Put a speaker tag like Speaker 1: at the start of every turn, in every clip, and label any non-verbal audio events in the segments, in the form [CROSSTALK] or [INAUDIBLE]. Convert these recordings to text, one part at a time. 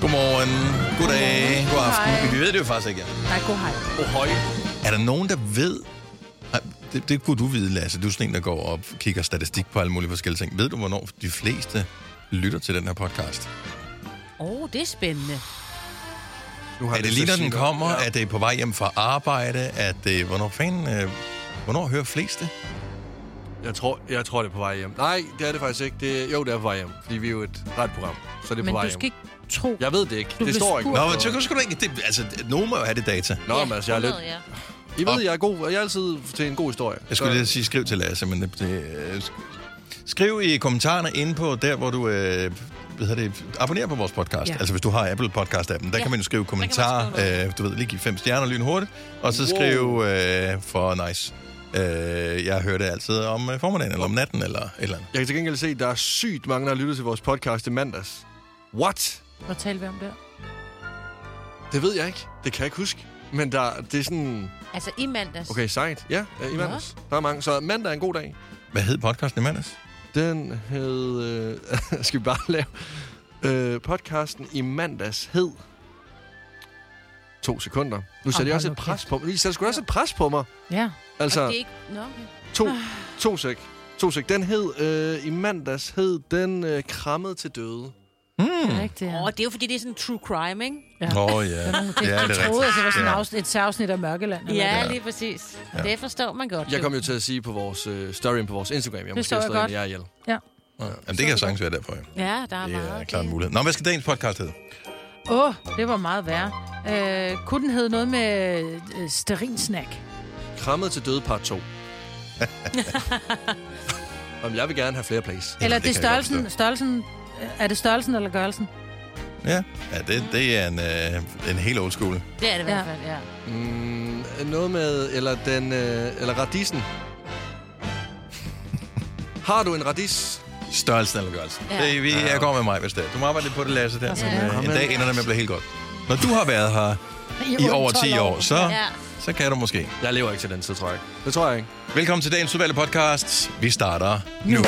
Speaker 1: Godmorgen. Goddag. God aften. Vi ved det jo faktisk ikke.
Speaker 2: Nej, god hej.
Speaker 1: God høj. Er der nogen, der ved... Ej, Det, det kunne du vide, Lasse. Du er sådan en, der går op og kigger statistik på alle mulige forskellige ting. Ved du, hvornår de fleste lytter til den her podcast?
Speaker 2: Åh, oh, det er spændende.
Speaker 3: Nu
Speaker 1: Er det lige, når den kommer? Ja. Er det på vej hjem fra arbejde? Er det... Hvornår fanden... Øh, hvornår hører fleste?
Speaker 3: Jeg tror, jeg tror, det er på vej hjem. Nej, det er det faktisk ikke. Det, jo, det er på vej hjem, fordi vi er jo et ret program, så det er
Speaker 2: Men
Speaker 3: på vej
Speaker 2: du skal
Speaker 3: hjem.
Speaker 2: ikke tro...
Speaker 3: Jeg ved det ikke.
Speaker 2: Du
Speaker 3: det
Speaker 2: blev
Speaker 3: står ikke.
Speaker 2: spurgt.
Speaker 1: Nå,
Speaker 3: noget.
Speaker 1: men så skal du ikke... Det, altså, nogen må jo have det data.
Speaker 3: Nå, men altså, jeg er lidt...
Speaker 2: Ja.
Speaker 3: I ved, jeg er god. Jeg er altid til en god historie.
Speaker 1: Jeg skulle lige sige, skriv til Lasse, men det, det, øh, sk- skriv i kommentarerne inde på der, hvor du øh, hvad hedder det, abonnerer på vores podcast. Ja.
Speaker 2: Ja.
Speaker 1: Altså hvis du har Apple Podcast-appen, der ja.
Speaker 2: Ja.
Speaker 1: kan man jo skrive
Speaker 2: man
Speaker 1: kommentarer.
Speaker 2: skrive
Speaker 1: øh, du ved, lige give fem stjerner lynhurtigt, og så wow.
Speaker 3: Wow.
Speaker 1: skrive øh, for nice. Øh, jeg hører det altid om øh, formiddagen, eller om natten, eller et eller andet.
Speaker 3: Jeg kan til gengæld se, at der er sygt mange, der har lyttet til vores podcast i mandags. What?
Speaker 2: Hvad taler vi om der?
Speaker 3: Det ved jeg ikke. Det kan jeg ikke huske. Men der, det er sådan...
Speaker 2: Altså i mandags.
Speaker 3: Okay, sejt. Ja, øh, i mandags. Der er mange. Så mandag er en god dag.
Speaker 1: Hvad hed podcasten i mandags?
Speaker 3: Den hed... Øh, [LAUGHS] skal vi bare lave... Øh, podcasten i mandags hed... To sekunder. Nu sætter
Speaker 2: Åh,
Speaker 3: jeg også
Speaker 2: hold
Speaker 3: et
Speaker 2: nu
Speaker 3: pres
Speaker 2: kæft.
Speaker 3: på mig. I sætter sgu da også et pres på mig.
Speaker 2: Ja.
Speaker 3: Altså,
Speaker 2: Og det er ikke... Nå, okay.
Speaker 3: to,
Speaker 4: Ah.
Speaker 3: to sek. To sek. Den hed... Øh, I mandags hed den øh, krammet til døde.
Speaker 1: Hmm.
Speaker 4: Rigtigt, ja.
Speaker 2: Åh, det er jo fordi, det er sådan true crime, ikke?
Speaker 4: ja.
Speaker 1: Åh oh, ja.
Speaker 4: Det,
Speaker 1: ja,
Speaker 4: ja, det troede, altså, det var sådan
Speaker 1: Ja.
Speaker 4: ja. afsnit, et særafsnit af Mørkeland. eller
Speaker 2: Ja,
Speaker 1: Ja.
Speaker 2: lige præcis. Ja. Det forstår man godt.
Speaker 3: Jeg
Speaker 2: jo.
Speaker 3: kom jo til at sige på vores øh, storyen på vores Instagram, jeg måske
Speaker 4: så
Speaker 3: har
Speaker 4: jeg
Speaker 3: slået
Speaker 4: godt.
Speaker 3: jer ihjel.
Speaker 1: Jamen, det kan jeg sagtens være derfor, ja.
Speaker 2: Ja, der er
Speaker 1: Det
Speaker 2: meget.
Speaker 1: er klart en mulighed. Nå, hvad skal dagens podcast hedde?
Speaker 4: Åh, oh, det var meget værre. Øh, kunne den hedde noget med øh, sterinsnack?
Speaker 3: Krammet til døde
Speaker 4: [LAUGHS]
Speaker 3: part 2. Jamen, jeg vil gerne have flere plays.
Speaker 4: Eller
Speaker 1: det
Speaker 4: det, det
Speaker 1: kan jeg godt
Speaker 4: størrelsen,
Speaker 1: forstå.
Speaker 4: størrelsen... Er det størrelsen eller gørelsen?
Speaker 1: Ja, ja det, det er en, øh, en helt old school.
Speaker 2: Det er det i
Speaker 4: Ja.
Speaker 2: hvert fald, ja.
Speaker 3: Mm, noget med, eller den, øh, eller radisen. Har du en radis?
Speaker 1: Størrelsen eller gørelsen. Ja.
Speaker 2: Ja.
Speaker 1: Det, er vi, jeg går med mig, hvis det er. Du må arbejde lidt på det, Lasse, der. Så, øh, en
Speaker 3: Jamen.
Speaker 1: dag ender det med at blive helt godt. Når du har været her i over 10 år, så,
Speaker 2: Ja.
Speaker 1: så kan du måske.
Speaker 3: Jeg lever ikke til den tid, tror jeg. Det tror jeg ikke.
Speaker 1: Velkommen til dagens udvalgte podcast. Vi starter nu.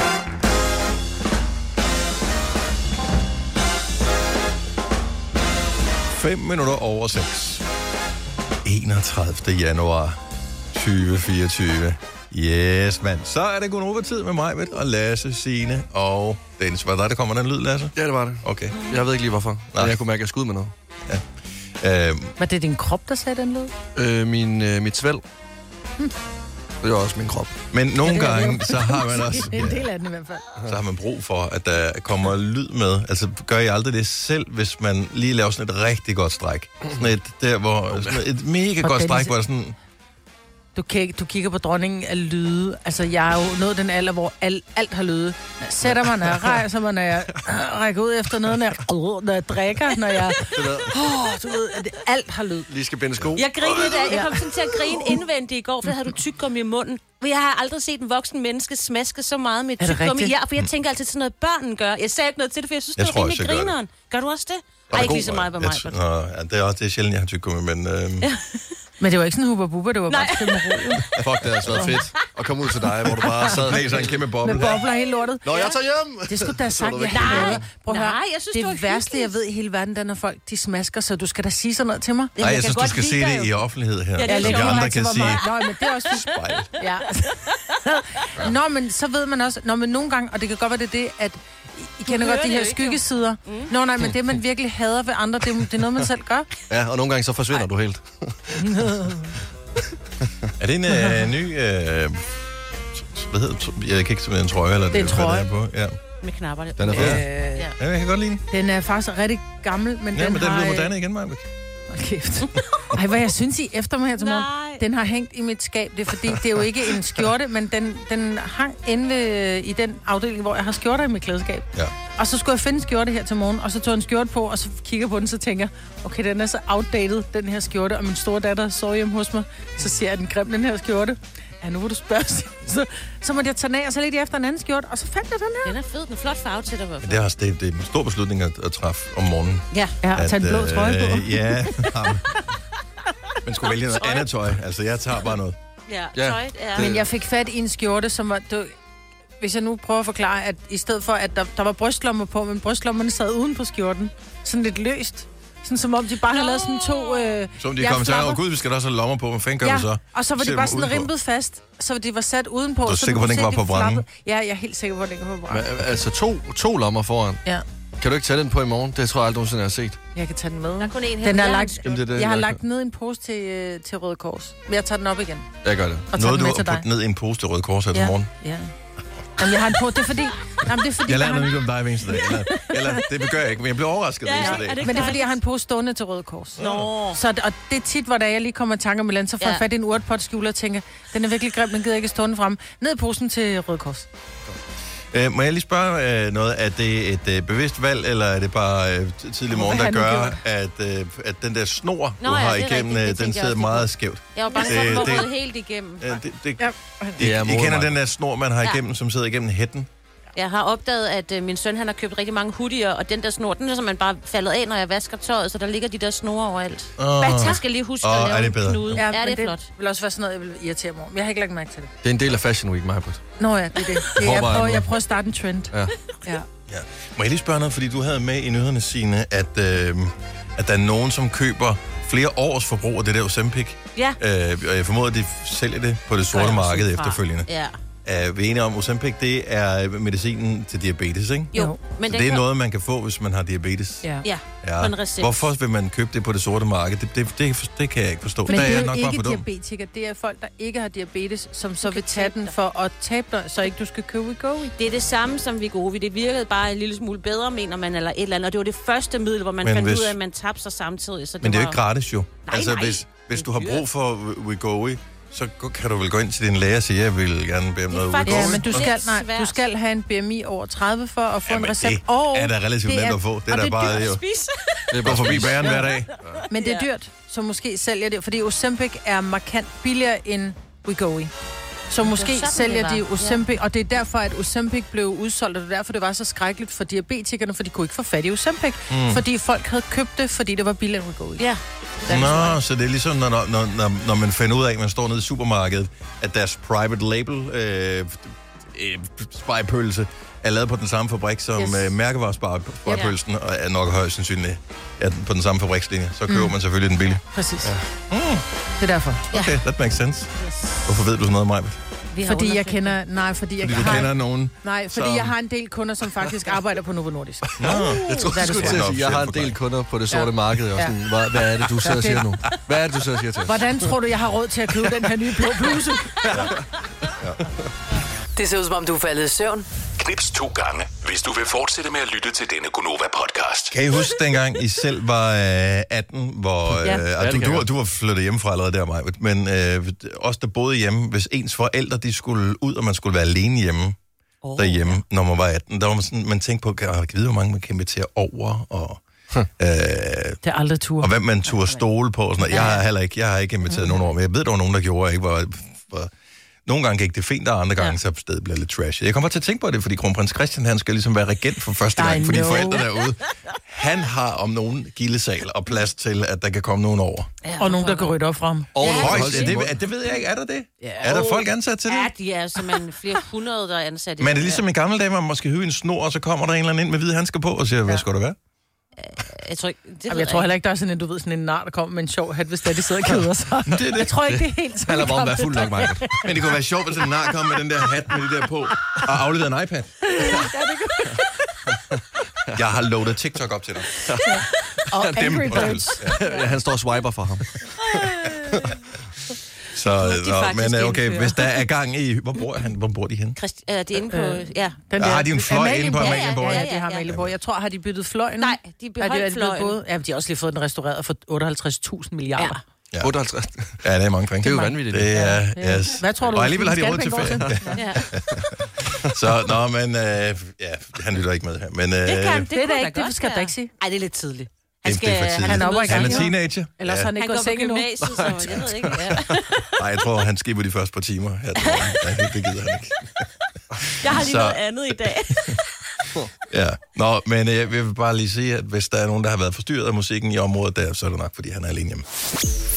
Speaker 1: Fem minutter over 6. 31. januar 2024. Yes, mand. Så er det god tid med mig, og Lasse, Signe og Dennis. Var det dig, der kommer den lyd, Lasse?
Speaker 3: Ja, det var det.
Speaker 1: Okay.
Speaker 3: Jeg ved ikke lige, hvorfor.
Speaker 1: Nej.
Speaker 3: Nej. Jeg kunne mærke, at jeg skud med noget.
Speaker 1: Øhm,
Speaker 4: Var det din krop, der sagde den lyd?
Speaker 3: Øh, min, øh, mit svæl. Det er også min krop.
Speaker 1: men nogle
Speaker 4: det er
Speaker 1: gange, så
Speaker 4: [LAUGHS]
Speaker 1: har man
Speaker 3: [LAUGHS]
Speaker 1: også...
Speaker 4: Det er en del af den i hvert fald.
Speaker 1: så har man brug for, at der kommer lyd med. Altså, gør I aldrig det selv, hvis man lige laver sådan et rigtig godt stræk? Sådan et, der, hvor, sådan et mega godt
Speaker 4: Dennis-
Speaker 1: stræk, hvor der sådan...
Speaker 4: Du, kig, du kigger på dronningen af lyde. Altså, jeg er jo nået den alder, hvor alt, alt har lyde. Når jeg sætter mig, når jeg rejser mig, når jeg [CLEARS THROAT] øh, rækker ud efter noget, når jeg, [CLEARS THROAT] øh, når jeg drikker, når
Speaker 3: [LAUGHS]
Speaker 4: jeg... [CLEARS THROAT] Åh, du ved, at det- alt har lyd.
Speaker 3: Lige skal binde sko.
Speaker 2: Jeg grinede i dag. Jeg kom sådan til at grine indvendigt i går, for der havde du tyggegummi i munden. Men jeg har aldrig set en voksen menneske smaske så meget med
Speaker 4: Er det
Speaker 2: tyggegummi.
Speaker 4: rigtigt?
Speaker 2: Ja, for jeg tænker altid sådan noget, børn gør. Jeg sagde ikke noget til det, for jeg synes,
Speaker 1: Mm. Jeg
Speaker 2: det
Speaker 1: tror
Speaker 2: var
Speaker 1: også,
Speaker 2: rimelig
Speaker 1: jeg gør det.
Speaker 2: grineren. Gør du også det? Ej, ikke lige så meget på mig.
Speaker 1: Jeg t- Nå, ja, det, er også, det er sjældent, jeg har tyk men øh,
Speaker 4: Men det var ikke sådan hubba bubba, det var bare stille med ro.
Speaker 1: [LAUGHS]
Speaker 3: Fuck, det har altså været fedt at komme ud til dig, hvor du bare sad
Speaker 1: så er en kæmpe boble.
Speaker 4: Med bobler helt lortet.
Speaker 3: Nå, jeg tager hjem!
Speaker 4: Det skulle du da have sagt,
Speaker 3: du
Speaker 4: jeg
Speaker 3: væk.
Speaker 4: havde
Speaker 2: Nej,
Speaker 4: lavet. Prøv at
Speaker 2: nej,
Speaker 4: høre,
Speaker 2: jeg synes, det
Speaker 4: det,
Speaker 2: var
Speaker 4: det værste, jeg ved i hele verden, det er, når folk de smasker, så du skal da sige sådan noget til mig.
Speaker 1: Nej, jeg synes, du skal se det i offentlighed her.
Speaker 2: det er
Speaker 1: Ja,
Speaker 2: lidt
Speaker 1: så de andre kan sige...
Speaker 4: Nå, men det er også...
Speaker 1: "Ej,
Speaker 4: Ja. Nå, men så ved man også... Nå, men nogle gange, og det kan godt være, det er det, at... I- I kender
Speaker 2: hører
Speaker 4: godt de
Speaker 2: det
Speaker 4: her
Speaker 2: jo ikke, jo.
Speaker 4: skyggesider. Mm. Nå, nej, men det, man virkelig hader ved andre, det, er- det er noget, man selv gør.
Speaker 3: Ja, og nogle gange så forsvinder du helt.
Speaker 1: Er det en øh, ny... Øh, hvad hedder det? Jeg kan ikke se, hvad en trøje eller
Speaker 4: Det er en
Speaker 1: hvad
Speaker 4: trøje.
Speaker 1: Det er på. Ja.
Speaker 2: Med knapper. Det
Speaker 3: Den er fed.
Speaker 4: Øh,
Speaker 1: ja, jeg kan godt lide den.
Speaker 4: den er faktisk rigtig gammel, men
Speaker 1: Ja,
Speaker 4: den
Speaker 1: men den
Speaker 4: har...
Speaker 1: lyder
Speaker 4: øh,
Speaker 1: moderne igen, Maja.
Speaker 4: Hold kæft. Ej, hvad jeg synes i eftermiddag til
Speaker 2: Nej.
Speaker 4: morgen. Den har hængt i mit skab. Det er fordi, det er jo ikke en skjorte, men den, den hang inde ved, i den afdeling, hvor jeg har skjorter i mit klædeskab.
Speaker 1: Ja.
Speaker 4: Og så skulle jeg finde en skjorte her til morgen, og så tog jeg en skjorte på, og så kigger jeg på den, så tænker jeg, okay, den er så outdated, den her skjorte, og min store datter så hjemme hos mig, så siger jeg, den grim, den her skjorte. Ja, nu hvor du spørger, så, så måtte jeg tage den af, og så lidt efter en anden skjorte, og så fandt jeg den her.
Speaker 2: Den er fed. Den er flot farve til dig. i hvert fald.
Speaker 1: Det er, også, det, det er en stor beslutning at, at træffe om morgenen.
Speaker 2: Ja.
Speaker 4: Ja, og tage en blå trøje på.
Speaker 1: Øh, ja. Man skulle vælge noget andet tøj. Altså, jeg tager bare noget.
Speaker 2: Ja. Tøj, ja.
Speaker 4: Men jeg fik fat i en skjorte, som var... Du, hvis jeg nu prøver at forklare, at i stedet for, at der, der var brystlommer på, men brystlommerne sad uden på skjorten. Sådan lidt løst. Sådan som om de bare havde lavet sådan to... Øh,
Speaker 1: Som de
Speaker 4: jeg
Speaker 1: kom til,
Speaker 4: flapper."
Speaker 1: åh gud, vi skal da også have lommer på, hvad fanden gør vi så?
Speaker 4: Ja, og så var
Speaker 1: Sætter
Speaker 4: de bare
Speaker 1: dem
Speaker 4: sådan
Speaker 1: udenpå.
Speaker 4: rimpet fast, så de var sat udenpå.
Speaker 1: Du er
Speaker 4: så
Speaker 1: sikker på,
Speaker 4: kunne
Speaker 1: den ikke
Speaker 4: se,
Speaker 1: var
Speaker 4: de
Speaker 1: på branden?
Speaker 4: flappede. Ja, jeg er helt sikker på, at den ikke var på
Speaker 3: Men,
Speaker 4: branden.
Speaker 3: øh, altså to, to lommer foran.
Speaker 4: Ja,
Speaker 3: Kan du ikke tage den på i morgen? Det tror jeg aldrig, nogensinde jeg har set.
Speaker 4: jeg kan tage den med.
Speaker 2: Der er kun én
Speaker 4: Den
Speaker 2: her.
Speaker 4: er
Speaker 2: Jeg
Speaker 4: lagt,
Speaker 3: Jamen, det er den,
Speaker 4: jeg har
Speaker 3: jeg
Speaker 4: lagt
Speaker 3: kan-
Speaker 4: den ned i en pose til, øh, til Røde Kors. Men jeg tager den op igen
Speaker 3: Jeg gør det.
Speaker 4: og tager
Speaker 1: Noget,
Speaker 4: den
Speaker 1: du
Speaker 4: med
Speaker 1: har
Speaker 4: til dig.
Speaker 1: puttet ned i en pose til Røde Kors her til
Speaker 4: ja,
Speaker 1: morgen.
Speaker 4: ja. Jamen, jeg har en pose. Det er fordi, jamen, det er fordi
Speaker 1: Jeg
Speaker 4: jeg,
Speaker 1: lærer
Speaker 4: har
Speaker 1: noget
Speaker 4: en,
Speaker 1: nyt om dig hver eneste dag. Eller, eller det gør jeg ikke, men jeg bliver overrasket
Speaker 2: Ja,
Speaker 1: hver
Speaker 2: ja,
Speaker 1: eneste
Speaker 2: er det
Speaker 1: dag.
Speaker 2: ikke
Speaker 4: men det er fordi,
Speaker 2: dejligt?
Speaker 4: jeg har en pose stående til Røde Kors.
Speaker 2: Nå.
Speaker 4: Så, og det er tit, hvor der er, jeg lige kommer i tanke om et eller andet, så får
Speaker 2: Ja.
Speaker 4: jeg fat i en urtpotskjule og tænker, den er virkelig grim, den gider jeg ikke stående frem. Ned i posen til Røde Kors.
Speaker 1: Øh, må jeg lige spørge øh, noget? Er det et øh, bevidst valg, eller er det bare øh, t- tidlig morgen, der
Speaker 4: han nu
Speaker 1: gør,
Speaker 4: gjort?
Speaker 1: at, øh, at den der snor,
Speaker 2: Nå,
Speaker 1: du
Speaker 2: ja,
Speaker 1: har
Speaker 2: det er
Speaker 1: igennem,
Speaker 2: rigtigt, det tænkte
Speaker 1: øh, den
Speaker 2: jeg
Speaker 1: sidder
Speaker 2: også
Speaker 1: meget skævt?
Speaker 2: Jeg var bange for, at den
Speaker 1: Øh,
Speaker 2: var
Speaker 1: det-
Speaker 2: rød helt igennem.
Speaker 1: Øh, det, det,
Speaker 4: Ja.
Speaker 1: I,
Speaker 3: Det er
Speaker 1: I kender
Speaker 3: modermand.
Speaker 1: den der snor, man har
Speaker 2: Ja.
Speaker 1: igennem, som sidder igennem hætten?
Speaker 2: Jeg har opdaget, at øh, min søn han har købt rigtig mange hoodier, og den der snor, den er simpelthen bare faldet af, når jeg vasker tøjet, så der ligger de der snore overalt.
Speaker 1: Åh.
Speaker 2: Jeg skal lige huske
Speaker 1: Åh,
Speaker 2: at
Speaker 1: er
Speaker 2: lave
Speaker 1: det
Speaker 2: en
Speaker 1: bedre?
Speaker 2: knude. Ja, det er flot.
Speaker 4: Det vil også være sådan noget, jeg vil irritere mig over. Men Jeg har ikke lagt mærke til det.
Speaker 3: Det er en del af Fashion Week, Majbert.
Speaker 4: Nå ja, det er det. det
Speaker 3: Forvejen
Speaker 4: jeg, prøver,
Speaker 3: nu.
Speaker 4: jeg prøver at starte en trend.
Speaker 3: Ja.
Speaker 4: Ja.
Speaker 1: Ja. Må jeg lige spørge noget, fordi du havde med i nyhederne, sine, at, øh, at der er nogen, som køber flere års forbrug af det der Ozempic.
Speaker 2: Ja.
Speaker 1: Øh, og jeg formoder, at de sælger det på det
Speaker 2: Går
Speaker 1: sorte
Speaker 2: jeg også
Speaker 1: marked
Speaker 2: ud fra.
Speaker 1: efterfølgende.
Speaker 2: Ja.
Speaker 1: Er vi enige om, Ozempic, det er medicinen til diabetes, ikke?
Speaker 2: Jo,
Speaker 4: Jo.
Speaker 2: men
Speaker 1: Men
Speaker 2: den
Speaker 1: det er
Speaker 2: kan-
Speaker 1: noget, man kan få, hvis man har diabetes.
Speaker 4: ja.
Speaker 2: Ja, på en recept.
Speaker 1: Hvorfor vil man købe det på det sorte marked? Det, det, det, det kan jeg ikke forstå.
Speaker 4: Men det
Speaker 1: der er
Speaker 4: er
Speaker 1: jeg
Speaker 4: jo
Speaker 1: nok bare
Speaker 4: ikke
Speaker 1: for dum.
Speaker 4: diabetikere, det er folk, der ikke har diabetes, som så vil
Speaker 2: kan
Speaker 4: tage
Speaker 2: tabe
Speaker 4: den
Speaker 2: dig.
Speaker 4: for at tabe dig, så ikke du skal købe go i.
Speaker 2: Det er det samme som Vigovi. Det virkede bare en lille smule bedre, mener man, eller et eller andet. Og det var det første middel, hvor man
Speaker 1: Men
Speaker 2: men fandt
Speaker 1: hvis-
Speaker 2: hvis... ud af, at man tabte sig samtidig. Så det
Speaker 1: Men det er jo
Speaker 2: var...
Speaker 1: ikke gratis, jo.
Speaker 2: Nej,
Speaker 1: altså,
Speaker 2: nej.
Speaker 1: Hvis,
Speaker 2: Det
Speaker 1: hvis
Speaker 2: er
Speaker 1: du har brug
Speaker 2: dyrt.
Speaker 1: for øh, Wegovy, så gå- kan du vel gå ind til din læger og sige, jeg vil gerne bede om
Speaker 2: Det er
Speaker 1: noget
Speaker 2: faktisk-
Speaker 1: Wegovy.
Speaker 4: Ja, men du
Speaker 2: Lidt
Speaker 4: skal, nej, du
Speaker 2: svært.
Speaker 4: skal have en BMI over 30 for at få
Speaker 1: Jamen,
Speaker 4: en
Speaker 1: det
Speaker 4: recept. Og
Speaker 1: er da relativt
Speaker 4: det
Speaker 1: nemt
Speaker 4: er-
Speaker 1: at få. Det er
Speaker 4: og
Speaker 1: da bare-
Speaker 4: dyrt.
Speaker 1: jo.
Speaker 2: Spis.
Speaker 3: Det er
Speaker 1: Gå
Speaker 3: bare
Speaker 1: forbi
Speaker 3: forbi
Speaker 1: bageren hver dag.
Speaker 4: Men det er
Speaker 2: Ja.
Speaker 4: dyrt, så måske sælger det, fordi Ozempic er markant billigere end Wegovy. Så måske
Speaker 2: sådan, det
Speaker 4: sælger
Speaker 2: var.
Speaker 4: de Ozempic, og det er derfor, at Ozempic blev udsolgt, og det er derfor, det var så skrækkeligt for diabetikerne, for de kunne ikke få fat i Ozempic, mm. fordi folk havde købt det, fordi det var billigere end Wegovy.
Speaker 2: Ja.
Speaker 1: Nå, så det er ligesom, når, når, når- når, når man finder ud af, at man står nede i supermarkedet, at deres private label øh, øh, spejpølse er lavet på den samme fabrik som yes.
Speaker 4: Yes.
Speaker 1: øh, mærkevarespejpølsen, og er nok højst sandsynligt er den på den samme fabrikslinje. Så køber mm. man selvfølgelig den billige.
Speaker 4: Præcis. Ja. Mm. Det er derfor.
Speaker 1: Okay, that makes sense. Hvorfor ved du sådan noget, Maja?
Speaker 2: Vi har
Speaker 4: Fordi jeg
Speaker 2: undersøgt
Speaker 4: kender... Nej, fordi jeg,
Speaker 1: Fordi du
Speaker 4: har,
Speaker 1: kender nogen.
Speaker 4: Nej, fordi
Speaker 1: som-
Speaker 4: jeg har en del kunder, som faktisk
Speaker 1: [LAUGHS]
Speaker 4: arbejder på Novo Nordisk.
Speaker 1: Nå,
Speaker 3: Jeg tror,
Speaker 4: Hvad er
Speaker 3: jeg
Speaker 4: det
Speaker 3: skulle
Speaker 1: for
Speaker 3: til at
Speaker 1: en
Speaker 3: sige, jeg har en del
Speaker 1: officiel
Speaker 3: kunder på det sorte marked. Og
Speaker 4: Ja.
Speaker 3: sådan, hvad, hvad er det, du sidder og siger nu? Hvad er det, du sidder og siger til os?
Speaker 4: Hvordan tror du, jeg har råd til at købe den her nye blå bluse?
Speaker 5: Det ser ud som om, du er faldet i søvn.
Speaker 6: Knips to gange, hvis du vil fortsætte med at lytte til denne Gonova-podcast.
Speaker 1: Kan I huske dengang, I selv var øh, 18, hvor... Øh,
Speaker 2: Ja.
Speaker 1: ja,
Speaker 3: det
Speaker 1: du,
Speaker 3: kan jeg
Speaker 1: du, var-
Speaker 3: godt.
Speaker 1: du var flyttet hjemmefra allerede der, Maja, men øh, os, der boede hjemme, hvis ens forældre de skulle ud, og man skulle være alene hjemme, oh. derhjemme, når man var 18, der var man sådan, man tænkte på, "Kan- jeg vide, hvor mange man kan invitere over, og, øh,
Speaker 4: Det er aldrig tur.
Speaker 1: og hvem man turde stole på. Og sådan noget. Jeg har heller ikke, jeg har ikke inviteret nogen over, men jeg ved, der var nogen, der gjorde, jeg ikke var... var nogle gange gik det fint, og andre gange ja. så stedet bliver lidt trashy. Jeg kommer til at tænke på det, fordi kronprins Christian, han skal ligesom være regent for første gang,
Speaker 4: I
Speaker 1: fordi
Speaker 4: know.
Speaker 1: forældrene derude, han har om nogen gildesal og plads til, at der kan komme nogen over.
Speaker 2: det.
Speaker 4: [LAUGHS] Og nogen, der kan rydde op fra ham.
Speaker 3: Og
Speaker 1: Højst, ja, det, det ved jeg ikke, er der det? Ja. Er der folk ansat til det?
Speaker 2: Ja, de er simpelthen flere hundrede, der er ansat i
Speaker 1: Men er det ligesom i gamle dage, hvor man måske hyve en snor, og så kommer der en eller anden ind med hvide handsker på, og siger, hvad skal du være?
Speaker 2: Jeg tror ikke... Det
Speaker 4: Jamen, jeg tror heller ikke, der er sådan en, du ved, sådan en nar, der kommer med en sjov hat, hvis der de sidder og keder
Speaker 3: [LAUGHS]
Speaker 4: sig.
Speaker 1: [LAUGHS] Det er det.
Speaker 4: Jeg tror ikke, det er helt
Speaker 3: Eller
Speaker 4: sådan.
Speaker 3: hvor være fuld nok, Majbert.
Speaker 1: Men det kunne være sjovt, hvis en nar kom med den der hat med det der på, og afleverede en iPad. Jeg har loadet TikTok op til dig.
Speaker 4: [LAUGHS] Og Angry
Speaker 1: Undskyld.
Speaker 4: Birds.
Speaker 3: Ja, han står og swiper for ham.
Speaker 1: [LAUGHS] Så, nå,
Speaker 2: faktisk
Speaker 1: men øh, okay,
Speaker 2: indfører.
Speaker 1: hvis der er gang i... Hvor bor, han, hvor bor de henne?
Speaker 2: Christi- øh, det er inde på... Ja.
Speaker 4: Den
Speaker 1: Ah, de er en fløj inde på
Speaker 4: Amalienborg.
Speaker 1: Amalienborg,
Speaker 4: Ja, ja,
Speaker 1: ja.
Speaker 4: de har
Speaker 2: Ja.
Speaker 4: Amalienborg. Jeg tror, har de byttet fløjen?
Speaker 2: Nej, de beholdt
Speaker 4: er de, er de blevet
Speaker 2: fløjen.
Speaker 4: både? Ja, de har også lige fået den restaureret for 58.000 milliarder.
Speaker 1: Ja.
Speaker 3: 58.
Speaker 1: Ja, det er mange penge.
Speaker 3: Det er jo vanvittigt.
Speaker 1: Det er,
Speaker 4: Ja.
Speaker 1: yes.
Speaker 4: Hvad tror du,
Speaker 1: Og alligevel har de
Speaker 4: Finn
Speaker 1: råd til
Speaker 4: Skalbæk
Speaker 1: ferie. [LAUGHS]
Speaker 4: går
Speaker 2: ja.
Speaker 4: til?
Speaker 1: Så, nå, men... Øh, ja, han lytter ikke med her. Men, øh,
Speaker 2: Det, kan, det,
Speaker 4: Det er
Speaker 2: kunne
Speaker 4: da
Speaker 2: da
Speaker 4: ikke- det
Speaker 2: godt
Speaker 4: skal du da
Speaker 2: være.
Speaker 4: ikke sige.
Speaker 2: Ej, det er lidt tidligt.
Speaker 1: det er for tidligt.
Speaker 4: Han er oppe i
Speaker 1: han
Speaker 4: gang,
Speaker 1: er
Speaker 4: jo.
Speaker 1: teenager.
Speaker 4: Ellers har
Speaker 2: Han
Speaker 4: han ikke
Speaker 2: går
Speaker 4: gået i
Speaker 2: på
Speaker 4: seng endnu.
Speaker 2: gymnasiet, så jeg ved ikke. Ja.
Speaker 1: [LAUGHS] Nej, jeg tror, han skipper de første par timer. Her til morgen. Nej, det- det gider han ikke.
Speaker 2: Jeg har lige
Speaker 1: Så-
Speaker 2: noget andet i
Speaker 7: [LAUGHS]
Speaker 2: dag.
Speaker 1: Ja. Nå, men øh, jeg vil bare lige sige, at hvis der er nogen, der har været forstyrret af musikken i området der, så er det nok, fordi han er alene hjemme.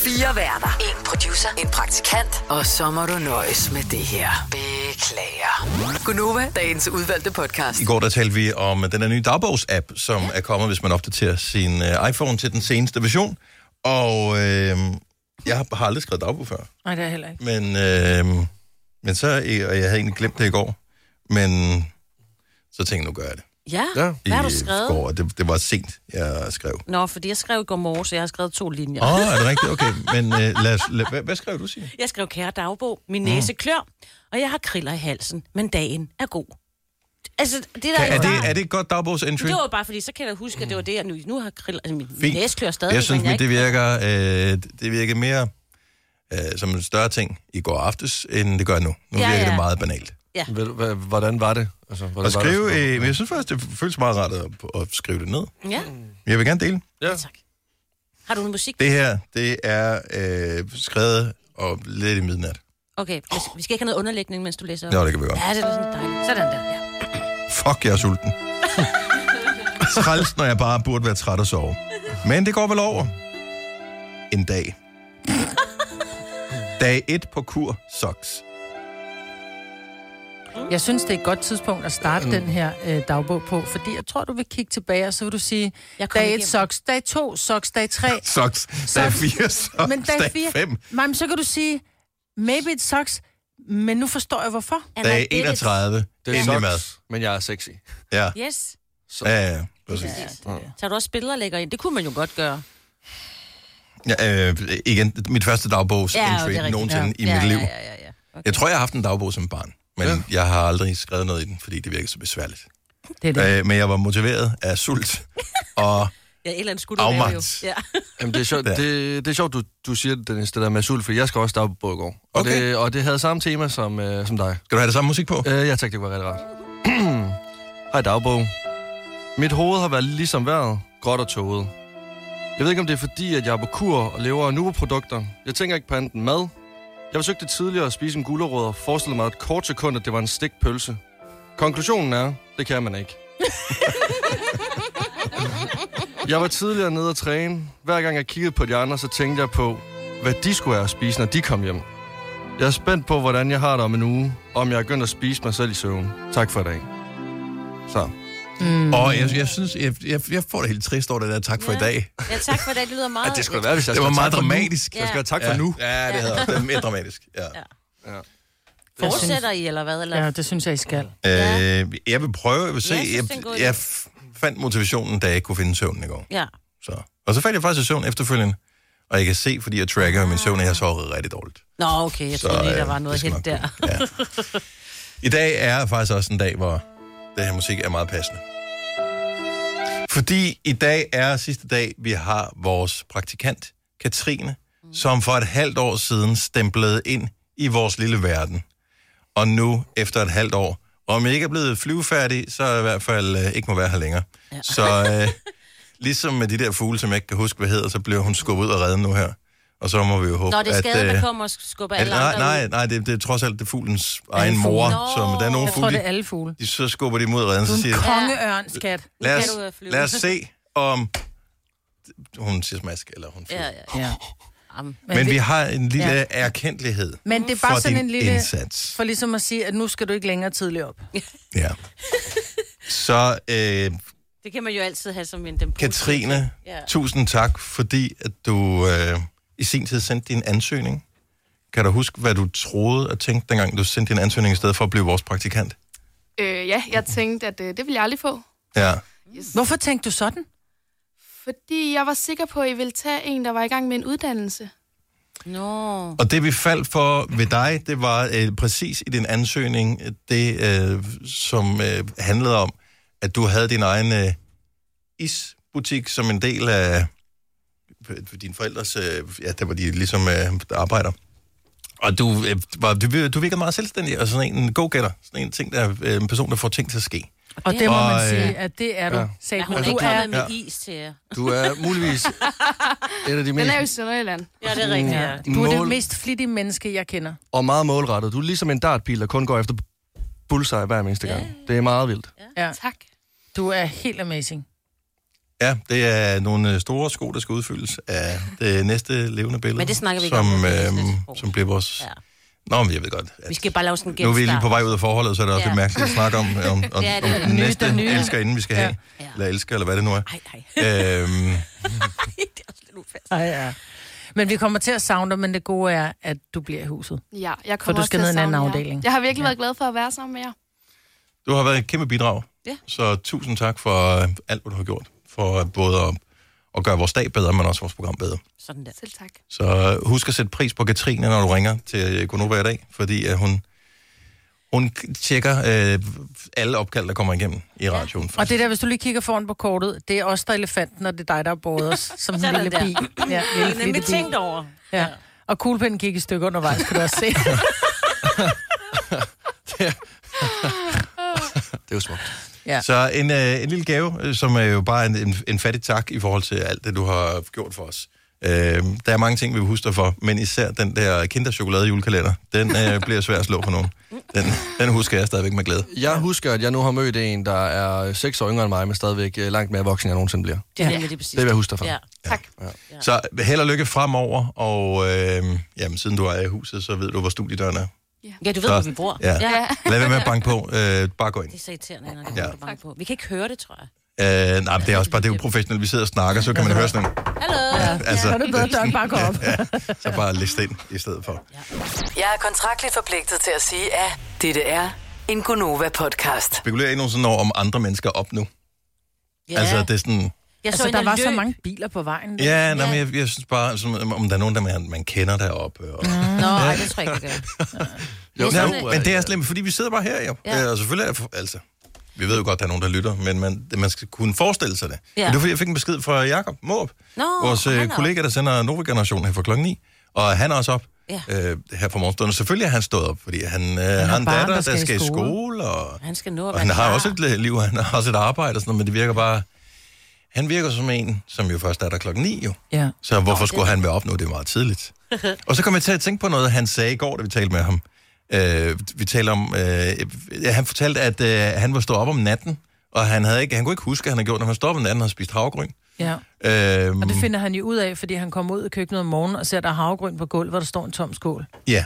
Speaker 5: Fire værter. En producer. En praktikant. Og så må du nøjes med det her. Beklager. Beklager. Gunova, dagens udvalgte podcast.
Speaker 1: I går der talte vi om øh, den her nye dagbogs-app, som er kommet, hvis man opdaterer sin øh, iPhone til den seneste version. Og øh, jeg har- har aldrig skrevet dagbog før.
Speaker 4: Nej, det er jeg heller ikke.
Speaker 1: Men, øh, men så, øh, og jeg havde egentlig glemt det i går, men så tænkte jeg, nu gør jeg det.
Speaker 2: [LAUGHS] Ja,
Speaker 3: Ja.
Speaker 2: ja. hvad har du
Speaker 1: I
Speaker 2: skrevet?
Speaker 1: Går, og det, det var sent, jeg skrev.
Speaker 2: Nå, fordi jeg skrev i går morges, så jeg har skrevet to linjer.
Speaker 1: Åh, oh, er det rigtigt? Okay, men øh, lad os, lad, hvad, hvad skrev du, Signe?
Speaker 2: [LAUGHS] Jeg skrev kære dagbog,
Speaker 1: Mm.
Speaker 2: min næse klør, og jeg har kriller i halsen, men dagen er god. Altså, det der
Speaker 1: Er det, er det et godt dagbogs-entry?
Speaker 2: det var bare fordi, så kan jeg da huske, at det var det, jeg nu, nu har kriller, altså min, min
Speaker 1: Fint.
Speaker 2: næse klør stadig.
Speaker 1: Jeg synes,
Speaker 2: men
Speaker 1: men det
Speaker 2: ikke-
Speaker 1: virker, øh, det virker mere øh, som en større ting i går aftes, end det gør nu. Nu
Speaker 2: Ja,
Speaker 1: virker
Speaker 2: ja.
Speaker 1: det meget banalt.
Speaker 3: Ved du, hvad- Hvordan var det? Altså, hvordan
Speaker 1: At
Speaker 3: var det,
Speaker 1: skrive, øh, men jeg synes faktisk, det føles meget rart at, at skrive det ned.
Speaker 2: Ja,
Speaker 1: Jeg vil gerne dele.
Speaker 3: Ja.
Speaker 2: tak. Har du en musik?
Speaker 1: Det her, det er øh, skrevet og lidt i midnat.
Speaker 2: Okay, vi- vi skal ikke have noget underlægning, mens du læser op.
Speaker 1: Ja, det kan vi godt.
Speaker 2: Ja, det er sådan dejligt. Sådan der, ja.
Speaker 1: Fuck, jeg er sulten. Træls, når jeg bare burde være træt og sove. Men det går vel over. En dag. Dag 1 på kur socks.
Speaker 4: Jeg synes, det er et godt tidspunkt at starte
Speaker 1: Mm.
Speaker 4: den her øh, dagbog på, fordi jeg tror, du vil kigge tilbage, og så vil du sige,
Speaker 2: Jeg kom
Speaker 4: dag 1
Speaker 2: igennem.
Speaker 4: socks, dag 2 socks, dag
Speaker 1: [LAUGHS]
Speaker 4: 3.
Speaker 1: Socks. Dag 4 socks.
Speaker 4: Men dag 4, [LAUGHS]
Speaker 1: 5.
Speaker 4: Nej, men så kan du sige, maybe it sucks, men nu forstår jeg hvorfor.
Speaker 2: Am I
Speaker 1: Dag
Speaker 2: dead?
Speaker 1: 31.
Speaker 3: Det er
Speaker 1: Endelig mad.
Speaker 3: socks, men jeg er sexy.
Speaker 1: Ja,
Speaker 2: Yes.
Speaker 1: ja, ja. Præcis.
Speaker 2: Så har du også billeder og lægger ind. Det kunne man jo godt gøre.
Speaker 1: Ja, øh, igen, mit første dagbogs-entry
Speaker 2: rigtigt.
Speaker 1: nogensinde i
Speaker 2: ja,
Speaker 1: mit liv.
Speaker 2: Ja, ja, ja, ja. Okay.
Speaker 1: Jeg tror, jeg har haft en dagbog som barn, men ja. jeg har aldrig skrevet noget i den, fordi det virkede så besværligt.
Speaker 4: Det er det.
Speaker 1: Øh, men jeg var motiveret
Speaker 2: [LAUGHS]
Speaker 1: af sult og
Speaker 2: Ja, et eller andet skulle du lave jo.
Speaker 1: Afmagt.
Speaker 2: Ja.
Speaker 3: Jamen, det er sjovt,
Speaker 1: Ja.
Speaker 3: det, det er sjovt du, du siger det, Dennis, det der med sult, for jeg skal også starte på i går. Og,
Speaker 1: Okay.
Speaker 3: det, og det havde samme tema som, øh, som dig.
Speaker 1: Skal du have det samme musik på?
Speaker 3: Øh, jeg tænkte, det kunne være rigtig rart. [CLEARS THROAT] Hej dagbog. Mit hoved har været ligesom vejret, gråt og tåget. Jeg ved ikke, om det er fordi, at jeg er på kur og lever af Nubo-produkter. Jeg tænker ikke på andet end mad. Jeg forsøgte tidligere at spise en gulerod og forestillede mig et kort sekund, at det var en stegt pølse. Konklusionen er, det kan man ikke. jeg var tidligere nede at træne. Hver gang jeg kiggede på de andre, så tænkte jeg på, hvad de skulle have at spise, når de kom hjem. Jeg er spændt på, hvordan jeg har det om en uge, og om jeg er begyndt at spise mig selv i søvn. Tak for i dag. Så.
Speaker 1: Mm. Og jeg, jeg synes, jeg, jeg, jeg får det helt trist over det der tak for i dag.
Speaker 2: [LAUGHS] ja, tak for det. Det lyder meget...
Speaker 3: være, hvis jeg
Speaker 1: Det var meget dramatisk.
Speaker 2: Ja.
Speaker 3: Jeg skal have tak for
Speaker 1: Ja.
Speaker 3: nu.
Speaker 1: Ja, det hedder det. er mere dramatisk. Ja.
Speaker 2: Ja.
Speaker 4: Jeg
Speaker 2: Fortsætter I, eller hvad? Eller?
Speaker 4: Ja, det synes jeg, I skal.
Speaker 1: Ja. Øh, jeg vil prøve, jeg vil se.
Speaker 2: Ja, jeg synes,
Speaker 1: jeg
Speaker 2: det er en god
Speaker 1: jeg,
Speaker 2: idé.
Speaker 1: jeg f- fandt motivationen, da jeg ikke kunne finde søvnen i går.
Speaker 2: ja.
Speaker 1: Så. Og så fandt jeg faktisk i søvn efterfølgende. Og jeg kan se, fordi jeg tracker min søvn, at jeg har sovet rigtig dårligt.
Speaker 2: Nå, okay, jeg
Speaker 1: Så,
Speaker 2: troede lige, der
Speaker 1: øh,
Speaker 2: var noget
Speaker 1: det skal
Speaker 2: helt
Speaker 1: nok
Speaker 2: der.
Speaker 1: gå. Ja. I dag er faktisk også en dag, hvor det her musik er meget passende. Fordi i dag er sidste dag, vi har vores praktikant, Katrine,
Speaker 2: Mm.
Speaker 1: som for et halvt år siden stemplede ind i vores lille verden. Og nu, efter et halvt år, om jeg ikke er blevet flyvefærdig, så er jeg i hvert fald øh, ikke må være her længere. Ja. Så
Speaker 2: [LAUGHS]
Speaker 1: øh, ligesom med de der fugle, som jeg ikke kan huske, hvad hedder, så bliver hun skubbet ud og reddet nu her. Og så må vi jo håbe,
Speaker 2: Nå, det er skaden,
Speaker 1: at,
Speaker 2: der
Speaker 1: øh,
Speaker 2: kommer og skubber
Speaker 1: er
Speaker 2: alle
Speaker 1: det, nej,
Speaker 2: andre
Speaker 1: nej,
Speaker 2: ud.
Speaker 1: nej det, det er trods alt det er fuglens egen
Speaker 4: fugle.
Speaker 1: mor,
Speaker 2: Nå.
Speaker 1: som der er nogle
Speaker 4: Jeg tror,
Speaker 1: fugle,
Speaker 4: det er alle fugle.
Speaker 1: de, så skubber de mod redden,
Speaker 4: Du
Speaker 1: så
Speaker 4: er
Speaker 1: siger
Speaker 4: en
Speaker 1: de,
Speaker 4: kongeørn, skat.
Speaker 1: lad
Speaker 2: kan du, øh,
Speaker 1: os,
Speaker 2: flyve."
Speaker 4: [LAUGHS]
Speaker 1: lad os se om... Hun siger smask, eller hun
Speaker 2: Ja,
Speaker 1: flyver.
Speaker 2: ja.
Speaker 4: Ja.
Speaker 2: Am.
Speaker 1: Men vi
Speaker 4: det-
Speaker 1: har en lille
Speaker 4: Ja.
Speaker 1: erkendelighed
Speaker 4: Men det er
Speaker 1: for
Speaker 4: bare sådan
Speaker 1: din
Speaker 4: en lille...
Speaker 1: indsats.
Speaker 4: For ligesom at sige, at nu skal du ikke længere tidligt
Speaker 2: [LAUGHS]
Speaker 4: op.
Speaker 1: Ja.
Speaker 4: [LAUGHS]
Speaker 1: Så øh,
Speaker 2: Det kan man jo altid have som en dem.
Speaker 1: Katrine, ja.
Speaker 2: Ja.
Speaker 1: tusind tak, fordi at du øh, i sin tid sendte din ansøgning. Kan du huske, hvad du troede og tænkte, dengang du sendte din ansøgning i stedet for at blive vores praktikant?
Speaker 8: Øh, ja, jeg tænkte, at øh, det ville jeg aldrig få.
Speaker 1: Ja.
Speaker 4: Hvorfor tænkte du sådan?
Speaker 8: Fordi jeg var sikker på, at I ville tage en, der var i gang med en uddannelse.
Speaker 2: Nå.
Speaker 1: Og det vi faldt for ved dig, det var øh, præcis i din ansøgning, øh, det øh, som øh, handlede om, at du havde din egen øh, isbutik som en del af øh, dine forældres, øh, ja, der var de ligesom øh, arbejder. Og du, øh, var, du, du virkede meget selvstændig, og sådan en go-getter, sådan en, ting, der, øh, en person, der får ting til at ske.
Speaker 4: Og det må
Speaker 1: Og,
Speaker 4: man
Speaker 1: øh,
Speaker 4: sige, at det er du.
Speaker 3: ja.
Speaker 4: Ja.
Speaker 2: Ja, hun er
Speaker 4: Du
Speaker 2: ikke
Speaker 4: er
Speaker 2: kommet med is til jer.
Speaker 3: Du er muligvis et af de
Speaker 8: Den er jo i
Speaker 3: mest
Speaker 8: Sønderjylland.
Speaker 2: Ja, det er rigtigt. Ja.
Speaker 4: du er det
Speaker 3: mål-
Speaker 4: mest flittige menneske, jeg kender.
Speaker 3: og meget målrettet. Du er ligesom en dartpil, der kun går efter bullseye hver eneste gang. Det er meget vildt.
Speaker 4: Ja.
Speaker 8: Tak.
Speaker 4: Du er helt amazing.
Speaker 1: Ja, det er nogle øh, store sko, der skal udfyldes af det næste levende billede,
Speaker 2: Men det snakker vi ikke
Speaker 1: som,
Speaker 2: om, det er
Speaker 1: øh,
Speaker 2: næste sprog.
Speaker 1: som bliver vores
Speaker 2: Ja.
Speaker 1: Nå, men jeg ved godt. At
Speaker 2: Vi skal bare lave sådan en
Speaker 1: nu er
Speaker 2: genstart.
Speaker 1: vi lige på vej ud af forholdet, så er det også
Speaker 2: Ja.
Speaker 1: lidt mærkeligt at
Speaker 2: [LAUGHS]
Speaker 1: snakke om, om, om,
Speaker 2: Ja, det er
Speaker 1: om
Speaker 2: det.
Speaker 1: den
Speaker 2: Nye,
Speaker 1: næste
Speaker 2: den nye.
Speaker 1: elsker, inden vi skal have.
Speaker 2: Ja.
Speaker 1: Eller elsker, eller hvad det nu er.
Speaker 2: Ej, ej. [LAUGHS]
Speaker 1: Øhm,
Speaker 2: det er også lidt ufærdigt.
Speaker 4: Ej, ja. Men vi kommer til at savne dig, men det gode er, at du bliver i huset.
Speaker 8: Ja, jeg kommer
Speaker 4: du
Speaker 8: også
Speaker 4: skal
Speaker 8: til
Speaker 4: ned
Speaker 8: at
Speaker 4: i en anden
Speaker 8: savne jer.
Speaker 4: afdeling.
Speaker 8: Jeg har virkelig været glad for at være sammen med jer.
Speaker 1: du har været et kæmpe bidrag.
Speaker 2: Ja.
Speaker 1: Så tusind tak for øh, alt, hvad du har gjort. For både at, at gøre vores dag bedre, men også vores program bedre.
Speaker 2: Sådan der.
Speaker 8: Selv tak.
Speaker 1: Så øh, husk at sætte pris på Katrine, når du ringer til øh, Gunova i dag, fordi at hun, hun tjekker øh, alle opkald, der kommer igennem i radioen.
Speaker 4: Og det der, hvis du lige kigger foran på kortet, det er os, der er elefanten, og det er dig, der har
Speaker 2: [LAUGHS]
Speaker 4: båret os som en
Speaker 2: Sådan
Speaker 4: lille
Speaker 2: der.
Speaker 4: bi.
Speaker 2: [LAUGHS]
Speaker 4: Ja,
Speaker 2: Jeg har
Speaker 4: lille
Speaker 2: nemlig
Speaker 4: bitte bi.
Speaker 2: tænkt over.
Speaker 4: Ja. Og kuglepinden gik i stykker undervejs, kunne
Speaker 2: [LAUGHS]
Speaker 4: du også se.
Speaker 3: [LAUGHS] Det er jo smukt.
Speaker 4: Ja.
Speaker 1: Så en, øh, en lille gave, øh, som er jo bare en, en, en fattig tak i forhold til alt det, du har gjort for os. Øh, der er mange ting, vi vil huske dig for, men især den der kinderchokolade julekalender, den
Speaker 4: [LAUGHS]
Speaker 1: øh, bliver svær at slå for nogen. Den, den husker jeg stadigvæk med glæde.
Speaker 3: Jeg husker, at jeg nu har mødt en, der er seks år yngre end mig, men stadigvæk øh, langt mere voksen, end jeg nogensinde bliver.
Speaker 2: Det er
Speaker 4: Ja.
Speaker 2: nemlig det præcis.
Speaker 3: Det vil jeg huske dig for.
Speaker 2: Ja.
Speaker 8: Tak.
Speaker 1: Så held og lykke fremover, og øh, jamen, siden du er i huset, så ved du, hvor studiedøren er.
Speaker 2: ja, du ved,
Speaker 1: Så-
Speaker 2: hvor vi bor.
Speaker 1: ja.
Speaker 2: ja.
Speaker 1: Lad være med at banke på. Øh, bare gå ind.
Speaker 2: Det er så irriterende, når det
Speaker 1: Ja.
Speaker 2: ja. bange på. Vi kan ikke høre det, tror jeg.
Speaker 1: Øh, nej, men det er også bare, det er jo professionelt. Vi sidder og snakker, så kan man høre sådan en-
Speaker 2: Hallo? Ja.
Speaker 1: altså,
Speaker 4: Så er det bedre, at døren bare går
Speaker 1: [LAUGHS]
Speaker 4: op.
Speaker 1: så bare liste ind i stedet for.
Speaker 5: Jeg er kontraktligt forpligtet til at sige, at dette er en Gunova-podcast.
Speaker 1: Spekulerer I nogensinde over, om andre mennesker er op nu?
Speaker 2: ja.
Speaker 1: Altså, det er sådan...
Speaker 2: jeg så
Speaker 4: [LAUGHS] Altså,
Speaker 2: en,
Speaker 4: der var
Speaker 2: løb.
Speaker 4: så mange biler på vejen.
Speaker 1: Ja, nej, men jeg, jeg synes bare, altså, om om der er nogen, der man, man kender deroppe. Og... Mm.
Speaker 2: Nå, nej, det tror jeg ikke, det gør.
Speaker 3: Jo,
Speaker 2: Det er
Speaker 1: Nej,
Speaker 2: sådan,
Speaker 1: men det er slemt, fordi vi sidder bare her, jo. Ja.
Speaker 2: Ja.
Speaker 1: Øh, og selvfølgelig er det for- altså, vi ved jo godt, der er nogen, der lytter, men man, man skal kunne forestille sig det. Ja.
Speaker 2: Ja.
Speaker 1: Men det er fordi, jeg fik en besked fra Jakob Måb,
Speaker 2: Nå,
Speaker 1: vores øh,
Speaker 2: han er
Speaker 1: kollega, der sender Nova Generation her fra klokken 9, og han er også op
Speaker 2: Ja.
Speaker 1: øh, her fra morgenstunden. Selvfølgelig er han stået op, fordi han, øh, han har en
Speaker 4: barn,
Speaker 1: datter,
Speaker 4: der
Speaker 1: der skal,
Speaker 4: skal i
Speaker 1: i skole,
Speaker 4: skole.
Speaker 1: og,
Speaker 2: Han skal nå at
Speaker 1: og
Speaker 2: være
Speaker 1: han har
Speaker 2: klar.
Speaker 1: også et øh, liv, han har også et arbejde og sådan noget, men det virker bare... Han virker som en, som jo først er der klokken 9, jo.
Speaker 4: Ja.
Speaker 1: Så hvorfor skulle han være op nu? Det er meget tidligt. og så kom jeg til at tænke på noget, han sagde i går, da vi talte med ham. Øh, vi talte om, øh, ja, han fortalte, at øh, han var stået op om natten, og han, havde ikke, han kunne ikke huske, at han havde gjort, når han stod op om natten og havde spist havregryn.
Speaker 4: ja.
Speaker 1: Øh,
Speaker 4: Og det finder han jo ud af, fordi han kommer ud i køkkenet om morgenen og ser, at der er havregryn på gulvet, hvor der står en tom skål.
Speaker 1: Ja.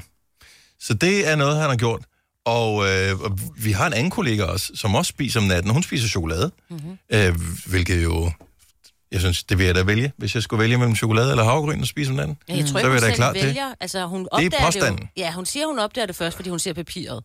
Speaker 1: Så det er noget, han har gjort. Og, øh, og vi har en anden kollega også, som også spiser om natten. Hun spiser chokolade,
Speaker 2: Mhm.
Speaker 1: mm-hmm. øh, hvilket jo... Jeg synes, det vil jeg da vælge. Hvis jeg skulle vælge mellem chokolade eller havregryn og spise om natten,
Speaker 2: Ja, jeg tror
Speaker 1: Mm. så
Speaker 2: ikke,
Speaker 1: vil
Speaker 2: hun
Speaker 1: jeg da
Speaker 2: selv
Speaker 1: klart det.
Speaker 2: vælger. Altså, hun opdager
Speaker 1: påstanden.
Speaker 2: jo. Ja, hun siger, hun opdager det først, fordi hun ser papiret,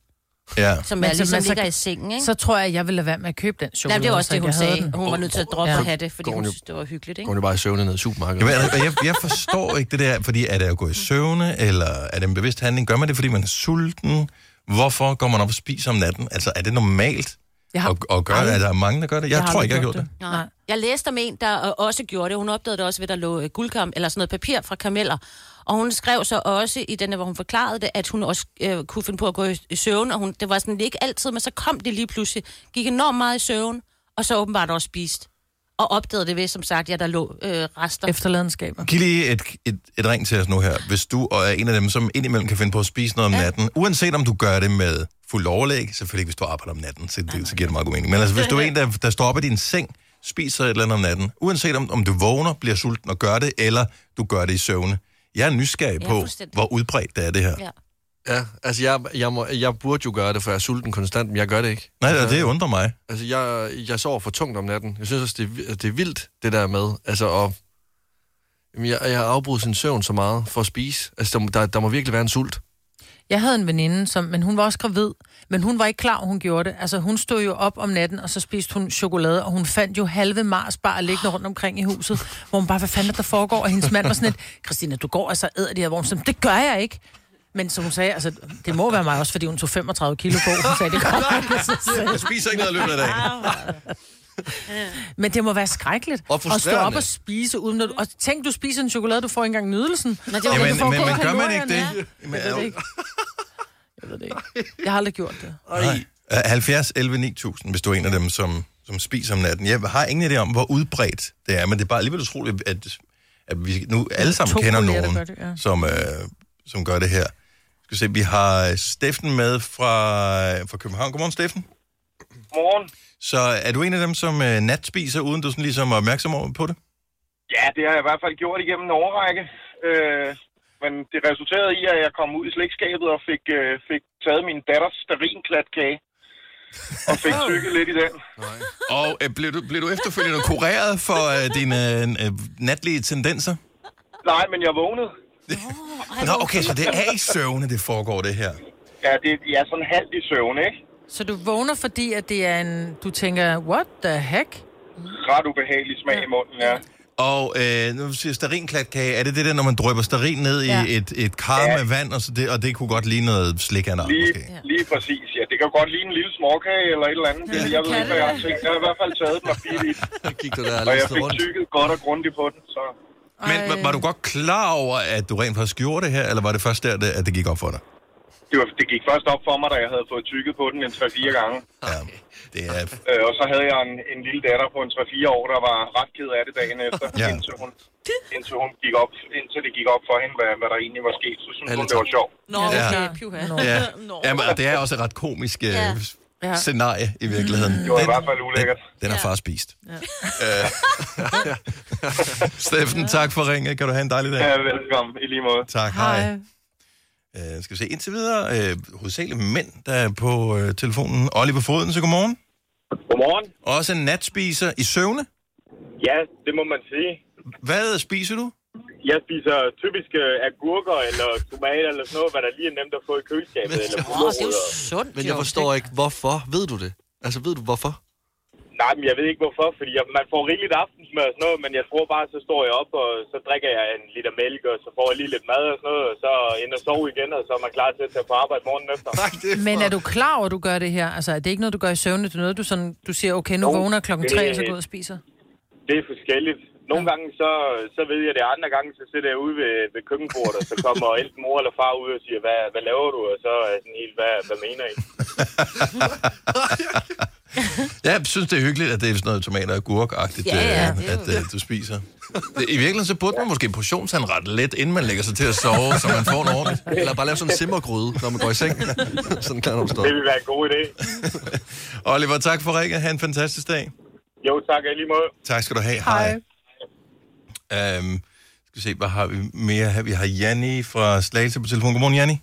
Speaker 1: Ja.
Speaker 2: som
Speaker 4: Men
Speaker 2: er
Speaker 4: så-
Speaker 2: ligesom
Speaker 4: men så-
Speaker 2: ligger i sengen, ikke?
Speaker 4: Så tror jeg, at jeg vil lade være med at købe den chokolade.
Speaker 2: Nej, det var også
Speaker 4: så
Speaker 2: det,
Speaker 4: ikke
Speaker 2: hun
Speaker 4: jeg havde
Speaker 2: sagde.
Speaker 4: den.
Speaker 2: Hun var nødt til at droppe
Speaker 4: Ja.
Speaker 2: at have det, fordi
Speaker 3: Går hun
Speaker 2: hun
Speaker 3: jo-
Speaker 2: synes, det var hyggeligt,
Speaker 3: Går
Speaker 2: ikke?
Speaker 3: hun jo bare i søvne ned i supermarkedet.
Speaker 1: Jamen, altså, jeg, jeg forstår ikke det der, fordi er det at gå i søvne, eller er det en bevidst handling? Gør man det, fordi man er sulten? Hvorfor går man op og spiser om natten? Altså, er det normalt
Speaker 4: Jeg har,
Speaker 1: at, at gøre det? Altså, Er der mange, der gør det? Jeg, jeg tror
Speaker 4: aldrig
Speaker 1: ikke, jeg har gjort det. det.
Speaker 2: Nej. Jeg læste om en, der øh, også gjorde det. Hun opdagede det også ved, at der lå øh, guldkam, eller sådan noget papir fra kameller. Og hun skrev så også i den, hvor hun forklarede det, at hun også øh, kunne finde på at gå i, i søvn. Og hun, det var sådan det ikke altid, men så kom det lige pludselig. Gik enormt meget i søvn, og så åbenbart også spist. Og opdagede det ved, som sagt, ja, der lå øh, rester.
Speaker 4: Efterladenskaber.
Speaker 1: Giv lige et, et, et ring til os nu her, hvis du og er en af dem, som indimellem kan finde på at spise noget om ja. natten. Uanset om du gør det med fuld overlæg, selvfølgelig ikke, hvis du arbejder om natten, så, det, så giver det meget god mening. Men altså, hvis du er en, der, der står op i din seng, spiser et eller andet om natten, uanset om, om du vågner, bliver sulten og gør det, eller du gør det i søvne. Jeg er nysgerrig
Speaker 2: Ja,
Speaker 1: på,
Speaker 2: fuldstændig.
Speaker 1: hvor udbredt det er det her.
Speaker 2: Ja.
Speaker 3: Ja, altså jeg, jeg, må, jeg burde jo gøre det, for jeg er sulten konstant, men jeg gør det ikke.
Speaker 1: Nej,
Speaker 3: altså,
Speaker 1: altså, det undrer mig.
Speaker 3: Altså jeg, jeg sover for tungt om natten. Jeg synes også, det er, vi- det er vildt, det der med. Altså, og, jamen, jeg, jeg har afbrudt sin søvn så meget for at spise. Altså, der, der, der må virkelig være en sult.
Speaker 4: Jeg havde en veninde, som, men hun var også gravid, men hun var ikke klar, hun gjorde det. Altså, hun stod jo op om natten, og så spiste hun chokolade, og hun fandt jo halve marsbar liggende rundt omkring i huset, hvor hun bare, hvad fanden er der foregår? Og hendes mand var sådan lidt, Christina, du går altså og æder de her vorm. Det gør jeg ikke. Men som hun sagde, altså, det må være mig også, fordi hun tog 35 kilo på. Hun sagde, det kommer ikke
Speaker 2: [LAUGHS]
Speaker 4: af sig selv."
Speaker 1: Jeg spiser ikke noget i løbet af dagen.
Speaker 4: Men det må være skrækkeligt
Speaker 3: Og
Speaker 4: at stå
Speaker 3: frustrerende.
Speaker 4: op og spise uden at... Og tænk, du spiser en chokolade, du får ikke engang nydelsen. Nej, det
Speaker 1: Jamen, men, men gør man ikke det? Jamen,
Speaker 4: Jeg ved det
Speaker 1: [LAUGHS]
Speaker 4: ikke. Jeg ved det ikke. Jeg har aldrig gjort det.
Speaker 1: Nej. Øh, 70, 11, 9000, hvis du er en af dem, som, som spiser om natten. Jeg har ingen idé om, hvor udbredt det er, men det er bare alligevel utroligt, at, at vi nu alle sammen
Speaker 4: To
Speaker 1: kender
Speaker 4: kolleger, der
Speaker 1: nogen,
Speaker 4: gør det, ja.
Speaker 1: som, øh, som gør det her. Skal vi se, vi har Steffen med fra, fra København. Godmorgen, Steffen.
Speaker 9: Morgen.
Speaker 1: Så er du en af dem, som øh, nat spiser, uden du sådan ligesom er opmærksom over på det?
Speaker 9: Ja, det har jeg i hvert fald gjort igennem en overrække. Øh, men det resulterede i, at jeg kom ud i slægtskabet og fik, øh, fik taget min datters sterinklatkage. Og fik tykket lidt i den.
Speaker 1: Og øh, blev, du, blev du efterfølgende kureret for øh, dine øh, natlige tendenser?
Speaker 9: Nej, men jeg vågnede.
Speaker 1: Nå, okay, så det er i søvne, det foregår det her.
Speaker 9: Ja, det, jeg er sådan halvt i søvn, ikke?
Speaker 4: Så du vågner, fordi at det er en... Du tænker, what the heck?
Speaker 9: Ret ubehagelig smag i munden, ja.
Speaker 1: Og øh, nu siger sterinklatkage, er det det der, når man drøber sterin ned ja.
Speaker 4: Ja.
Speaker 1: i et, et kar ja. med vand, og, så det, og det kunne godt ligne noget slik af noget,
Speaker 9: Lige,
Speaker 1: måske? Ja.
Speaker 9: lige præcis, ja. Det kan jo godt ligne en lille småkage eller et eller andet. Det, jeg ved ikke, hvad jeg har tænkt. Jeg har i hvert fald taget den og bidt
Speaker 3: [LAUGHS]
Speaker 9: i den,
Speaker 3: Jeg gik der der og
Speaker 9: og jeg
Speaker 3: listede
Speaker 9: fik
Speaker 3: rundt.
Speaker 9: tykket godt og grundigt på den. Så
Speaker 1: Men var, var du godt klar over, at du rent faktisk gjorde det her, eller var det først der, det- at det gik op for dig?
Speaker 9: det, var, det gik først op for mig, da jeg havde fået tykket på den en 3-4 gange.
Speaker 1: Ja, det er...
Speaker 9: Øh, og så havde jeg en, en lille datter på en 3-4 år, der var ret ked af det dagen efter,
Speaker 1: Ja.
Speaker 9: ja. indtil, hun, indtil, hun gik op, indtil det gik op for hende, hvad, hvad der egentlig var sket. Så synes
Speaker 3: Alle
Speaker 9: hun, det var sjovt.
Speaker 2: Nå,
Speaker 4: Ja.
Speaker 2: okay,
Speaker 4: Ja.
Speaker 2: puha.
Speaker 4: Nå.
Speaker 1: Ja.
Speaker 2: Nå.
Speaker 1: Jamen, og det er også et ret komisk øh,
Speaker 2: Ja.
Speaker 4: Ja.
Speaker 1: scenarie i virkeligheden.
Speaker 9: Mm. Det var i hvert fald ulækkert.
Speaker 1: Den har far spist. Ja. [LAUGHS] Steffen, tak for ringet. Kan du have en dejlig dag?
Speaker 9: Ja, velkommen i lige måde.
Speaker 1: Tak, hej. hej. Øh, skal vi se, indtil videre, øh, hovedsageligt mænd, der er på øh, telefonen. Oliver Foden, så godmorgen.
Speaker 9: Godmorgen.
Speaker 1: Også en natspiser i søvne.
Speaker 9: Ja, det må man sige.
Speaker 1: Hvad spiser du?
Speaker 9: Jeg spiser typisk øh, agurker eller tomater eller sådan noget, hvad der lige er nemt at få i køleskabet.
Speaker 3: Men-
Speaker 9: eller
Speaker 3: Åh,
Speaker 2: Åh, det er jo
Speaker 9: gulerødder.
Speaker 2: sundt,
Speaker 3: Men jeg forstår ikke, hvorfor. Ved du det? Altså, ved du hvorfor?
Speaker 9: Nej, men jeg ved ikke hvorfor, fordi jeg, man får rigeligt aftensmad og sådan noget, men jeg tror bare, så står jeg op, og så drikker jeg en liter mælk, og så får jeg lige lidt mad og sådan noget, og så ind og sove igen, og så er man klar til at tage på arbejde morgenen efter.
Speaker 4: Men er du klar over, at du gør det her? Altså, er det ikke noget, du gør i søvne? Det er noget, du, sådan, du siger, okay, nu
Speaker 9: Jo,
Speaker 4: vågner klokken tre, og så
Speaker 9: det-
Speaker 4: går ud og spiser?
Speaker 9: Det er forskelligt. Nogle gange, så, så ved jeg det, andre gange, så sidder jeg ude ved, ved køkkenbordet, og så
Speaker 4: [LAUGHS]
Speaker 9: kommer enten mor eller far ud og siger, hvad, hvad laver du? Og så er jeg sådan helt, hvad, hvad mener I?
Speaker 1: [LAUGHS] Jeg synes, det er hyggeligt, at det er sådan noget tomater og gurkagtigt,
Speaker 2: Ja, ja,
Speaker 1: øh,
Speaker 2: det er jo
Speaker 1: at øh, du spiser. Det, I virkeligheden, så burde man måske portionsanrette lidt, inden man lægger sig til at sove, så man får en ordentligt.
Speaker 3: Eller bare lave sådan en simmergryde, når man går i seng.
Speaker 1: [LAUGHS]
Speaker 3: sådan klar, når du står.
Speaker 9: Det vil være en god idé.
Speaker 1: [LAUGHS] Oliver, tak for ringet. Ha' en fantastisk dag.
Speaker 9: Jo, tak og i lige måde.
Speaker 1: Tak skal du have. Hej. Hej. Øhm, skal vi se, hvad har vi mere her? Vi har Janni fra Slagelse på telefon. Godmorgen, Janni.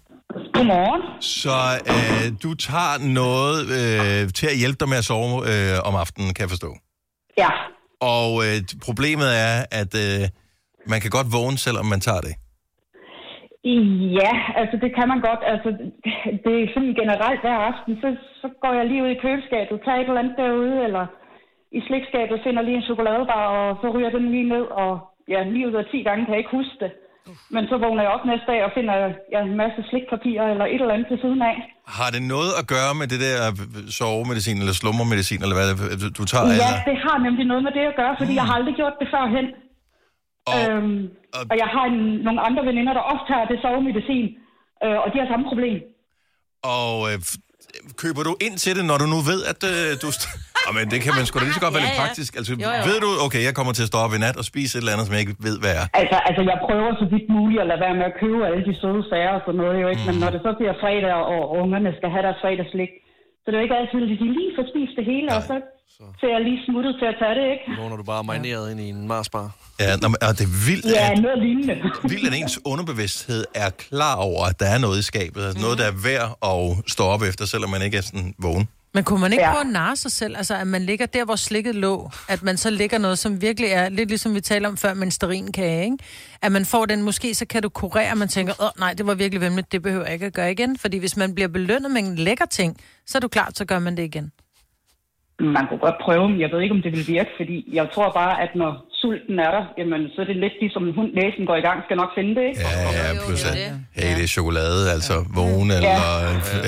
Speaker 10: Godmorgen.
Speaker 1: Så øh, du tager noget øh, til at hjælpe dig med at sove øh, om aftenen, kan jeg forstå.
Speaker 10: Ja,
Speaker 1: Og øh, problemet er, at øh, man kan godt vågne, selvom man tager det.
Speaker 10: Ja, altså det kan man godt. Altså, det er sådan generelt hver aften, så, så går jeg lige ud i køleskabet, tager et eller andet derude, eller i slikskabet finder lige en chokoladebar, og så ryger den lige ned, og ja, 9 ud af 10 gange kan jeg ikke huske det. Men så vågner jeg op næste dag og finder ja, en masse slikpapirer eller et eller andet til siden af.
Speaker 1: Har det noget at gøre med det der øh, sovemedicin, eller slummermedicin, eller hvad det- øh, du tager?
Speaker 10: Ja,
Speaker 1: Eller?
Speaker 10: det har nemlig noget med det at gøre, fordi jeg har aldrig gjort det førhen.
Speaker 1: Og,
Speaker 10: Øhm,
Speaker 1: og-
Speaker 10: og jeg har en, nogle andre veninder, der også tager det sovemedicin, øh, og de har samme problem.
Speaker 1: og øh, f- køber du ind til det, når du nu ved, at øh, du... St- [LAUGHS] Jamen, det kan man sgu da lige så godt være
Speaker 2: Ja,
Speaker 1: lidt
Speaker 2: ja.
Speaker 1: praktisk. Altså,
Speaker 2: Jo, jo.
Speaker 1: ved du, okay, jeg kommer til at stå op i nat og spise et eller andet, som jeg ikke ved, hvad er.
Speaker 10: Altså, altså, jeg prøver så vidt muligt at lade være med at købe alle de søde sager og sådan noget, jo ikke? Men når det så bliver fredag, og ungerne skal have deres fredagslik, så det er jo ikke altid, at de lige får spist det hele, og så ser jeg lige smuttet til at tage det, ikke?
Speaker 3: Vågner du bare marineret ind i en marsbar.
Speaker 1: Ja, nå, men, og det er vildt,
Speaker 10: Ja,
Speaker 1: at,
Speaker 10: noget lignende.
Speaker 1: vildt, at ens underbevidsthed er klar over, at der er noget i skabet. Altså, noget, der er værd at stå op efter, selvom man ikke er sådan vågen.
Speaker 4: Men kunne man ikke
Speaker 10: Ja.
Speaker 4: prøve at narre sig selv? Altså, at man ligger der, hvor slikket lå. At man så ligger noget, som virkelig er lidt ligesom vi talte om før med en sterinkage, ikke? At man får den, måske så kan du kurere, og man tænker, åh nej, det var virkelig vemmeligt, det behøver jeg ikke at gøre igen. Fordi hvis man bliver belønnet med en lækker ting, så er du klart, så gør man det igen.
Speaker 10: Man kunne godt prøve, men jeg ved ikke, om det vil virke, fordi jeg tror bare, at når sulten er der, jamen, så er det lidt ligesom en hund, næsen går i gang, skal nok finde det, ikke?
Speaker 1: Ja, ja, plus
Speaker 2: det er
Speaker 1: at,
Speaker 2: det.
Speaker 1: hey, det er chokolade, altså vågen eller,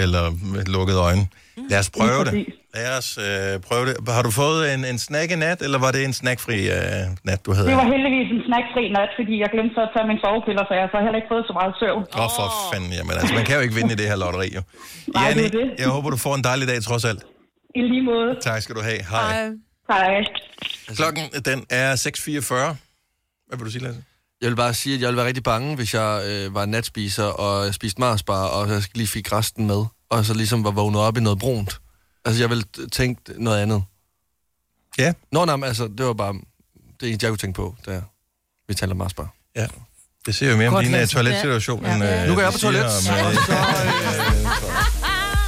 Speaker 1: eller med lukkede øjne. Lad os prøve det.
Speaker 10: præcis.
Speaker 1: Lad os øh, prøve det. Har du fået en, en snack i nat, eller var det en snackfri øh, nat, du havde?
Speaker 10: Det var heldigvis en snackfri nat, fordi jeg glemte så at tage min sovepiller, så jeg har så heller ikke fået så meget søvn.
Speaker 1: Åh, oh, for fanden. Jamen, altså, man kan jo ikke vinde i det her lotteri, jo.
Speaker 10: [LAUGHS] Nej, det er
Speaker 1: Janne,
Speaker 10: det.
Speaker 1: jeg håber, du får en dejlig dag, trods alt.
Speaker 10: I lige måde.
Speaker 1: Tak skal du have. Hej. Hej.
Speaker 10: Hej.
Speaker 1: Klokken, den er 6.44. Hvad vil du sige, Lasse?
Speaker 3: Jeg vil bare sige, at jeg ville være rigtig bange, hvis jeg øh, var natspiser og jeg spiste marsbar, og jeg lige fik resten med, og så ligesom var vågnet op i noget brunt. Altså, jeg ville t- tænke noget andet.
Speaker 1: Ja.
Speaker 3: Nå, nej, men altså, det var bare det eneste, jeg kunne tænke på, da vi talte om marsbar.
Speaker 1: Ja. Det ser jo mere om
Speaker 4: Godt
Speaker 1: din øh,
Speaker 4: læst.
Speaker 1: toiletsituation,
Speaker 4: Ja.
Speaker 1: end...
Speaker 4: Ja.
Speaker 1: øh,
Speaker 3: Nu går jeg
Speaker 1: vi
Speaker 3: på
Speaker 1: siger
Speaker 3: toilet,
Speaker 1: om,
Speaker 3: så,
Speaker 1: øh,
Speaker 3: så,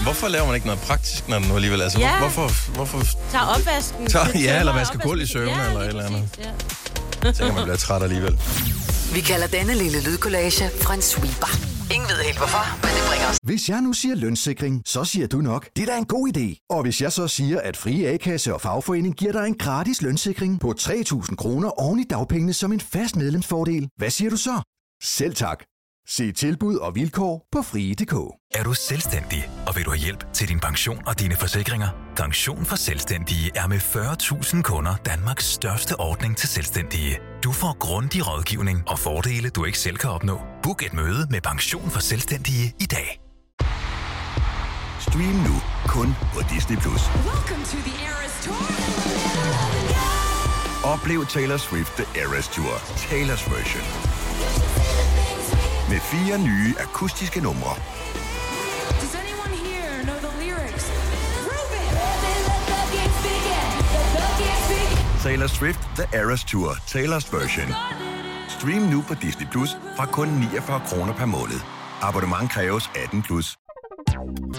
Speaker 1: Hvorfor laver man ikke noget praktisk, når den nu alligevel... Altså,
Speaker 2: Ja.
Speaker 1: hvorfor, hvorfor
Speaker 2: Tag opvasken.
Speaker 1: Tag-
Speaker 2: Det
Speaker 1: ja,
Speaker 2: tømmer
Speaker 1: eller vaske
Speaker 2: opvasken.
Speaker 1: gulv i søvne,
Speaker 2: Ja,
Speaker 1: eller
Speaker 2: lige
Speaker 1: et eller
Speaker 2: præcis, ja.
Speaker 1: tænker man bliver træt alligevel?
Speaker 5: Vi kalder denne lille lydkollage Frans sweeper. Ingen ved helt hvorfor, men det bringer os
Speaker 11: Hvis jeg nu siger lønssikring, så siger du nok, det er da en god idé. Og hvis jeg så siger, at Frie A-kasse og fagforening giver dig en gratis lønssikring på 3.000 kroner oven i dagpengene som en fast medlemsfordel, hvad siger du så? Selv tak. Se tilbud og vilkår på frie.dk.
Speaker 12: Er du selvstændig, og vil du have hjælp til din pension og dine forsikringer? Pension for Selvstændige er med 40.000 kunder Danmarks største ordning til selvstændige. Du får grundig rådgivning og fordele, du ikke selv kan opnå. Book et møde med Pension for Selvstændige i dag.
Speaker 13: Stream nu kun på Disney+. Plus. Oplev Taylor Swift The Eras Tour, Taylor's version. Med fire nye akustiske numre. Taylor Swift The Eras Tour, Taylor's version. Stream nu på Disney Plus fra kun 49 kroner per måned. Abonnement kræves 18 plus.
Speaker 4: Mm.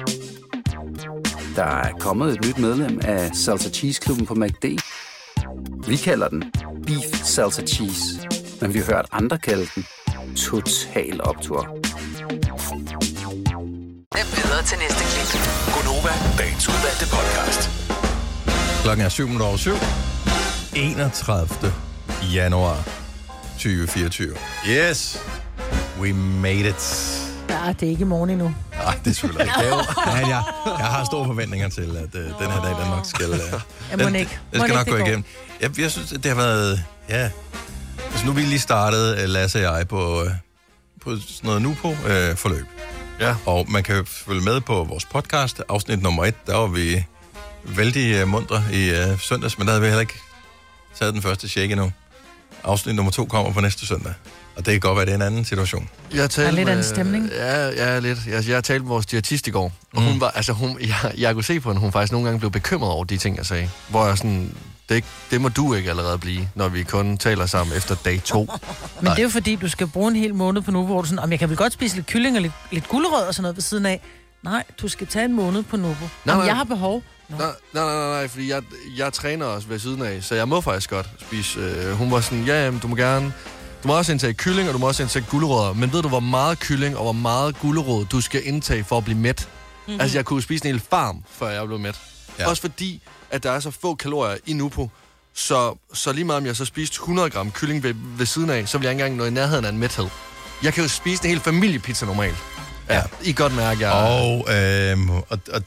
Speaker 14: Der er kommet et nyt medlem af Salsa Cheese Klubben på MACD. Vi kalder den Beef Salsa Cheese, men vi har hørt andre kalde den Total Optor.
Speaker 5: nemt videre til næste klip.
Speaker 6: Gonova, dagens udvalgte podcast.
Speaker 1: Klokken er 7 minutter over 7. 31. januar 2024. Yes! We made it.
Speaker 4: Ja, det er ikke i morgen endnu.
Speaker 1: Nej, det er selvfølgelig ikke. Det er jo- Ja, jeg, jeg har store forventninger til, at øh, den her dag, den nok skal... Øh,
Speaker 4: Ja,
Speaker 1: den-
Speaker 4: mon ikke.
Speaker 1: Den
Speaker 4: Mon
Speaker 1: skal
Speaker 4: ikke,
Speaker 1: nok
Speaker 4: det
Speaker 1: gå
Speaker 4: går.
Speaker 1: igennem. Jeg, jeg synes, at det har været... Ja. Altså, nu er vi lige startet, øh, Lasse og jeg, på, øh, på sådan noget nu på øh, forløb. Ja. Og man kan jo følge med på vores podcast, afsnit nummer et. Der var vi vældig øh, mundre i øh, søndags, men der havde vi heller ikke taget den første check endnu. Afsnit nummer to kommer på næste søndag. Og det kan godt være, det er en anden situation.
Speaker 3: øh, Jeg talte
Speaker 4: lidt af en
Speaker 3: med-
Speaker 4: stemning.
Speaker 3: Ja, ja lidt. Jeg, jeg talte med vores diætist i går, og mm. hun var, altså, hun, jeg, jeg kunne se på hende, hun faktisk nogle gange blev bekymret over de ting, jeg sagde. Hvor jeg sådan, det, er ikke- det må du ikke allerede blive, når vi kun taler sammen efter dag to.
Speaker 4: Men Nej. det er jo fordi, du skal bruge en hel måned på Novo, hvor du sådan, om jeg kan vel godt spise lidt kylling og lidt, lidt gulerød og sådan noget ved siden af. Nej, du skal tage en måned på Novo.
Speaker 3: Nej,
Speaker 4: Om
Speaker 3: nej.
Speaker 4: jeg har behov.
Speaker 3: Nej, nej, nej, nej, nej, fordi jeg, jeg træner også ved siden af, så jeg må faktisk godt spise. Øh, hun var sådan, ja, jamen, du må gerne... Du må også indtage kylling, og du må også indtage gulerødder. Men ved du, hvor meget kylling og hvor meget gulerod, du skal indtage for at blive mæt? Mm-hmm. Altså, jeg kunne spise en hel farm, før jeg blev mæt. Ja. Også fordi, at der er så få kalorier i Nupo, så, så lige meget om jeg så spiste 100 gram kylling ved, ved siden af, så vil jeg ikke engang nå i nærheden af en mæthed. Jeg kan jo spise en hel familiepizza normalt. Ja, ja. I kan godt mærke, jeg...
Speaker 1: Og, øhm, og, og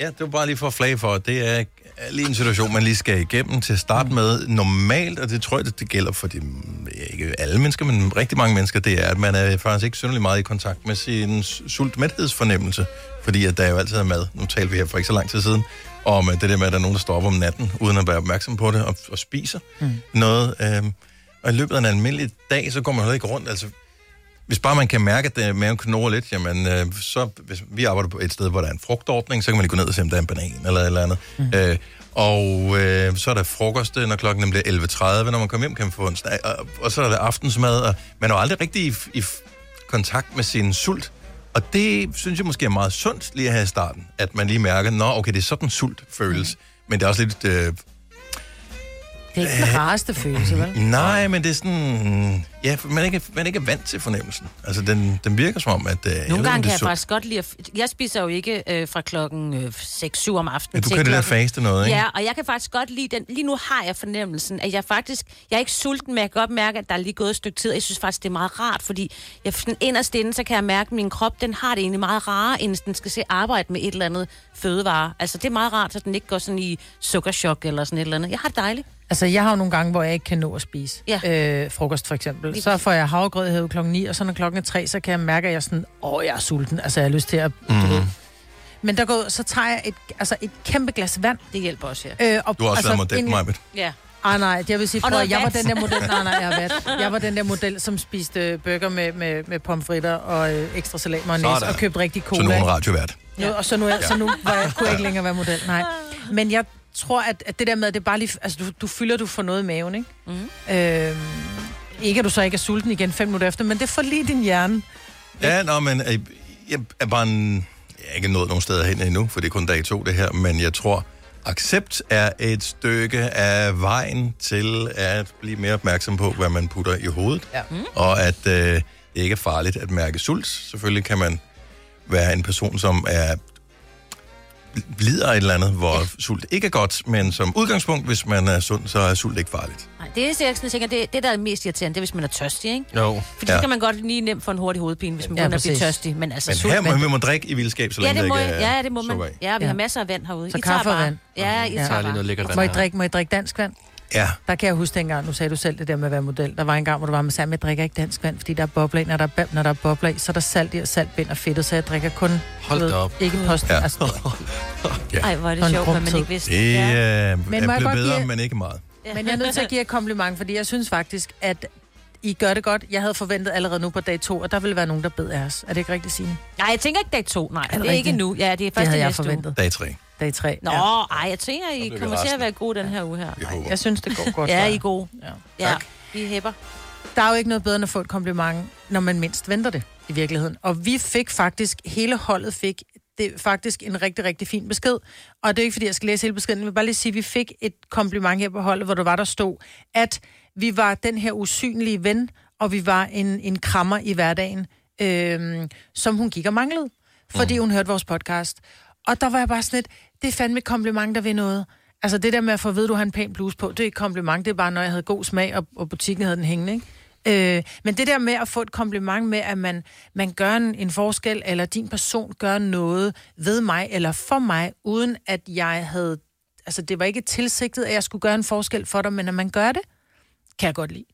Speaker 1: ja, det var bare lige for at flage for, at det er er lige en situation, man lige skal igennem til at starte med. Normalt, og det tror jeg, det- det gælder for de, ja, ikke alle mennesker, men rigtig mange mennesker, det er, at man er faktisk ikke synderlig meget i kontakt med sin s- sultmæthedsfornemmelse, fordi at der jo altid er mad. Nu talte vi her for ikke så lang tid siden om at det der med, at der er nogen, der står op om natten, uden at være opmærksom på det, og, og spiser mm. noget. Øhm, og i løbet af en almindelig dag, så går man heller ikke rundt. Altså, hvis bare man kan mærke, at øh, maven knurrer lidt, jamen, øh, så, hvis vi arbejder på et sted, hvor der er en frugtordning, så kan man lige gå ned og se, om der er en banan eller et eller andet. Mm. Øh, og øh, så er der frokost, øh, når klokken bliver 11.30, når man kommer hjem, kan man få en snak, og, og så er der aftensmad, og man er jo aldrig rigtig i, f- i f- kontakt med sin sult. Og det synes jeg måske er meget sundt lige her i starten, at man lige mærker, nå, okay, det er sådan sult føles, men det er også lidt... Øh,
Speaker 4: Det er ikke den rareste følelse, vel?
Speaker 1: Nej, men det er sådan... Ja, for man er ikke, man er ikke vant til fornemmelsen. Altså, den, den virker som om, at... Øh,
Speaker 2: Nogle gange kan jeg
Speaker 1: det
Speaker 2: faktisk godt lide... At, jeg spiser jo ikke øh, fra klokken øh, 6-7 om aftenen.
Speaker 1: Ja, du
Speaker 2: til
Speaker 1: kører det der
Speaker 2: klokken-
Speaker 1: faste noget, ikke?
Speaker 2: Ja, og jeg kan faktisk godt lide den... Lige nu har jeg fornemmelsen, at jeg faktisk... Jeg er ikke sulten, men jeg kan godt mærke, at der er lige gået et stykke tid. og Jeg synes faktisk, det er meget rart, fordi jeg, sådan inderst inde, så kan jeg mærke, at min krop, den har det egentlig meget rarere, end den skal se arbejde med et eller andet fødevare. Altså, det er meget rart, at den ikke går sådan i sukkerchok eller sådan et eller andet. Jeg har det dejligt.
Speaker 4: Altså, jeg har jo nogle gange, hvor jeg ikke kan nå at spise
Speaker 2: Ja.
Speaker 4: øh, frokost, for eksempel. Så får jeg havregrød hævet klokken 9, og så når klokken er 3, så kan jeg mærke, at jeg er sådan, åh, jeg er sulten. Altså, jeg har lyst til at... Mm.
Speaker 1: Mhm.
Speaker 4: Men der går, så tager jeg et, altså, et kæmpe glas vand.
Speaker 2: Det hjælper også, ja.
Speaker 4: Øh, og,
Speaker 1: Du har også været model,
Speaker 4: en-
Speaker 1: Majbet.
Speaker 2: Ja.
Speaker 4: Ah, nej, jeg vil sige,
Speaker 2: Og
Speaker 4: prøv,
Speaker 2: noget
Speaker 4: at jeg var
Speaker 2: vat.
Speaker 4: den der model, nej, nej, jeg, har været, jeg var den der model, som spiste øh, burger med, med, med pomfritter og øh, ekstra salat mayonnaise
Speaker 1: Sådan.
Speaker 4: og købte rigtig cola.
Speaker 1: Så nu er hun
Speaker 4: ikke?
Speaker 1: radiovært.
Speaker 4: Nu, og så nu, er- så nu var jeg, kunne jeg ikke længere være model, nej. Men jeg
Speaker 2: Mhm.
Speaker 4: tror, at, at det der med, at det bare lige... Altså, du, du fylder du for noget i maven, ikke? Mm. Øhm, Ikke at du så ikke er sulten igen fem minutter efter, men det får lige din hjerne.
Speaker 1: Ja, nå, men øh, jeg er bare en, jeg er ikke nået nogen steder hen endnu, for det er kun dag to det her, men jeg tror, accept er et stykke af vejen til at blive mere opmærksom på, hvad man putter i hovedet,
Speaker 4: Ja. Mm.
Speaker 1: og at øh, det ikke er farligt at mærke sult. Selvfølgelig kan man være en person, som er lider af et eller andet, hvor sult ikke er godt, men som udgangspunkt, hvis man er sund, så er sult ikke farligt.
Speaker 2: Nej, det eneste, jeg sådan tænker, det, det, der er mest irriterende, det er, hvis man er tørstig, ikke?
Speaker 1: Jo.
Speaker 2: Fordi ja. så kan man godt lige nemt få en hurtig hovedpine, hvis man
Speaker 4: Ja,
Speaker 2: begynder at blive
Speaker 4: præcis.
Speaker 2: tørstig. Men altså,
Speaker 1: Men
Speaker 2: sult,
Speaker 1: her må
Speaker 2: men-
Speaker 1: man, man drikke i vildskab, så
Speaker 2: ja,
Speaker 1: længe
Speaker 2: det må,
Speaker 1: ikke er
Speaker 2: ja, det må man.
Speaker 1: sukker i.
Speaker 2: Ja, vi
Speaker 4: Ja.
Speaker 2: har masser af vand herude.
Speaker 4: Så
Speaker 2: I tager
Speaker 4: kaffe og
Speaker 2: bare-
Speaker 4: vand.
Speaker 2: Ja, I tager bare.
Speaker 4: må, I drikke, må I drikke dansk vand?
Speaker 1: Ja.
Speaker 4: Der kan jeg huske dengang, nu sagde du selv det der med at være model. Der var en gang, hvor du var med sammen, jeg drikker ikke dansk vand, fordi der er bobler i. når der er, bab- når der er bobler i, så er der salt i, og salt binder fedtet, så jeg drikker kun...
Speaker 3: Hold
Speaker 4: du ved,
Speaker 3: da op.
Speaker 4: Ikke post. Ja. Altså,
Speaker 1: Ja.
Speaker 2: Ej, hvor er
Speaker 4: For
Speaker 2: det
Speaker 4: en
Speaker 2: sjovt, hvad man
Speaker 4: rumtid.
Speaker 2: ikke vidste.
Speaker 1: Det
Speaker 2: Ja.
Speaker 1: ja.
Speaker 4: Men må
Speaker 1: men
Speaker 4: jeg
Speaker 1: er blevet
Speaker 4: godt
Speaker 1: bedre,
Speaker 4: give-
Speaker 1: men ikke meget.
Speaker 4: Men jeg er nødt til at give jer et kompliment, fordi jeg synes faktisk, at I gør det godt. Jeg havde forventet allerede nu på dag to, at der ville være nogen, der bed af os. Er det ikke rigtigt, Signe?
Speaker 2: Nej, jeg tænker ikke dag to. Nej, det,
Speaker 4: det
Speaker 2: er ikke
Speaker 4: rigtigt?
Speaker 2: nu. Ja, det er
Speaker 4: Det
Speaker 2: først
Speaker 4: havde
Speaker 2: i
Speaker 4: jeg
Speaker 2: næste
Speaker 4: forventet.
Speaker 2: uge.
Speaker 1: Dag 3.
Speaker 4: Dag tre.
Speaker 2: Nå,
Speaker 4: Ja.
Speaker 2: ej, jeg tænker, I
Speaker 4: vi
Speaker 2: kommer til at
Speaker 4: rasende.
Speaker 2: være gode den her uge her.
Speaker 4: Nej, jeg synes, det går godt.
Speaker 2: Ja,
Speaker 4: tror
Speaker 2: I
Speaker 4: jeg.
Speaker 2: er gode.
Speaker 4: Ja.
Speaker 2: Ja, vi hæpper.
Speaker 4: Der er jo ikke noget bedre end at få et kompliment, når man mindst venter det i virkeligheden. Og vi fik faktisk, hele holdet fik det faktisk en rigtig, rigtig fin besked. Og det er ikke, fordi jeg skal læse hele beskeden, men bare lige sige, at vi fik et kompliment her på holdet, hvor der var, der stod, at vi var den her usynlige ven, og vi var en, en krammer i hverdagen, øhm, som hun gik og manglede, fordi hun hørte vores podcast. Og der var jeg bare sådan lidt, det er fandme et kompliment, der ved noget. Altså det der med at få at vide, du har en pæn bluse på, det er ikke et kompliment, det er bare, når jeg havde god smag, og, og butikken havde den hængende, ikke? Øh, men det der med at få et kompliment med, at man, man gør en, en forskel, eller din person gør noget ved mig, eller for mig, uden at jeg havde... Altså, det var ikke tilsigtet, at jeg skulle gøre en forskel for dig, men at man gør det, kan jeg godt lide.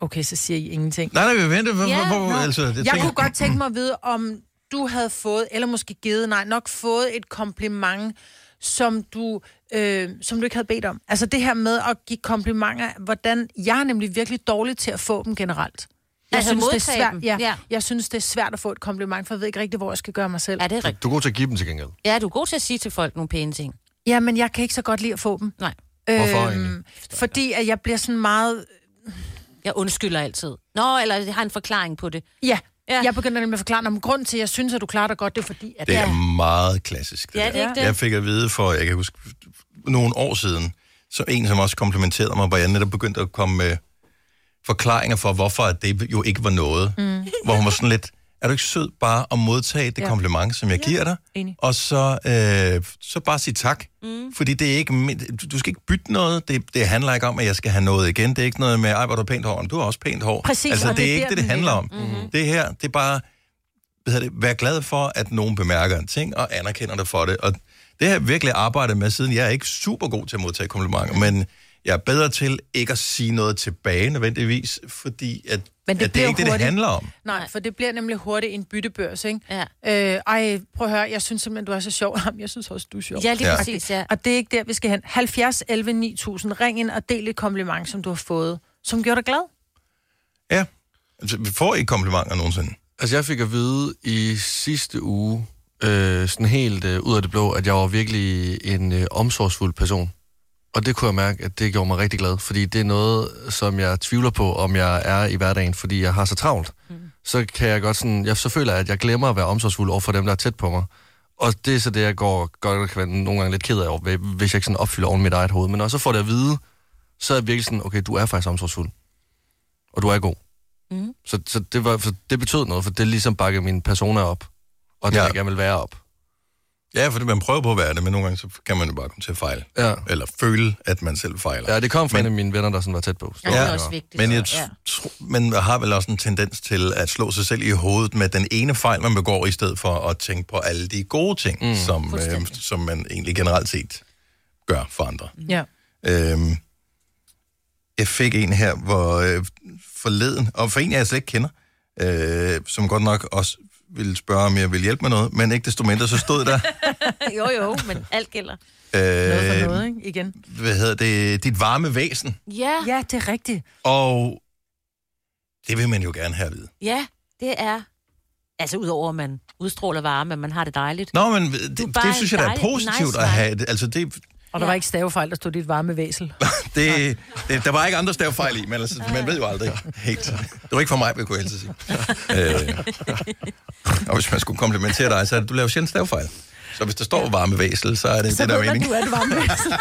Speaker 4: Okay, så siger I ingenting.
Speaker 1: Nej, nej, vi venter. Hvor,
Speaker 4: Ja,
Speaker 1: ja, hvor,
Speaker 4: nå.
Speaker 1: hvor, altså, det
Speaker 4: jeg
Speaker 1: tænker-
Speaker 4: kunne godt tænke mig at vide, om du havde fået, eller måske givet, nej, nok fået et kompliment, som du, øh, som du ikke havde bedt om. Altså det her med at give komplimenter, hvordan jeg er nemlig virkelig dårlig til at få dem generelt. Jeg
Speaker 2: Altså
Speaker 4: synes, det er
Speaker 2: modtage
Speaker 4: svært,
Speaker 2: dem.
Speaker 4: ja,
Speaker 2: Ja.
Speaker 4: ja. Jeg synes, det er svært at få et kompliment, for jeg ved ikke rigtig, hvor jeg skal gøre mig selv.
Speaker 2: Ja, det er rigtigt.
Speaker 3: Du er god til at give dem til gengæld.
Speaker 2: Ja, du er god til at sige til folk nogle pæne ting.
Speaker 4: Ja, men jeg kan ikke så godt lide at få dem. Øhm,
Speaker 2: Nej.
Speaker 3: Hvorfor egentlig?
Speaker 4: Fordi at jeg bliver sådan meget...
Speaker 2: Jeg undskylder altid. Nå, eller jeg har en forklaring på det.
Speaker 4: Ja, ja. jeg begynder nemlig at forklare, om grund til, at jeg synes, at du klarer dig godt, det er fordi, at...
Speaker 1: Det
Speaker 4: Ja.
Speaker 1: er meget klassisk. Det
Speaker 4: Ja,
Speaker 1: der.
Speaker 4: det er ikke det.
Speaker 1: Jeg fik at vide for, jeg kan huske, nogle år siden, så en, som også komplimenterede mig, hvor jeg netop begyndte at komme med forklaringer for, hvorfor at det jo ikke var noget. Mm. [LAUGHS] Hvor hun var sådan lidt, er du ikke sød bare at modtage det
Speaker 4: Ja.
Speaker 1: ja. kompliment, som jeg ja. giver dig?
Speaker 4: Enig.
Speaker 1: Og så, øh, så bare sige tak. Mm. Fordi det er ikke, min- du- du skal ikke bytte noget. Det, det handler ikke om, at jeg skal have noget igen. Det er ikke noget med, ej, hvor er du har pænt hår. Jamen, Du har også pænt hår.
Speaker 4: Præcis,
Speaker 1: altså,
Speaker 4: og
Speaker 1: det
Speaker 4: det
Speaker 1: er
Speaker 4: er
Speaker 1: ikke
Speaker 4: der,
Speaker 1: det, det
Speaker 4: den
Speaker 1: handler om.
Speaker 4: ligger.
Speaker 1: Mm-hmm. Det her, det er bare, hvad hedder det, være glad for, at nogen bemærker en ting og anerkender dig for det. Og det har jeg virkelig arbejdet med, siden jeg er ikke super god til at modtage komplimenter, men jeg er bedre til ikke at sige noget tilbage nødvendigvis, fordi at,
Speaker 4: Men
Speaker 1: men
Speaker 4: det
Speaker 1: det, at det
Speaker 4: bliver
Speaker 1: er ikke det, det
Speaker 4: hurtigt.
Speaker 1: handler om.
Speaker 4: Nej, for det bliver nemlig hurtigt en byttebørs, ikke? Ja. Øh, ej, prøv at høre, jeg synes simpelthen, du er så sjov. [LAUGHS] Jamen, jeg synes også, du er sjov.
Speaker 2: Ja, lige
Speaker 1: Ja.
Speaker 2: præcis, ja.
Speaker 4: Og det er ikke der, vi skal hen. 70 11 9000, ring ind og del et kompliment, som du har fået, som gjorde dig glad.
Speaker 1: Ja. Altså, vi får ikke komplimenter nogensinde.
Speaker 3: Altså, jeg fik at vide i sidste uge, øh, sådan helt øh, ud af det blå, at jeg var virkelig en øh, omsorgsfuld person. Og det kunne jeg mærke, at det gjorde mig rigtig glad, fordi det er noget, som jeg tvivler på, om jeg er i hverdagen, fordi jeg har så travlt. Mm. Så kan jeg godt sådan, jeg så føler, jeg, at jeg glemmer at være omsorgsfuld over for dem, der er tæt på mig. Og det er så det, jeg går godt og kan være nogle gange lidt ked af, over, hvis jeg ikke sådan opfylder oven i mit eget hoved. Men når jeg så får det at vide, så er jeg virkelig sådan, okay, du er faktisk omsorgsfuld. Og du er god.
Speaker 2: Mm.
Speaker 3: Så, så det, var, for det betød noget, for det ligesom bakkede min persona op. Og det, ja.
Speaker 1: Ja.
Speaker 3: jeg gerne vil være op.
Speaker 1: Ja, fordi man prøver på at være det,
Speaker 3: [LAUGHS]
Speaker 1: men nogle gange så kan man jo bare komme til at fejle.
Speaker 3: Ja.
Speaker 1: Eller føle, at man selv fejler.
Speaker 3: Ja, det kom fra men... en af mine venner, der sådan var tæt på. Så
Speaker 1: Ja,
Speaker 3: det var-
Speaker 1: men jeg ja. tro, man har vel også en tendens til at slå sig selv i hovedet med den ene fejl, man begår, i stedet for at tænke på alle de gode ting, mm, som, øh, som man egentlig generelt set gør for andre.
Speaker 4: Ja.
Speaker 1: Øhm, jeg fik en her, hvor øh, forleden, og for en, jeg slet ikke kender, øh, som godt nok også ville spørge, om jeg ville hjælpe med noget, men ikke desto mindre, så stod der...
Speaker 2: [LAUGHS] jo, jo, men alt gælder.
Speaker 4: Noget for
Speaker 1: Øh,
Speaker 4: noget, ikke? Igen.
Speaker 1: hvad hedder det? Dit varme væsen.
Speaker 2: Ja,
Speaker 4: Ja, det er rigtigt.
Speaker 1: Og det vil man jo gerne have at vide.
Speaker 2: ja, det er... Altså, udover at man udstråler varme, men man har det dejligt.
Speaker 1: Nå, men det,
Speaker 2: bare
Speaker 1: det synes jeg da er
Speaker 2: en dejlig-
Speaker 1: positivt
Speaker 2: nice
Speaker 1: at have. Det- Altså, det,
Speaker 4: Og der var ikke stavefejl, der stod dit varme væsel.
Speaker 1: Det, det, der var ikke andre stavefejl i, men altså, man ved jo aldrig helt. Det var ikke for mig, vil jeg kunne helst sige. Øh, og hvis man skulle komplimentere dig, så er det, du laver sjældent stavefejl. Så hvis der står varme væsel, så er det
Speaker 4: Så
Speaker 1: det, der er
Speaker 4: ved man,
Speaker 1: meningen.
Speaker 4: du er et varme
Speaker 1: [LAUGHS]
Speaker 4: væsel.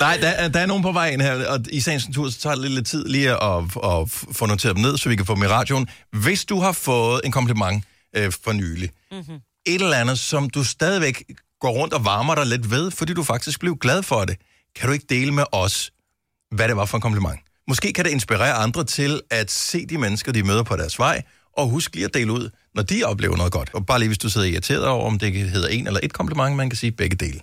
Speaker 1: Nej, der, der er nogen på vej ind her, og i sagens natur, så tager det lidt, lidt tid lige at, at, at få noteret dem ned, så vi kan få dem i radioen. Hvis du har fået en kompliment øh, for nylig, mm-hmm. et eller andet, som du stadigvæk går rundt og varmer dig lidt ved, fordi du faktisk blev glad for det, kan du ikke dele med os, hvad det var for en kompliment? Måske kan det inspirere andre til at se de mennesker, de møder på deres vej, og husk lige at dele ud, når de oplever noget godt. Og bare lige, hvis du sidder irriteret over, om det hedder en eller et kompliment, man kan sige begge dele.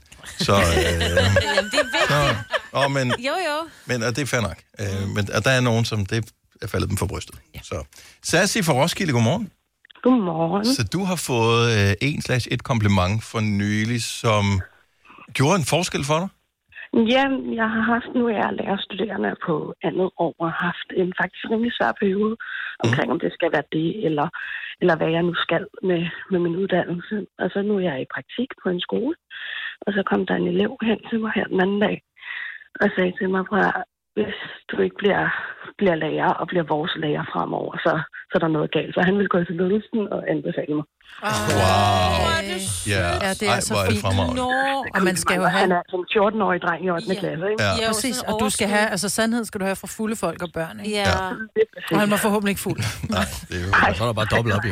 Speaker 2: [LAUGHS]
Speaker 1: Så, øh,
Speaker 2: Jamen, det er
Speaker 1: så,
Speaker 2: vigtigt.
Speaker 1: og men,
Speaker 2: Jo, jo.
Speaker 1: men og det er fair nok. Øh, men og der er nogen, som det er faldet dem for brystet. Ja. Så. Sassi fra Roskilde, godmorgen.
Speaker 15: [LAUGHS] Godmorgen.
Speaker 1: Så du har fået øh, en slags et kompliment for nylig, som gjorde en forskel for dig?
Speaker 15: Ja, jeg har haft, nu er jeg lærerstuderende på andet år, og har haft en faktisk rimelig svær periode omkring, om det skal være det, eller, eller hvad jeg nu skal med, med min uddannelse. Og så nu er jeg i praktik på en skole, og så kom der en elev hen til mig her den anden dag, og sagde til mig, "Prøv at høre, hvis du ikke bliver, bliver lærer og bliver vores lærer fremover, så, så er der noget galt. Så han ville gå til ledelsen og anbefale mig.
Speaker 1: Ja,
Speaker 4: Ja, det er
Speaker 1: Ej,
Speaker 4: så
Speaker 1: hvor er det
Speaker 4: fint.
Speaker 1: fremragende.
Speaker 4: Nå, og man skal jo
Speaker 15: Han
Speaker 4: have...
Speaker 15: er som 14-årig dreng i 8. klasse, ikke?
Speaker 1: Ja.
Speaker 4: Ja, præcis. Og du skal have, altså sandhed skal du have fra fulde folk og børn, ikke?
Speaker 2: Ja.
Speaker 4: Og han var forhåbentlig ikke fuld.
Speaker 1: Nej, det er jo... Så er der bare dobbelt [LAUGHS] op, jo.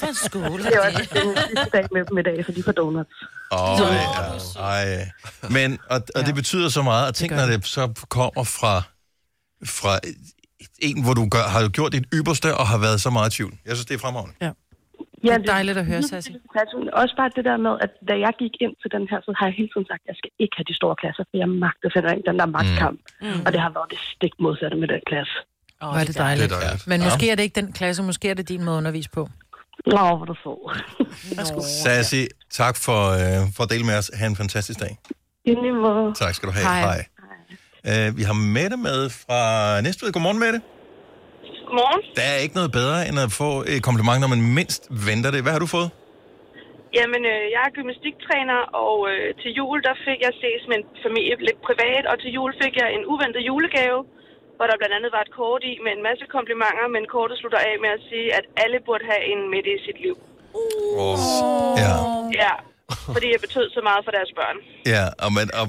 Speaker 2: For en skole.
Speaker 15: Det er også [LAUGHS] den sidste dag med dem i dag, for de får donuts.
Speaker 1: Åh, ja. Ej. Men, og, og det betyder så meget, at tænk, når det så kommer fra, fra en, hvor du gør, har gjort dit ypperste og har været så meget i tvivl. Jeg synes, det er fremragende.
Speaker 15: Ja,
Speaker 4: det er dejligt at høre, Sassi.
Speaker 15: Altså, Også bare det der med, at da jeg gik ind til den her, så har jeg hele tiden sagt, at jeg skal ikke have de store klasser, for jeg magter simpelthen ikke den der magtkamp.
Speaker 4: Mm.
Speaker 15: Og det har været det stik modsatte med den klasse.
Speaker 4: Hvor er det dejligt.
Speaker 1: Det er dejligt.
Speaker 4: Men
Speaker 1: Ja.
Speaker 4: måske er det ikke den klasse, måske er det din måde at undervise på.
Speaker 15: Nå, hvor du får.
Speaker 1: Sassi, tak for, øh, for at dele med os. Ha' en fantastisk dag.
Speaker 15: I lige måde.
Speaker 1: Tak skal du have.
Speaker 15: Hej.
Speaker 1: Hej. Hej. Uh, vi har Mette med fra Næstved. Godmorgen, Mette.
Speaker 16: Godmorgen.
Speaker 1: Der er ikke noget bedre, end at få et kompliment, når man mindst venter det. Hvad har du fået?
Speaker 16: Jamen, øh, jeg er gymnastiktræner, og øh, til jul der fik jeg ses med en familie lidt privat, og til jul fik jeg en uventet julegave, hvor der blandt andet var et kort i med en masse komplimenter, men kortet slutter af med at sige, at alle burde have en midt i sit liv.
Speaker 1: Oh. Ja,
Speaker 16: Ja, fordi jeg betød så meget for deres børn.
Speaker 1: ja og, man, og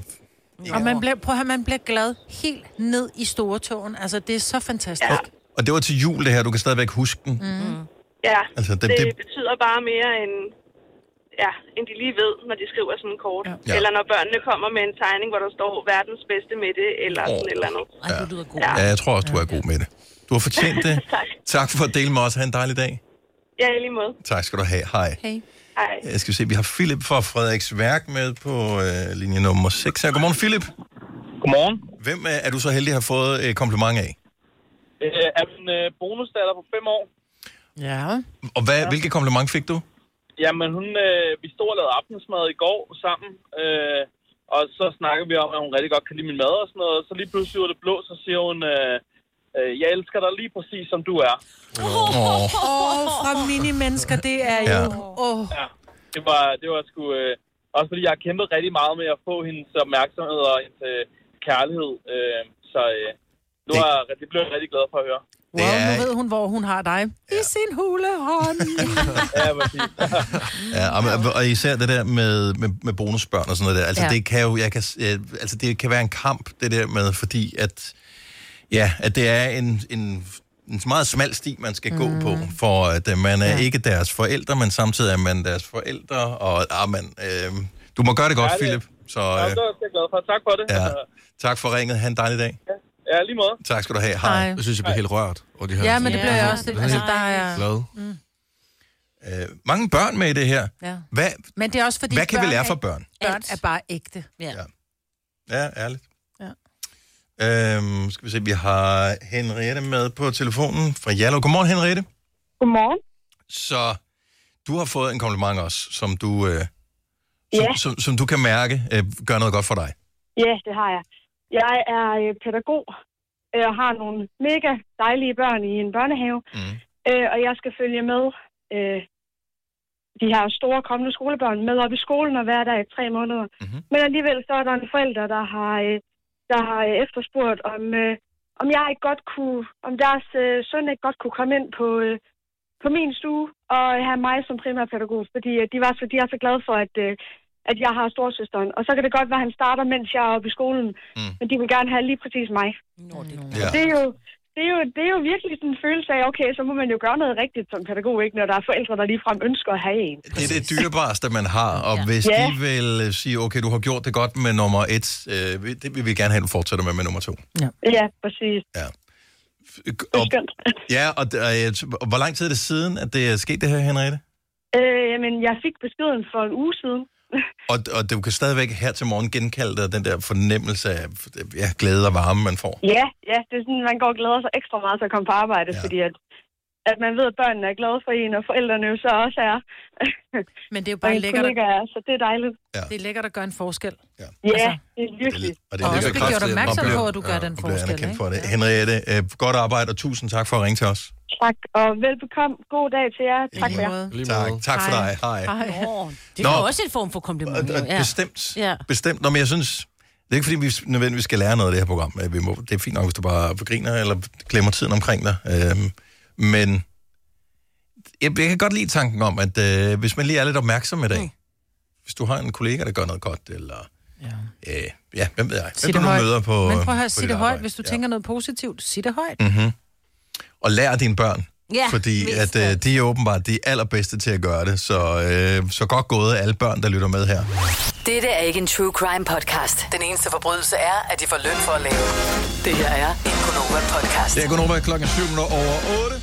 Speaker 4: Og man bliver, prøv at høre, man bliver glad helt ned i store tågen. Altså, det er så fantastisk. Ja.
Speaker 1: Og det var til jul, det her. Du kan stadigvæk huske den.
Speaker 4: Mm.
Speaker 16: Ja,
Speaker 1: Altså,
Speaker 16: det,
Speaker 1: det-
Speaker 16: det,
Speaker 1: det-
Speaker 16: det betyder bare mere end, ja, end de lige ved, når de skriver sådan en kort. Ja. Eller når børnene kommer med en tegning, hvor der står verdens bedste med det, eller sådan et eller andet.
Speaker 2: Ej, du lyder god.
Speaker 1: Ja, jeg tror også, du er god med det. Du har fortjent det.
Speaker 16: [LAUGHS] tak.
Speaker 1: Tak for at dele med os. Ha' en dejlig dag.
Speaker 16: Ja, i lige måde.
Speaker 1: Tak skal du have. Hej.
Speaker 4: Hej.
Speaker 16: Hej.
Speaker 1: Jeg skal se, vi har Philip fra Frederiks Værk med på øh, linje nummer 6 her. Godmorgen, Philip.
Speaker 17: Godmorgen.
Speaker 1: Hvem øh, er du så heldig at have fået et kompliment af?
Speaker 17: Øh, er min øh, bonusdatter på fem år.
Speaker 4: Ja.
Speaker 1: Og hvad, ja. hvilket kompliment fik du?
Speaker 17: Jamen, hun, øh, vi stod og lavede aftensmad i går sammen, øh, og så snakkede vi om, at hun rigtig godt kan lide min mad og sådan noget. Så lige pludselig ud af det blå, så siger hun, øh, øh, jeg elsker dig lige præcis, som du er.
Speaker 1: Åh, oh.
Speaker 4: Åh, oh, fra mini-mennesker, det er jo... Åh, oh.
Speaker 17: Det var, det var sgu... Øh, også fordi jeg har kæmpet rigtig meget med at få hendes opmærksomhed og hendes øh, kærlighed. Øh, så øh, nu er, jeg- det blev jeg rigtig glad for at høre.
Speaker 4: wow, nu ved hun, hvor hun har dig. I sin
Speaker 1: [LAUGHS]
Speaker 4: hulehånd.
Speaker 17: Ja, præcis.
Speaker 1: Ja, og, og- og især det der med, med, med bonusbørn og sådan noget der. Altså,
Speaker 4: Ja.
Speaker 1: ja. det kan jo jeg kan, s- øh, altså, det kan være en kamp, det der med, fordi at, ja, at det er en, en, en meget smal sti, man skal mm. gå på, for at øh, man er ja. ikke deres forældre, men samtidig er man deres forældre, og ah, man, øh, du må gøre det godt,
Speaker 17: Ja, det-
Speaker 1: Philip. Så
Speaker 17: Ja,
Speaker 1: øh,
Speaker 17: det var jeg glad for. Tak for det.
Speaker 1: ja, tak for ringet. Ha' en dejlig dag.
Speaker 17: Ja, lige måde.
Speaker 1: Tak skal du have.
Speaker 4: Hej.
Speaker 1: Hej.
Speaker 4: Jeg
Speaker 1: synes, jeg bliver helt rørt. Og de
Speaker 4: her- Ja, men det bliver jeg også. Det- altså, der er-
Speaker 1: Glad. Øh, mange børn med i det her.
Speaker 4: Ja.
Speaker 1: Hvad,
Speaker 4: Men det er også fordi...
Speaker 1: Hvad kan vi
Speaker 4: børn
Speaker 1: lære
Speaker 4: er-
Speaker 1: fra børn?
Speaker 4: Børn er bare ægte.
Speaker 2: Ja.
Speaker 1: Ja, ærligt. Ja. Øhm, skal vi se, vi har Henriette med på telefonen fra Jallo. Godmorgen, Henriette.
Speaker 7: Godmorgen.
Speaker 1: Så du har fået en kompliment også, som du, øh, som,
Speaker 7: Ja.
Speaker 1: som, som du kan mærke øh, gør noget godt for dig.
Speaker 7: Ja, det har jeg. Jeg er øh, pædagog øh, og har nogle mega dejlige børn i en børnehave, mm. øh, og jeg skal følge med øh, de her store kommende skolebørn med op i skolen og være der i tre måneder. Mm-hmm. Men alligevel så er der en forælder, der har, øh, der har øh, efterspurgt, om, øh, om jeg ikke godt kunne, om deres øh, søn ikke godt kunne komme ind på, øh, på min stue og have mig som primærpædagog, fordi øh, de, var så, de er så glade for, at, øh, at jeg har storsøsteren. Og så kan det godt være, at han starter, mens jeg er oppe i skolen, mm. men de vil gerne have lige præcis mig. Nå, det, ja. det er jo det er, jo, det er jo virkelig sådan en følelse af, okay, så må man jo gøre noget rigtigt som pædagog, ikke, når der er forældre, der ligefrem ønsker at have en.
Speaker 1: Det er det dyrebareste, man har, og ja. hvis
Speaker 7: [LAUGHS] Ja.
Speaker 1: de vil øh, sige, okay, du har gjort det godt med nummer et, øh, vi- det vil vi gerne have, du fortsætter med med nummer to.
Speaker 4: Ja,
Speaker 7: ja præcis.
Speaker 1: Ja.
Speaker 7: Det er skønt.
Speaker 1: Ja, og, d- og, jeg t- og hvor lang tid er det siden, at det er sket det her, Henriette?
Speaker 7: Øh, jamen, jeg fik beskeden for en uge siden.
Speaker 1: Og, og du kan stadigvæk her til morgen genkalde dig den der fornemmelse af ja, glæde og varme, man får.
Speaker 7: Ja, ja, det er sådan, man går og glæder sig ekstra meget til at komme på arbejde, ja. fordi at, at man ved, at børnene er glade for en, og forældrene jo så også er.
Speaker 4: [LAUGHS] Men det er
Speaker 7: Og
Speaker 4: jo bare
Speaker 7: ens
Speaker 4: lækkert.
Speaker 7: kollegaer er, så det er dejligt.
Speaker 1: Ja.
Speaker 4: Det er lækkert at gøre en forskel. Altså-
Speaker 1: Ja,
Speaker 7: ja det er virkelig.
Speaker 1: Og
Speaker 4: Og også
Speaker 1: lidt
Speaker 4: blive gjort
Speaker 1: bekræftet,
Speaker 4: opmærksom
Speaker 1: man bliver-
Speaker 4: på, at du gør den
Speaker 1: man bliver
Speaker 4: forskel,
Speaker 1: anerkendt
Speaker 4: ikke?
Speaker 1: For det. Henriette, øh, godt arbejde, og tusind tak for at ringe til os.
Speaker 7: Tak, og velbekomme. God dag til jer. Tak for jer.
Speaker 1: Tak, tak for dig. Hej.
Speaker 2: Nå, det
Speaker 1: Nå.
Speaker 2: er jo også en form for kompliment.
Speaker 1: Og- og
Speaker 2: jo. Ja.
Speaker 1: Bestemt.
Speaker 2: Ja.
Speaker 1: Bestemt. Nå, men jeg synes, det er ikke fordi, vi nødvendigvis skal lære noget af det her program. Øh, Vi må, det er fint nok, hvis du bare griner eller glemmer tiden omkring dig. Øhm, men jeg, jeg kan godt lide tanken om, at øh, hvis man lige er lidt opmærksom i dag, mm. hvis du har en kollega, der gør noget godt, eller... Ja, øh, ja hvem ved jeg? Hvem
Speaker 4: Sig
Speaker 1: du
Speaker 4: det
Speaker 1: nu
Speaker 4: højt.
Speaker 1: møder på...
Speaker 4: Men prøv at
Speaker 1: på
Speaker 4: høre,
Speaker 1: dit
Speaker 4: sig det
Speaker 1: arbejde.
Speaker 4: højt. Hvis du tænker noget positivt, sig det højt.
Speaker 1: Mm-hmm. Og lær dine børn.
Speaker 4: Ja,
Speaker 1: fordi
Speaker 4: mest
Speaker 1: at, øh, de er åbenbart de allerbedste til at gøre det. Så, øh, så godt gået af alle børn, der lytter med her.
Speaker 5: Dette er ikke en true crime podcast. Den eneste forbrydelse er, at de får løn for at lave. den. Det her er en Gunova podcast.
Speaker 1: Det er Gunnova klokken 7 minutter over 8.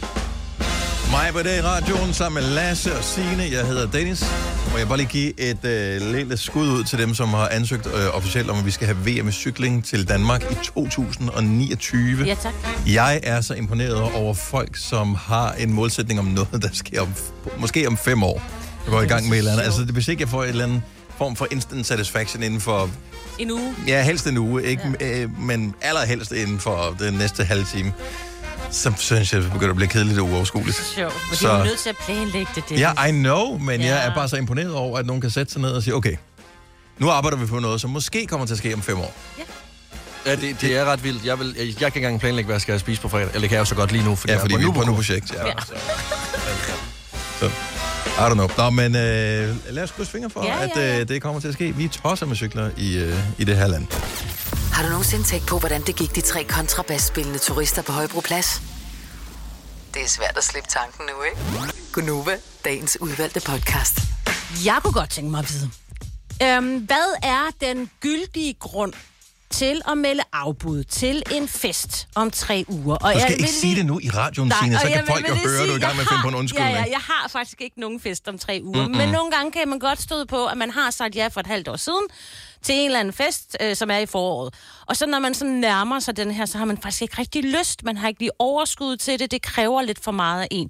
Speaker 1: Mig på dag i radioen sammen med Lasse og Signe. Jeg hedder Dennis. Må jeg bare lige give et øh, lille skud ud til dem, som har ansøgt øh, officielt om, at vi skal have VM i cykling til Danmark i 2029.
Speaker 2: Ja, tak.
Speaker 1: Jeg er så imponeret over folk, som har en målsætning om noget, der sker om, måske om fem år. Jeg går i gang med et eller andet. Altså, hvis ikke jeg får et eller andet form for instant satisfaction inden for,
Speaker 2: En uge.
Speaker 1: ja, helst en uge, ikke? Ja. men allerhelst inden for den næste halve time, så synes jeg, det begynder at blive kedeligt og uoverskueligt.
Speaker 2: Sjovt. Fordi
Speaker 1: Så-
Speaker 2: så... er nødt til at planlægge det. Dennis.
Speaker 1: Ja, I know, men ja.
Speaker 2: Ja.
Speaker 1: jeg er bare så imponeret over, at nogen kan sætte sig ned og sige, okay, nu arbejder vi på noget, som måske kommer til at ske om fem år.
Speaker 3: Ja, det, det er ret vildt. Jeg, vil, jeg, jeg kan ikke engang planlægge, hvad jeg skal spise på fredag. Eller det kan jeg jo så godt lige nu, fordi,
Speaker 1: Ja, fordi
Speaker 3: jeg
Speaker 1: vi er på nu
Speaker 3: nu
Speaker 1: projekt. Ja. Så, I don't know. Nå, men øh, lad os krydse fingre for, ja,
Speaker 5: Ja,
Speaker 1: at
Speaker 5: ja,
Speaker 1: øh, det kommer til at ske. Vi tosser med cykler i, øh, i det her land.
Speaker 5: Har du nogensinde tænkt på, hvordan det gik de tre kontrabasspillende turister på Højbroplads? Det er svært at slippe tanken nu, ikke? Gunova, dagens udvalgte podcast.
Speaker 2: Jeg kunne godt tænke mig at vide. Øhm, hvad er den gyldige grund til at melde afbud til en fest om tre uger?
Speaker 1: Du
Speaker 2: jeg
Speaker 1: skal ikke
Speaker 2: vil
Speaker 1: sige det nu i radioen, Signe,
Speaker 2: og
Speaker 1: så
Speaker 2: jeg
Speaker 1: kan
Speaker 2: vil-
Speaker 1: folk
Speaker 2: vil
Speaker 1: jo
Speaker 2: lige
Speaker 1: høre, at du er i
Speaker 2: sige,
Speaker 1: gang med at
Speaker 2: jeg
Speaker 1: finde på en
Speaker 2: har-
Speaker 1: undskyldning.
Speaker 2: Ja, ja, jeg har faktisk ikke nogen fest om tre uger,
Speaker 1: Mm-mm.
Speaker 2: mm-hmm. men nogle gange kan man godt stå på, at man har sagt ja for et halvt år siden til en eller anden fest, øh, som er i foråret. Og så når man så nærmer sig den her, så har man faktisk ikke rigtig lyst, man har ikke lige overskud til det, det kræver lidt for meget af en.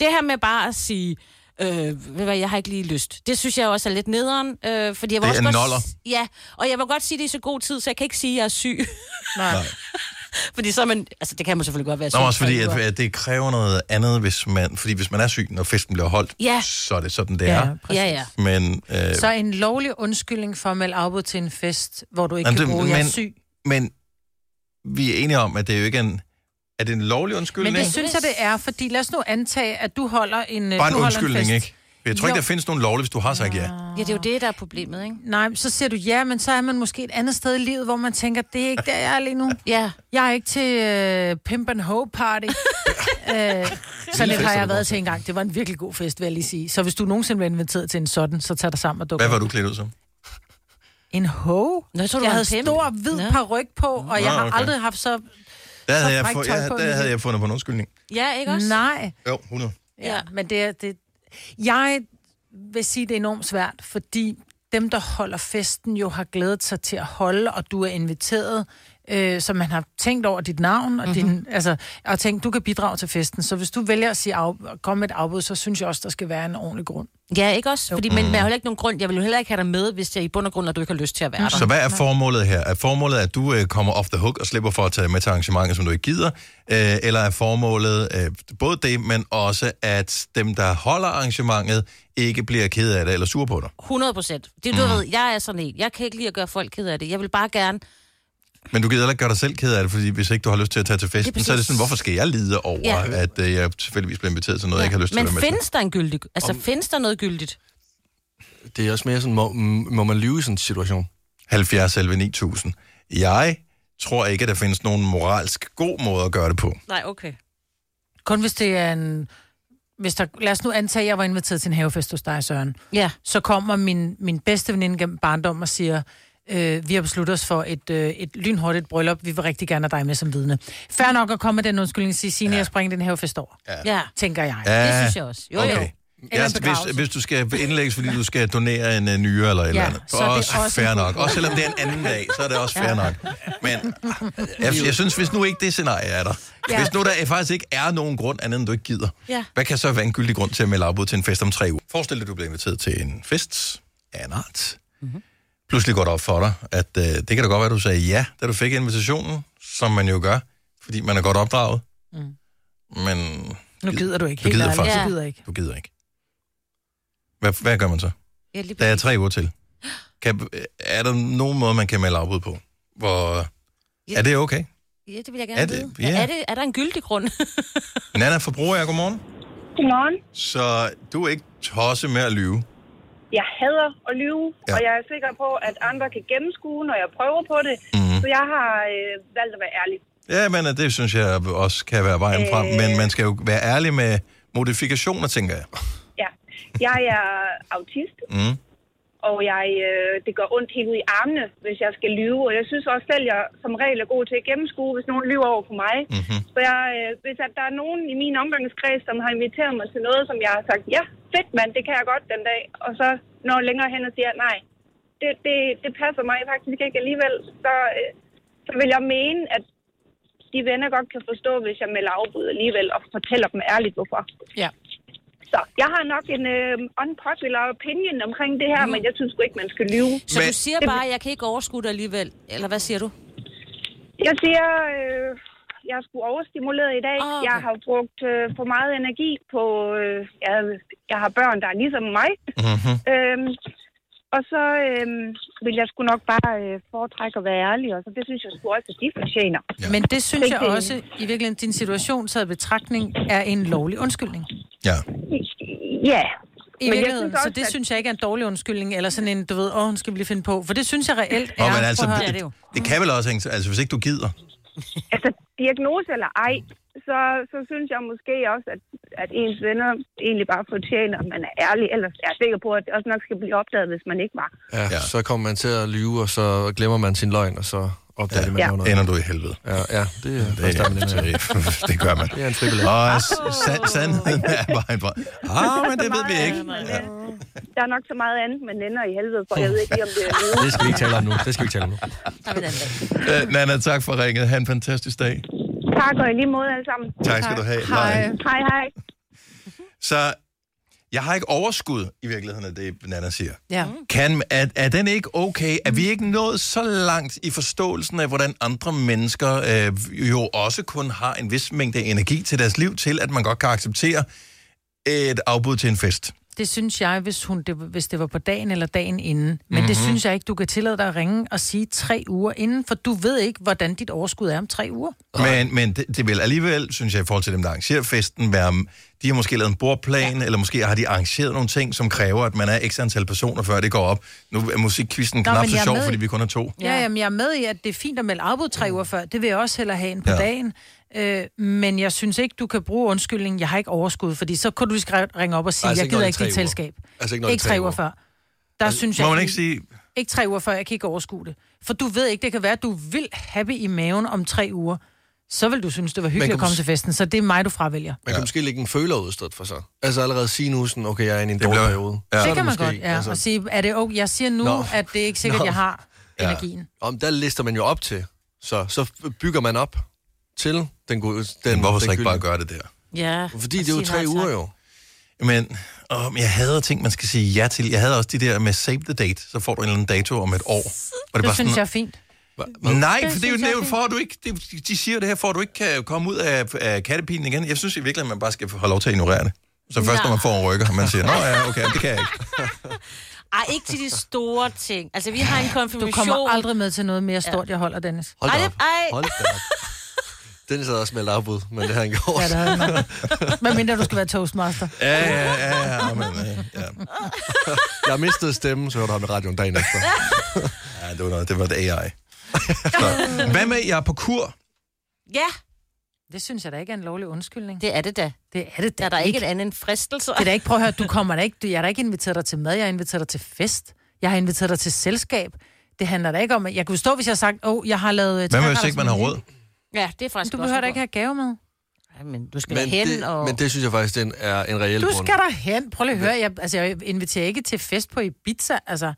Speaker 2: Det her med bare at sige, øh, ved du hvad, jeg har ikke lige lyst, det synes jeg også er lidt nederen, øh, fordi jeg var
Speaker 1: Det
Speaker 2: også
Speaker 1: er
Speaker 2: godt...
Speaker 1: noller.
Speaker 2: Ja, og jeg vil godt sige det i så god tid, så jeg kan ikke sige, at jeg er syg.
Speaker 1: Nej.
Speaker 2: [LAUGHS] fordi så er man, altså det kan man selvfølgelig godt være
Speaker 1: Nå,
Speaker 2: syg
Speaker 1: men også
Speaker 2: i tre
Speaker 1: fordi,
Speaker 2: uger.
Speaker 1: at, at det kræver noget andet, hvis man, fordi hvis man er syg, når festen bliver holdt,
Speaker 4: Ja.
Speaker 1: så er det sådan, det
Speaker 4: Ja,
Speaker 1: er.
Speaker 4: præcis. Ja, ja.
Speaker 1: Men, øh,
Speaker 4: Så en lovlig undskyldning for at melde afbud til en fest, hvor du ikke
Speaker 1: jamen,
Speaker 4: kan
Speaker 1: det-
Speaker 4: bruge, jeg er
Speaker 1: men-
Speaker 4: syg.
Speaker 1: Men vi er enige om, at det er jo ikke en... Er det en lovlig undskyldning?
Speaker 4: Men det synes jeg, det er, fordi lad os nu antage, at du holder en, øh,
Speaker 1: Bare en
Speaker 4: du holder
Speaker 1: undskyldning,
Speaker 4: fest.
Speaker 1: ikke? Jeg tror ikke,
Speaker 4: Jo.
Speaker 1: der findes nogen lovlig, hvis du har sagt ja.
Speaker 2: Ja, det er jo det, der er problemet, ikke?
Speaker 4: Nej, men så siger du ja, men så er man måske et andet sted i livet, hvor man tænker, det er ikke der, jeg er lige nu.
Speaker 2: [LAUGHS] Ja.
Speaker 4: Jeg er ikke til øh, Pimp and Hoe
Speaker 2: [LAUGHS]
Speaker 4: Party. øh,
Speaker 1: fest,
Speaker 4: sådan et har
Speaker 1: har du
Speaker 4: jeg
Speaker 1: været
Speaker 4: været til engang. Det var en virkelig god fest, vil jeg lige sige. Så hvis du nogensinde bliver inviteret til en sådan, så tag dig sammen og duk.
Speaker 1: Hvad var
Speaker 4: op.
Speaker 1: du klædt ud som?
Speaker 4: En hoe?
Speaker 2: Nå, jeg tror, du
Speaker 4: jeg
Speaker 2: var en
Speaker 4: havde
Speaker 2: pimp.
Speaker 4: stor hvid ja. paryk på, og jeg
Speaker 1: Nå,
Speaker 4: har
Speaker 1: okay.
Speaker 4: aldrig haft så...
Speaker 1: Der
Speaker 4: så
Speaker 1: havde, jeg,
Speaker 4: frækt
Speaker 1: få,
Speaker 4: tøj
Speaker 1: jeg,
Speaker 4: på i
Speaker 1: der
Speaker 4: mit
Speaker 1: havde jeg fundet på en undskyldning.
Speaker 2: Ja, ikke også?
Speaker 4: Nej.
Speaker 1: Jo, 100.
Speaker 4: Ja. ja. Men det er... Det... Jeg vil sige, det er enormt svært, fordi dem, der holder festen, jo har glædet sig til at holde, og du er inviteret. øh, så man har tænkt over dit navn, og, mm-hmm. din, altså, og tænkt, du kan bidrage til festen. Så hvis du vælger at sige af, komme med et afbud, så synes jeg også, der skal være en ordentlig grund.
Speaker 2: Ja, ikke også? Fordi, men, men jeg har heller ikke nogen grund. Jeg vil jo heller ikke have dig med, hvis jeg i bund og grund, at du ikke har lyst til at være der.
Speaker 1: Mm. Så hvad er formålet her? Er formålet, at du øh, kommer off the hook og slipper for at tage med til arrangementer, som du ikke gider? Øh, eller er formålet øh, både det, men også, at dem, der holder arrangementet, ikke bliver ked af det eller sur på dig?
Speaker 2: 100 procent. Det du mm. ved, jeg er sådan en. Jeg kan ikke lide at gøre folk ked af det. Jeg vil bare gerne...
Speaker 1: Men du gider heller ikke gøre dig selv ked af det, fordi hvis ikke du har lyst til at tage til festen,
Speaker 2: Det er
Speaker 1: så er det
Speaker 2: præcis.
Speaker 1: sådan, hvorfor skal jeg lide over,
Speaker 2: Ja.
Speaker 1: ja. at øh, jeg tilfældigvis bliver inviteret til noget, ja. jeg ikke har lyst til
Speaker 2: Men
Speaker 1: at være med til?
Speaker 2: findes der en gyldig... Altså, Om... findes der noget gyldigt?
Speaker 1: Det er også mere sådan, må, må man lyve i sådan en situation? 70 11 9000. Jeg tror ikke, at der findes nogen moralsk god måde at gøre det på.
Speaker 2: Nej, okay.
Speaker 4: Kun hvis det er en... Hvis der, lad os nu antage, at jeg var inviteret til en havefest hos dig, Søren.
Speaker 2: Ja.
Speaker 4: Så kommer min, min bedste veninde gennem barndom og siger, øh, vi har besluttet os for et, øh, et lynhurtigt bryllup, vi vil rigtig gerne have dig med som vidne. Færre nok at komme med den undskyldning og sige, Signe, ja. jeg springer den havefest over.
Speaker 1: Ja.
Speaker 4: Tænker jeg.
Speaker 1: Ja.
Speaker 4: Det synes jeg også. Jo,
Speaker 1: okay.
Speaker 4: jo. Eller
Speaker 1: Ja,
Speaker 4: en
Speaker 1: hvis,
Speaker 4: begravelse.
Speaker 1: hvis du skal indlægges, fordi du skal donere en uh, nyre eller et eller
Speaker 4: Ja,
Speaker 1: andet.
Speaker 4: så er det
Speaker 1: også
Speaker 4: også
Speaker 1: fair
Speaker 4: en-
Speaker 1: nok. Også selvom det er en anden dag, så er det også fair
Speaker 4: Ja.
Speaker 1: nok. Men jeg, jeg synes, hvis nu ikke det scenarie er der,
Speaker 4: Ja.
Speaker 1: ja. hvis nu der faktisk ikke er nogen grund andet, end du ikke gider,
Speaker 4: Ja.
Speaker 1: hvad kan så være en gyldig grund til at melde afbud til en fest om tre uger? Forestil dig, du bliver inviteret til en fest af en art.
Speaker 18: Mhm.
Speaker 1: Mm-hmm. Pludselig går det op for dig, at øh, det kan da godt være, at du sagde ja, da du fik invitationen, som man jo gør, fordi man er godt opdraget.
Speaker 4: Mm.
Speaker 1: Men
Speaker 4: Nu gider du ikke.
Speaker 1: du gider
Speaker 4: ærligt.
Speaker 1: faktisk
Speaker 4: Du gider ikke.
Speaker 1: du gider ikke. Hvad, hvad gør man så?
Speaker 2: Ja, lige
Speaker 1: Der er tre uger til. Kan, er der nogen måde, man kan melde afbud på? Hvor, er det okay?
Speaker 2: Ja, det vil jeg gerne
Speaker 1: Er
Speaker 2: er
Speaker 1: det-
Speaker 2: det, vide.
Speaker 1: ja.
Speaker 2: Er, det, er der en gyldig grund? [LAUGHS]
Speaker 1: Nana forbruger jeg, godmorgen.
Speaker 19: Godmorgen.
Speaker 1: Så du er ikke tosse med at lyve.
Speaker 19: Jeg hader at lyve,
Speaker 1: Ja.
Speaker 19: ja. og jeg er sikker på, at andre kan gennemskue, når jeg prøver på det.
Speaker 1: Mhm.
Speaker 19: Mm-hmm. Så jeg har øh, valgt at være ærlig.
Speaker 1: Ja, men øh, det synes jeg også kan være vejen frem.
Speaker 19: Øh.
Speaker 1: Men man skal jo være ærlig med modifikationer, tænker jeg.
Speaker 19: Ja. Jeg er autist,
Speaker 1: Mm.
Speaker 19: og jeg, øh, det gør ondt helt ud i armene, hvis jeg skal lyve. Og jeg synes også selv, jeg som regel er god til at gennemskue, hvis nogen lyver over for mig.
Speaker 1: Mm-hmm.
Speaker 19: Så jeg, øh, hvis at der er nogen i min omgangskreds, som har inviteret mig til noget, som jeg har sagt, ja, fedt mand, det kan jeg godt den dag. Og så når længere hen og siger, nej, det, det, det passer mig faktisk ikke alligevel, så, øh, så vil jeg mene, at de venner godt kan forstå, hvis jeg melder afbud alligevel og fortæller dem ærligt, hvorfor.
Speaker 4: Ja.
Speaker 19: Så jeg har nok en øh, unpopular opinion omkring det her, mm. men jeg synes sgu ikke, man skal lyve.
Speaker 2: Mhm. Så du siger bare, at jeg kan ikke overskue dig alligevel. Eller hvad siger du?
Speaker 19: Jeg siger, øh, jeg er sgu overstimuleret i dag.
Speaker 4: Ah,
Speaker 19: Oh, okay. Jeg har brugt øh, for meget energi på... Øh, jeg, jeg har børn, der er ligesom mig.
Speaker 1: Mm-hmm.
Speaker 19: Øhm, og så øhm, vil jeg sgu nok bare øh, foretrække at være ærlig, og så det synes jeg sgu også, at de fortjener.
Speaker 4: Men det synes jeg
Speaker 19: Ikke øh, det?
Speaker 4: også, i virkeligheden, din situation taget i betragtning, er en lovlig undskyldning.
Speaker 19: Ja.
Speaker 4: I
Speaker 19: Men jeg
Speaker 4: virkeligheden,
Speaker 19: synes
Speaker 4: så
Speaker 19: også,
Speaker 4: det
Speaker 19: at-
Speaker 4: synes jeg ikke er en dårlig undskyldning, eller sådan en, du ved, åh, hun skal vi lige finde på. For det synes jeg reelt er.
Speaker 1: Ja, men altså,
Speaker 4: Prøv at høre.
Speaker 1: det, det kan vel også hænge altså hvis ikke du gider.
Speaker 19: Altså, diagnose eller ej, så, så synes jeg måske også, at, at ens venner egentlig bare fortjener, at man er ærlig. Ellers er jeg sikker på, at det også nok skal blive opdaget, hvis man ikke var.
Speaker 3: Ja, ja. Så kommer man til at lyve, og så glemmer man sin løgn, og så opdager ja. man
Speaker 19: Ja.
Speaker 3: ja. noget.
Speaker 1: Ender du i helvede.
Speaker 3: Ja, ja det er
Speaker 1: Det,
Speaker 3: første gang, man ender i
Speaker 1: [LAUGHS] det, det gør man.
Speaker 3: Det er en fribillet.
Speaker 1: Og s- sand, sandheden er vejen frem.
Speaker 19: [LAUGHS]
Speaker 1: Ah, men det ved vi ikke.
Speaker 19: Ja. Der er nok så meget andet, man ender i helvede for. Jeg ved ikke lige, om det er
Speaker 1: [LAUGHS]
Speaker 19: noget.
Speaker 3: Det skal vi ikke tale om nu. Det skal vi ikke tale om nu.
Speaker 1: Øh, Nana, tak for ringet. Ha' en fantastisk dag.
Speaker 19: Tak, og i lige måde alle sammen.
Speaker 1: Tak skal du have.
Speaker 19: Hej.
Speaker 1: Hej.
Speaker 19: Hej, hej.
Speaker 1: Så jeg har ikke overskud i virkeligheden af det, Nana siger.
Speaker 4: Ja.
Speaker 1: Kan, er, er den ikke okay? Er vi ikke nået så langt i forståelsen af, hvordan andre mennesker øh, jo også kun har en vis mængde energi til deres liv, til at man godt kan acceptere et afbud til en fest?
Speaker 4: Det synes jeg, hvis, hun, det, hvis det var på dagen eller dagen inden. Men mm-hmm.
Speaker 1: Mhm.
Speaker 4: det synes jeg ikke, du kan tillade dig at ringe og sige tre uger inden, for du ved ikke, hvordan dit overskud er om tre uger.
Speaker 1: Men, men det, det vil alligevel, synes jeg, i forhold til dem, der arrangerer festen, være, de har måske lavet en bordplan, ja. eller måske har de arrangeret nogle ting, som kræver, at man er x antal personer, før det går op. Nu er musikkvisten
Speaker 4: Nå,
Speaker 1: knap
Speaker 4: men
Speaker 1: så
Speaker 4: jeg er
Speaker 1: sjov,
Speaker 4: med i-
Speaker 1: fordi vi kun er to.
Speaker 4: Ja, jamen, jeg er med i, at det er fint at melde afbud tre uger før. Det vil jeg også hellere have end på ja. dagen. Øh, men jeg synes ikke, du kan bruge undskyldningen, jeg har ikke overskud, fordi så kunne du lige skrive- ringe op og sige,
Speaker 3: Altså
Speaker 4: jeg
Speaker 3: ikke, når
Speaker 4: gider
Speaker 3: det er
Speaker 4: ikke
Speaker 3: tre
Speaker 4: dit
Speaker 3: uger.
Speaker 4: selskab.
Speaker 3: Altså ikke, når det er
Speaker 4: ikke
Speaker 3: tre
Speaker 4: tre uger
Speaker 3: uger.
Speaker 4: før. Der
Speaker 3: Altså,
Speaker 4: synes
Speaker 1: må
Speaker 4: jeg,
Speaker 1: man ikke sige-
Speaker 4: Ikke tre uger før, jeg kan ikke overskue det. For du ved ikke, det kan være, at du vil happy i maven om tre uger. Så vil du synes, det var hyggeligt
Speaker 3: kan
Speaker 4: at komme
Speaker 3: mås-
Speaker 4: til festen, så det er mig, du fravælger.
Speaker 3: Man kan ja. måske lægge en føler ud i stedet for sig. Altså allerede sige nu sådan, okay, jeg er inde i en dårlig
Speaker 1: bliver-
Speaker 3: periode.
Speaker 1: Ja.
Speaker 3: Så er
Speaker 4: Det kan man
Speaker 3: måske- altså-
Speaker 4: godt, ja. Og sige, er det okay? Jeg siger nu,
Speaker 3: Nå.
Speaker 4: at det er ikke sikkert,
Speaker 3: Nå.
Speaker 4: jeg har
Speaker 3: Ja.
Speaker 4: energien.
Speaker 3: Om der lister man jo op til, Så, så bygger man op til den gode... Den,
Speaker 1: Men hvorfor så
Speaker 3: den
Speaker 1: ikke bare
Speaker 3: gyldne.
Speaker 1: gøre det der?
Speaker 2: Ja.
Speaker 3: Fordi det er jo tre uger jo.
Speaker 1: Men åh, men jeg hader ting, man skal sige ja til. Jeg havde også de der med save the date, så får du en eller anden dato om et år. Og
Speaker 4: Det, det synes jeg er fint.
Speaker 1: Hva? Nej,
Speaker 4: Det
Speaker 1: for det er jo
Speaker 4: synes jeg er
Speaker 1: nævnt for, at du ikke... Det, de siger det her, for at du ikke kan komme ud af, af kattepinen igen. Jeg synes i virkeligheden, man bare skal holde lov til at ignorere det. Så først,
Speaker 2: Ja.
Speaker 1: når man får en rykker, man siger, nå ja, okay, det kan jeg
Speaker 4: [LAUGHS]
Speaker 1: ikke.
Speaker 2: Ej, ikke til de store ting. Altså, vi har en
Speaker 4: Du
Speaker 2: konfirmation.
Speaker 4: kommer aldrig med til noget mere stort, jeg holder, Dennis.
Speaker 3: Hold da op.
Speaker 2: Ej.
Speaker 3: Hold da op. Dennis havde også meldt afbud, men det har han gjort.
Speaker 4: Ja, det havde han nok. Hvad mindre du skal være toastmaster.
Speaker 3: Ja, ja, ja, ja, men, ja. Jeg mistede stemmen, så hørte ham i radioen dagen efter.
Speaker 1: Ja, det var noget, det var et AI. Så. Hvad med, jeg er på kur?
Speaker 2: Ja.
Speaker 4: Det synes jeg da ikke er en lovlig undskyldning.
Speaker 2: Det er det da.
Speaker 4: Det er det da
Speaker 2: Der er der ikke et andet end fristelse.
Speaker 4: Det er da ikke, prøv at høre, du kommer da ikke, du, jeg har da ikke inviteret dig til mad, jeg har inviteret dig til fest, jeg har inviteret dig til selskab. Det handler da ikke om, at jeg kunne stå, hvis jeg havde sagt, åh, oh, jeg har lavet... øh,
Speaker 1: Hvad med,
Speaker 4: treretters
Speaker 1: hvis ikke man har
Speaker 4: menu."
Speaker 1: råd?
Speaker 2: Ja, det er faktisk
Speaker 4: Du
Speaker 2: også
Speaker 4: behøver
Speaker 2: en
Speaker 4: da ikke have gave med.
Speaker 2: Ja, men du skal
Speaker 3: Men
Speaker 2: hen
Speaker 3: det,
Speaker 2: og...
Speaker 3: men det synes jeg faktisk, den er en reel
Speaker 4: Du
Speaker 3: grund.
Speaker 4: skal der hen. Prøv lige at høre, jeg, altså, jeg inviterer ikke til fest på Ibiza, altså,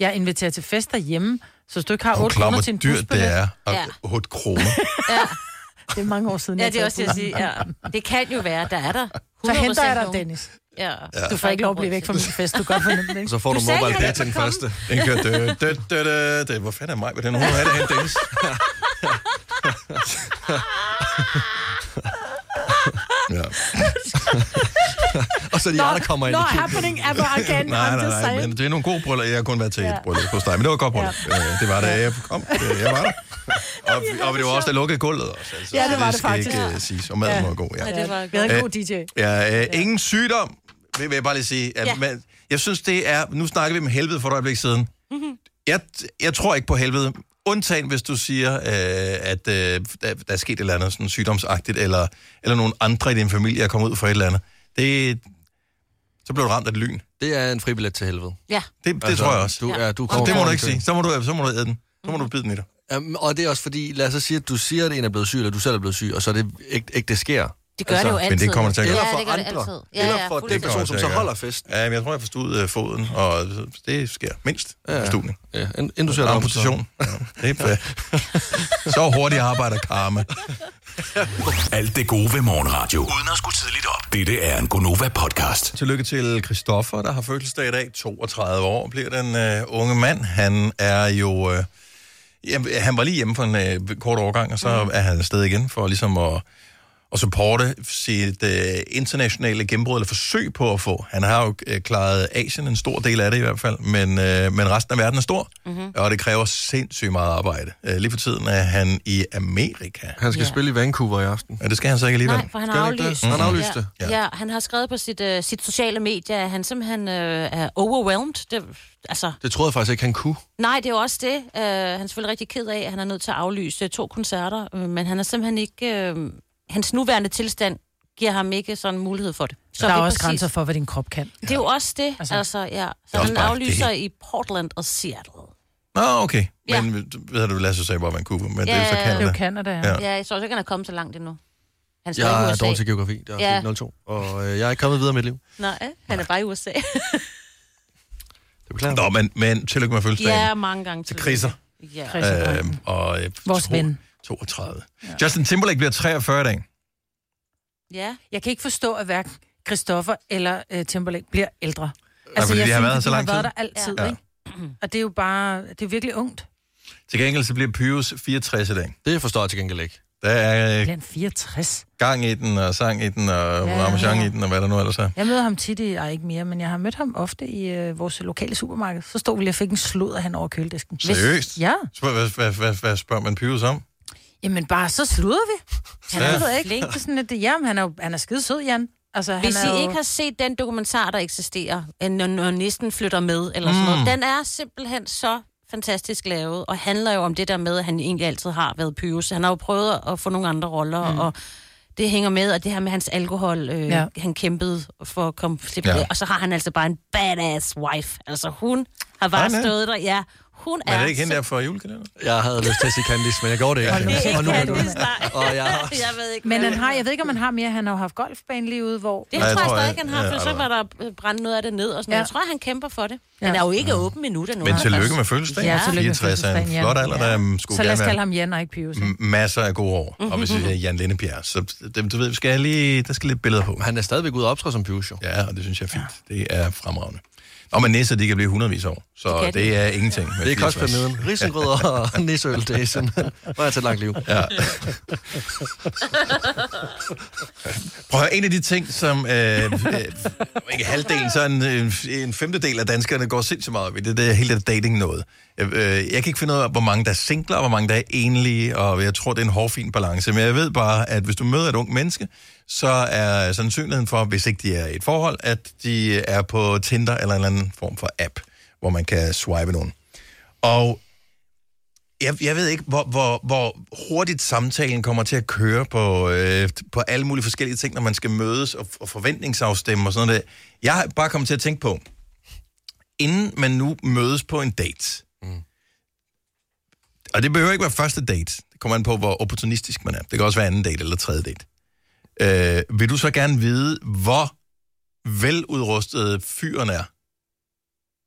Speaker 4: jeg inviterer til fest derhjemme, så hvis du ikke har
Speaker 1: Hun
Speaker 4: 8
Speaker 1: klar,
Speaker 4: kroner
Speaker 1: hvor
Speaker 4: til en
Speaker 1: dyrt det
Speaker 4: busbillet-
Speaker 1: er. Og
Speaker 2: Ja.
Speaker 1: 8 kroner.
Speaker 4: [LAUGHS] Det er mange år siden,
Speaker 2: Ja,
Speaker 4: jeg
Speaker 2: det er
Speaker 4: har
Speaker 2: også det,
Speaker 4: taget
Speaker 2: jeg siger. Ja. Det kan jo være, der er der.
Speaker 4: Så henter jeg
Speaker 2: 100%
Speaker 4: dig,
Speaker 2: nogen.
Speaker 4: Dennis.
Speaker 2: Ja.
Speaker 4: Du får ikke lov at blive væk fra [LAUGHS] min fest, du gør for
Speaker 2: [LAUGHS]
Speaker 4: nemt, ikke?
Speaker 3: Så får du,
Speaker 1: Du sagde
Speaker 3: mobile
Speaker 1: jo,
Speaker 3: pay
Speaker 1: at
Speaker 3: til den
Speaker 1: jeg
Speaker 3: første.
Speaker 1: Den kører dø, dø, dø, dø, dø. Hvor fanden er mig? Hvordan hun er det hen, Dennis? ja.
Speaker 3: og så de andre kommer ind.
Speaker 4: Not
Speaker 3: i kæden.
Speaker 4: happening ever again.
Speaker 1: nej,
Speaker 4: I'm
Speaker 1: nej,
Speaker 4: just
Speaker 1: nej,
Speaker 4: saying.
Speaker 1: men det er nogle gode bryllup. Jeg har kun været til et bryllup hos dig, men det var et godt bryllup. Øh, Det var det, jeg kom. Øh, Jeg var der. Og, og det var også, der lukkede gulvet også. Altså,
Speaker 4: Ja, det var det
Speaker 1: skal
Speaker 4: faktisk.
Speaker 1: ikke uh, siges. Og maden var god, ja.
Speaker 4: Ja, det var Vi havde en god DJ.
Speaker 1: Ja, øh, ingen sygdom, vil vil jeg bare lige sige. Ja.
Speaker 4: Ja.
Speaker 1: Man, jeg synes, det er... Nu snakker vi om helvede for et øjeblik siden. Jeg, jeg tror ikke på helvede. Undtagen, hvis du siger, øh, at øh, der, der er sket et eller andet sådan sygdomsagtigt, eller, eller nogen andre i din familie er kommet ud for et eller andet. Det, så blev du ramt af et lyn.
Speaker 3: Det er en fribillet til helvede.
Speaker 2: Ja.
Speaker 1: Det, det altså, tror jeg også.
Speaker 3: Du, ja, du
Speaker 1: så
Speaker 3: kommer
Speaker 1: det må du
Speaker 3: foran
Speaker 1: ikke
Speaker 3: i køen.
Speaker 1: sige. Så må du, så må du æde den. Så må du bide den i dig.
Speaker 3: Jamen, og det er også fordi, lad os så sige, at du siger, at en er blevet syg, eller du selv er blevet syg, og så er det ikke, ikke det sker.
Speaker 2: Det gør det jo altid.
Speaker 1: Altså, Men det kommer til at
Speaker 2: Ja,
Speaker 3: Altså, Eller for
Speaker 1: gøre.
Speaker 2: det gør det
Speaker 3: andre.
Speaker 2: altid. Ja,
Speaker 3: eller
Speaker 2: ja,
Speaker 3: for den
Speaker 2: fuldstændig.
Speaker 3: person, som så holder festen.
Speaker 1: Ja, men jeg tror, jeg forstod øh, foden, og det sker mindst ja.
Speaker 3: ja.
Speaker 1: på studien.
Speaker 3: Ja, ind- inden du ser det om, så-
Speaker 1: Amputation. Ja, det er
Speaker 3: [LAUGHS]
Speaker 1: Så hurtigt arbejder karma.
Speaker 6: Alt det gode ved morgenradio. Uden at skulle tidligt op. Dette er en Gonova-podcast.
Speaker 1: Tillykke til Christoffer, der har fødselsdag i dag. 32 år bliver den øh, unge mand. Han er jo... Øh, jamen, han var lige hjemme for en øh, kort overgang, og
Speaker 2: Mm.
Speaker 1: så er han afsted igen for ligesom at, at supporte sit øh, internationale gennembrud, eller forsøg på at få. Han har jo øh, klaret Asien, en stor del af det i hvert fald, men, øh, men resten af verden er stor,
Speaker 2: Mhm.
Speaker 1: mm-hmm. og det kræver sindssygt meget arbejde. Øh, lige for tiden er han i Amerika.
Speaker 3: Han skal spille i Vancouver i aften.
Speaker 1: Ja, det skal han så ikke alligevel.
Speaker 2: Nej, for han
Speaker 3: Skal
Speaker 2: har
Speaker 3: ikke det?
Speaker 2: aflyst.
Speaker 3: Han har aflyst det.
Speaker 2: Ja. ja, han har skrevet på sit, øh, sit sociale medie, at han simpelthen øh, er overwhelmed. Det, altså,
Speaker 3: Det troede jeg faktisk ikke, han kunne.
Speaker 2: nej, det er jo også det. Øh, han er selvfølgelig rigtig ked af, at han er nødt til at aflyse øh, to koncerter, øh, men han er simpelthen ikke... Øh, hans nuværende tilstand giver ham ikke sådan mulighed for det.
Speaker 4: Så der er
Speaker 2: det
Speaker 4: også
Speaker 2: præcis-
Speaker 4: grænser for, hvad din krop kan.
Speaker 2: Det er jo også det, altså, altså ja.
Speaker 1: Det
Speaker 2: Så
Speaker 1: er også
Speaker 2: han
Speaker 1: bare det
Speaker 2: aflyser
Speaker 1: hele.
Speaker 2: i Portland og Seattle.
Speaker 1: Nå, okay.
Speaker 2: Ja.
Speaker 1: Men ved du, Lasse sagde bare Vancouver, men det er jo så
Speaker 2: Ja,
Speaker 1: Canada.
Speaker 2: det er jo
Speaker 4: Canada,
Speaker 2: Ja. ja, jeg tror ikke, han er kommet så langt endnu. Han skal i
Speaker 3: Jeg er
Speaker 2: USA.
Speaker 3: dårlig til geografi. Det
Speaker 2: Ja.
Speaker 3: er ja. 02. Og øh, jeg er ikke kommet videre i mit liv.
Speaker 2: Nej, han er bare i USA.
Speaker 3: Det beklager
Speaker 1: Nå, men, men tillykke med fødselsdagen.
Speaker 2: ja, mange gange
Speaker 1: Til kriser.
Speaker 2: Ja.
Speaker 1: Øh, og, øh,
Speaker 4: Vores
Speaker 1: to-
Speaker 4: ven.
Speaker 1: 32. Ja. Justin Timberlake bliver 43 i dag.
Speaker 2: Ja.
Speaker 4: Jeg kan ikke forstå, at hverken Christoffer eller øh, Timberlake bliver ældre. Altså,
Speaker 1: fordi
Speaker 4: jeg
Speaker 1: de har
Speaker 4: synes,
Speaker 1: været her
Speaker 4: at
Speaker 1: så lang
Speaker 4: har været
Speaker 1: tid.
Speaker 4: der altid,
Speaker 1: Ja.
Speaker 4: ja. ikke? Og det er jo bare, det er virkelig ungt.
Speaker 1: Til gengæld så bliver Pyrus 64 i dag.
Speaker 3: Det forstår jeg til gengæld ikke.
Speaker 1: Der er øh,
Speaker 4: Blandt 64.
Speaker 1: gang i den, og sang i den, og
Speaker 4: Ja,
Speaker 1: ja, ramachan
Speaker 4: ja.
Speaker 1: i den, og hvad der nu ellers er.
Speaker 4: Jeg møder ham tit i, ej, ikke mere, men jeg har mødt ham ofte i øh, vores lokale supermarked. Så stod vi lige og fik en sludder hen over køledisken. Hvis-
Speaker 1: Seriøst?
Speaker 4: Ja.
Speaker 1: Spørg, hvad, hvad, hvad, hvad spørger man Pyrus om?
Speaker 4: Jamen bare, så sludder vi. Han
Speaker 1: Ja.
Speaker 4: er ja.
Speaker 1: [LAUGHS]
Speaker 4: ikke. Det er sådan lidt, jamen, han er, jo- han er skide sød, Jan. Altså,
Speaker 2: Hvis
Speaker 4: han
Speaker 2: I
Speaker 4: er jo...
Speaker 2: ikke har set den dokumentar, der eksisterer, øh, når, når næsten flytter med, eller sådan noget,
Speaker 4: Mm.
Speaker 2: den er simpelthen så fantastisk lavet, og handler jo om det der med, at han egentlig altid har været pyros. Han har jo prøvet at få nogle andre roller, mm. og det hænger med, og det her med hans alkohol, øh,
Speaker 4: Ja.
Speaker 2: ja. han kæmpede for at komme slip
Speaker 4: Ja.
Speaker 2: ja. det, og så har han altså bare en badass wife. Altså hun har bare
Speaker 4: Har han det?
Speaker 2: stået der, ja, Hun
Speaker 1: Men
Speaker 2: er...
Speaker 1: er det ikke hende
Speaker 2: så-
Speaker 1: der fra julekalenderen?
Speaker 3: Jeg havde lyst til at sige Candice, men jeg gjorde det ikke.
Speaker 1: Det er ikke
Speaker 3: og nu,
Speaker 1: Candice,
Speaker 3: og jeg,
Speaker 2: Jeg ved ikke,
Speaker 4: Men
Speaker 2: hvad
Speaker 4: han har, jeg ved ikke, om han har mere. Han har jo haft golfbane lige ude, hvor...
Speaker 2: Det tror jeg stadig, han har, for så var der øh, brændt noget af det ned og sådan ja.
Speaker 4: Ja.
Speaker 2: Jeg tror, han kæmper for det. Han er jo ikke åben endnu, der nu.
Speaker 1: Mm. Men tillykke med fødselsdagen.
Speaker 2: Ja, tillykke med
Speaker 1: 64 er en
Speaker 4: fødselsdagen,
Speaker 1: flot
Speaker 4: ja.
Speaker 1: alder, der um, skulle
Speaker 4: Så lad
Speaker 1: gerne
Speaker 4: os
Speaker 1: være Mm.
Speaker 4: kalde ham Jan og ikke Pius.
Speaker 1: m- masser af gode år. Og hvis vi siger Jan Lindebjerg, så dem, du ved, skal jeg lige, der skal lidt billeder på.
Speaker 3: Han er stadigvæk ude og optræde som Pius, jo.
Speaker 1: Ja, og det synes jeg er fint. Det er fremragende. Og men nisser, de kan blive hundredvis af år, så det,
Speaker 3: Det kan de.
Speaker 1: det er ingenting. med
Speaker 3: Det er
Speaker 1: 64.
Speaker 3: kostpyramiden. Risengrød
Speaker 1: [LAUGHS]
Speaker 3: og nisseøl, det er simpelthen... Hvor er jeg til et langt liv.
Speaker 1: Ja. Prøv at høre, en af de ting, som øh, øh, om ikke halvdelen, så en, øh, en femtedel af danskerne går sindssygt meget op i, det er det hele det dating noget. Jeg, øh, jeg kan ikke finde ud af, hvor mange der er singler, og hvor mange der er enlige, og jeg tror, det er en hårfin balance. Men jeg ved bare, at hvis du møder et ung menneske, så er sandsynligheden for, hvis ikke de er i et forhold, at de er på Tinder eller en eller anden form for app, hvor man kan swipe nogen. Og jeg, jeg ved ikke, hvor, hvor, hvor hurtigt samtalen kommer til at køre på, øh, på alle mulige forskellige ting, når man skal mødes og, og forventningsafstemme og sådan noget. der. Jeg har bare kommet til at tænke på, inden man nu mødes på en date, mm. og det behøver ikke være første date, det kommer an på, hvor opportunistisk man er. Det kan også være anden date eller tredje date. Øh, vil du så gerne vide, hvor veludrustet fyren er?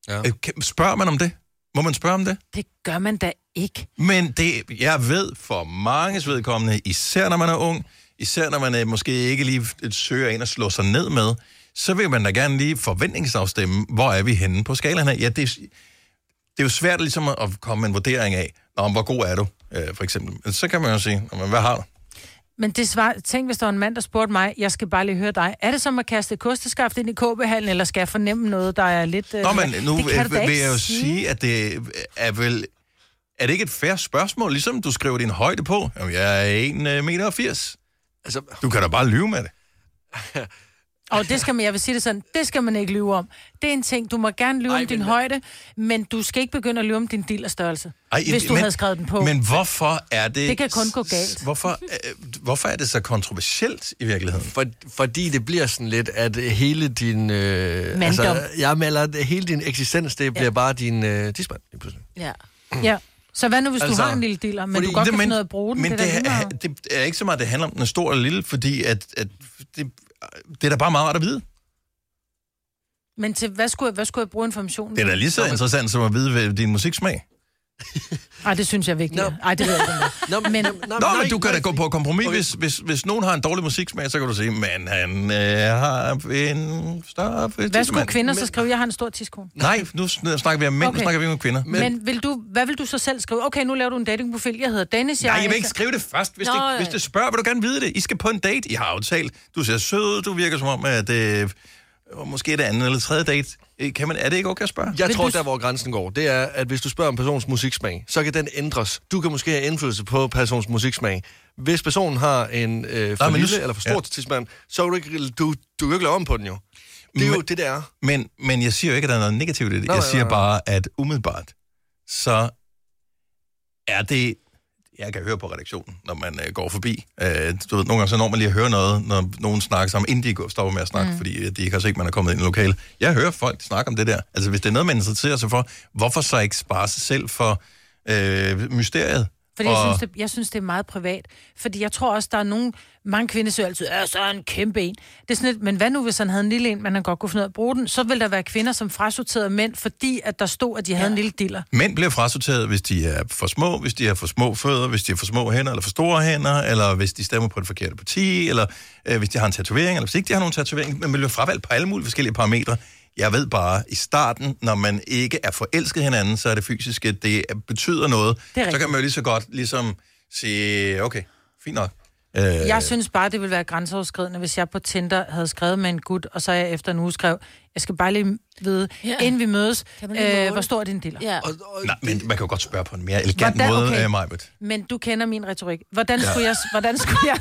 Speaker 3: Ja.
Speaker 1: Øh, kan- Spørger man om det? Må man spørge om det?
Speaker 4: Det gør man da ikke.
Speaker 1: Men det, jeg ved for manges vedkommende, især når man er ung, især når man øh, måske ikke lige f- søger ind og slår sig ned med, så vil man da gerne lige forventningsafstemme, hvor er vi henne på skalaen her. Ja, det, er- det er jo svært ligesom at at komme med en vurdering af, Nå, men hvor god er du, øh, for eksempel. Men Så kan man jo sige, "Nå, men hvad har du?
Speaker 4: Men det svar, tænk, hvis der var en mand, der spurgte mig, jeg skal bare lige høre dig, er det som at kaste et kosteskaft ind i kåbehallen, eller skal jeg fornemme noget, der er lidt... øh,
Speaker 1: Nå, men nu
Speaker 4: det kan du da
Speaker 1: øh, vil
Speaker 4: ikke
Speaker 1: jeg jo sige, at det er vel... Er det ikke et færre spørgsmål, ligesom du skriver din højde på? Jamen, jeg er 1,80 meter. Altså, du kan da bare lyve med det.
Speaker 4: Og det skal man, jeg vil sige det sådan, det skal man ikke lyve om. Det er en ting, du må gerne lyve om din højde, men du skal ikke begynde at lyve om din del af størrelse, Ej, hvis du men, havde skrevet den på.
Speaker 1: Men hvorfor er det...
Speaker 4: Det kan kun gå galt.
Speaker 1: s- Hvorfor, øh, hvorfor er det så kontroversielt i virkeligheden?
Speaker 3: For, fordi det bliver sådan lidt, at hele din... Øh,
Speaker 4: Manddom.
Speaker 3: jeg melder hele din eksistens, det bliver ja. bare din øh, tidsmand. lige pludselig.
Speaker 2: Ja.
Speaker 4: Ja. Så hvad nu, hvis altså,
Speaker 1: Altså,
Speaker 4: du har en lille dealer, men
Speaker 1: Fordi-
Speaker 4: du godt
Speaker 1: det-
Speaker 4: kan finde noget at bruge den?
Speaker 1: Men det,
Speaker 4: er da lige
Speaker 1: er,
Speaker 4: meget.
Speaker 1: det er ikke så meget, det handler om den er stor eller lille, fordi at, at det, det er da bare meget rart at vide.
Speaker 4: men til hvad skulle, jeg, hvad skulle jeg bruge informationen
Speaker 1: Det er da lige så interessant som at vide hvad din musiksmag.
Speaker 4: Nej, det synes jeg virkelig. No. Ej, det ved jeg ikke.
Speaker 3: no,
Speaker 4: men,
Speaker 1: Nå, men du kan da gå på kompromis. Hvis, hvis, hvis nogen har en dårlig musiksmag, så kan du sige, men han øh, har en større...
Speaker 4: Hvad skulle
Speaker 1: tissemand."
Speaker 4: kvinder så
Speaker 1: Men-
Speaker 4: skrive, jeg har en stor tidskone?
Speaker 1: Nej, nu sn- snakker vi om mænd, okay. nu snakker vi ikke om kvinder.
Speaker 4: Men, men vil du, hvad vil du så selv skrive? Okay, nu laver du en datingprofil. Jeg hedder Dennis.
Speaker 1: Nej,
Speaker 4: er
Speaker 1: jeg vil ikke
Speaker 4: efter-
Speaker 1: skrive det først. Hvis,
Speaker 4: Nå, øh.
Speaker 1: det,
Speaker 4: ja.
Speaker 1: hvis det spørger, vil du gerne vide det. I skal på en date. I har aftalt. Du ser sød ud. Du virker som om, at det måske er det andet eller tredje date. Øh, Kan man, er det ikke okay at spørge?
Speaker 3: Jeg tror, der hvor grænsen går, det er, at hvis du spørger om persons musiksmag, så kan den ændres. Du kan måske have indflydelse på persons musiksmag. Hvis personen har en øh, for
Speaker 1: Nej,
Speaker 3: Nej,
Speaker 1: men nu-
Speaker 3: lille eller for stor
Speaker 1: ja.
Speaker 3: ja. tidsmand, så kan du ikke, du, du kan ikke lave om på den jo. Det er jo det, det er.
Speaker 1: Men, men jeg siger jo ikke, at der er noget negativt i det.
Speaker 3: Nej,
Speaker 1: Jeg
Speaker 3: nej,
Speaker 1: siger
Speaker 3: nej.
Speaker 1: bare, at umiddelbart, så er det... Jeg kan høre på redaktionen, når man øh, går forbi. Øh, du ved, nogle gange så når man lige at høre noget, når nogen snakker sammen, inden de går- stopper med at snakke, mm. fordi øh, de ikke har set, at man er kommet ind i lokale. Jeg hører folk snakke om det der. Altså, hvis det er noget, man interesserer sig for, hvorfor så ikke spare sig selv for øh, mysteriet?
Speaker 4: Fordi og... jeg, synes, det, jeg synes, det er meget privat. Fordi jeg tror også, der er nogen... Mange kvinder siger altid, at så er en kæmpe en. Det er sådan lidt, men hvad nu, hvis han havde en lille en, men han godt kunne finde ud af at bruge den? Så vil der være kvinder, som frasorterede mænd, fordi at der stod, at de havde ja. en lille diller.
Speaker 1: Mænd bliver frasorteret, hvis de er for små, hvis de har for små fødder, hvis de har for små hænder eller for store hænder, eller hvis de stemmer på det forkerte parti, eller øh, hvis de har en tatovering, eller hvis ikke de har nogen tatovering. Man bliver fravalgt på alle mulige forskellige parametre. Jeg ved bare, i starten, når man ikke er forelsket hinanden, så er det fysiske, det er- betyder noget.
Speaker 4: Det er
Speaker 1: så
Speaker 4: rigtigt.
Speaker 1: kan man jo lige så godt ligesom sige, okay, fint nok. Øh,
Speaker 4: Øh... Jeg synes bare, det ville være grænseoverskridende, hvis jeg på Tinder havde skrevet med en gut, og så jeg efter en uge skrev, jeg skal bare lige vide,
Speaker 2: Ja.
Speaker 4: ja. inden vi mødes,
Speaker 2: Kan man lige måle
Speaker 4: øh, hvor stor er din diller?
Speaker 2: Ja.
Speaker 1: Nej, men man kan jo godt spørge på en mere elegant
Speaker 4: Hvordan-
Speaker 1: måde, øh,
Speaker 4: okay.
Speaker 1: okay. Majbet.
Speaker 4: Men du kender min retorik. Hvordan
Speaker 1: Ja.
Speaker 4: skulle jeg...
Speaker 2: Altså,
Speaker 4: Hvordan skulle jeg...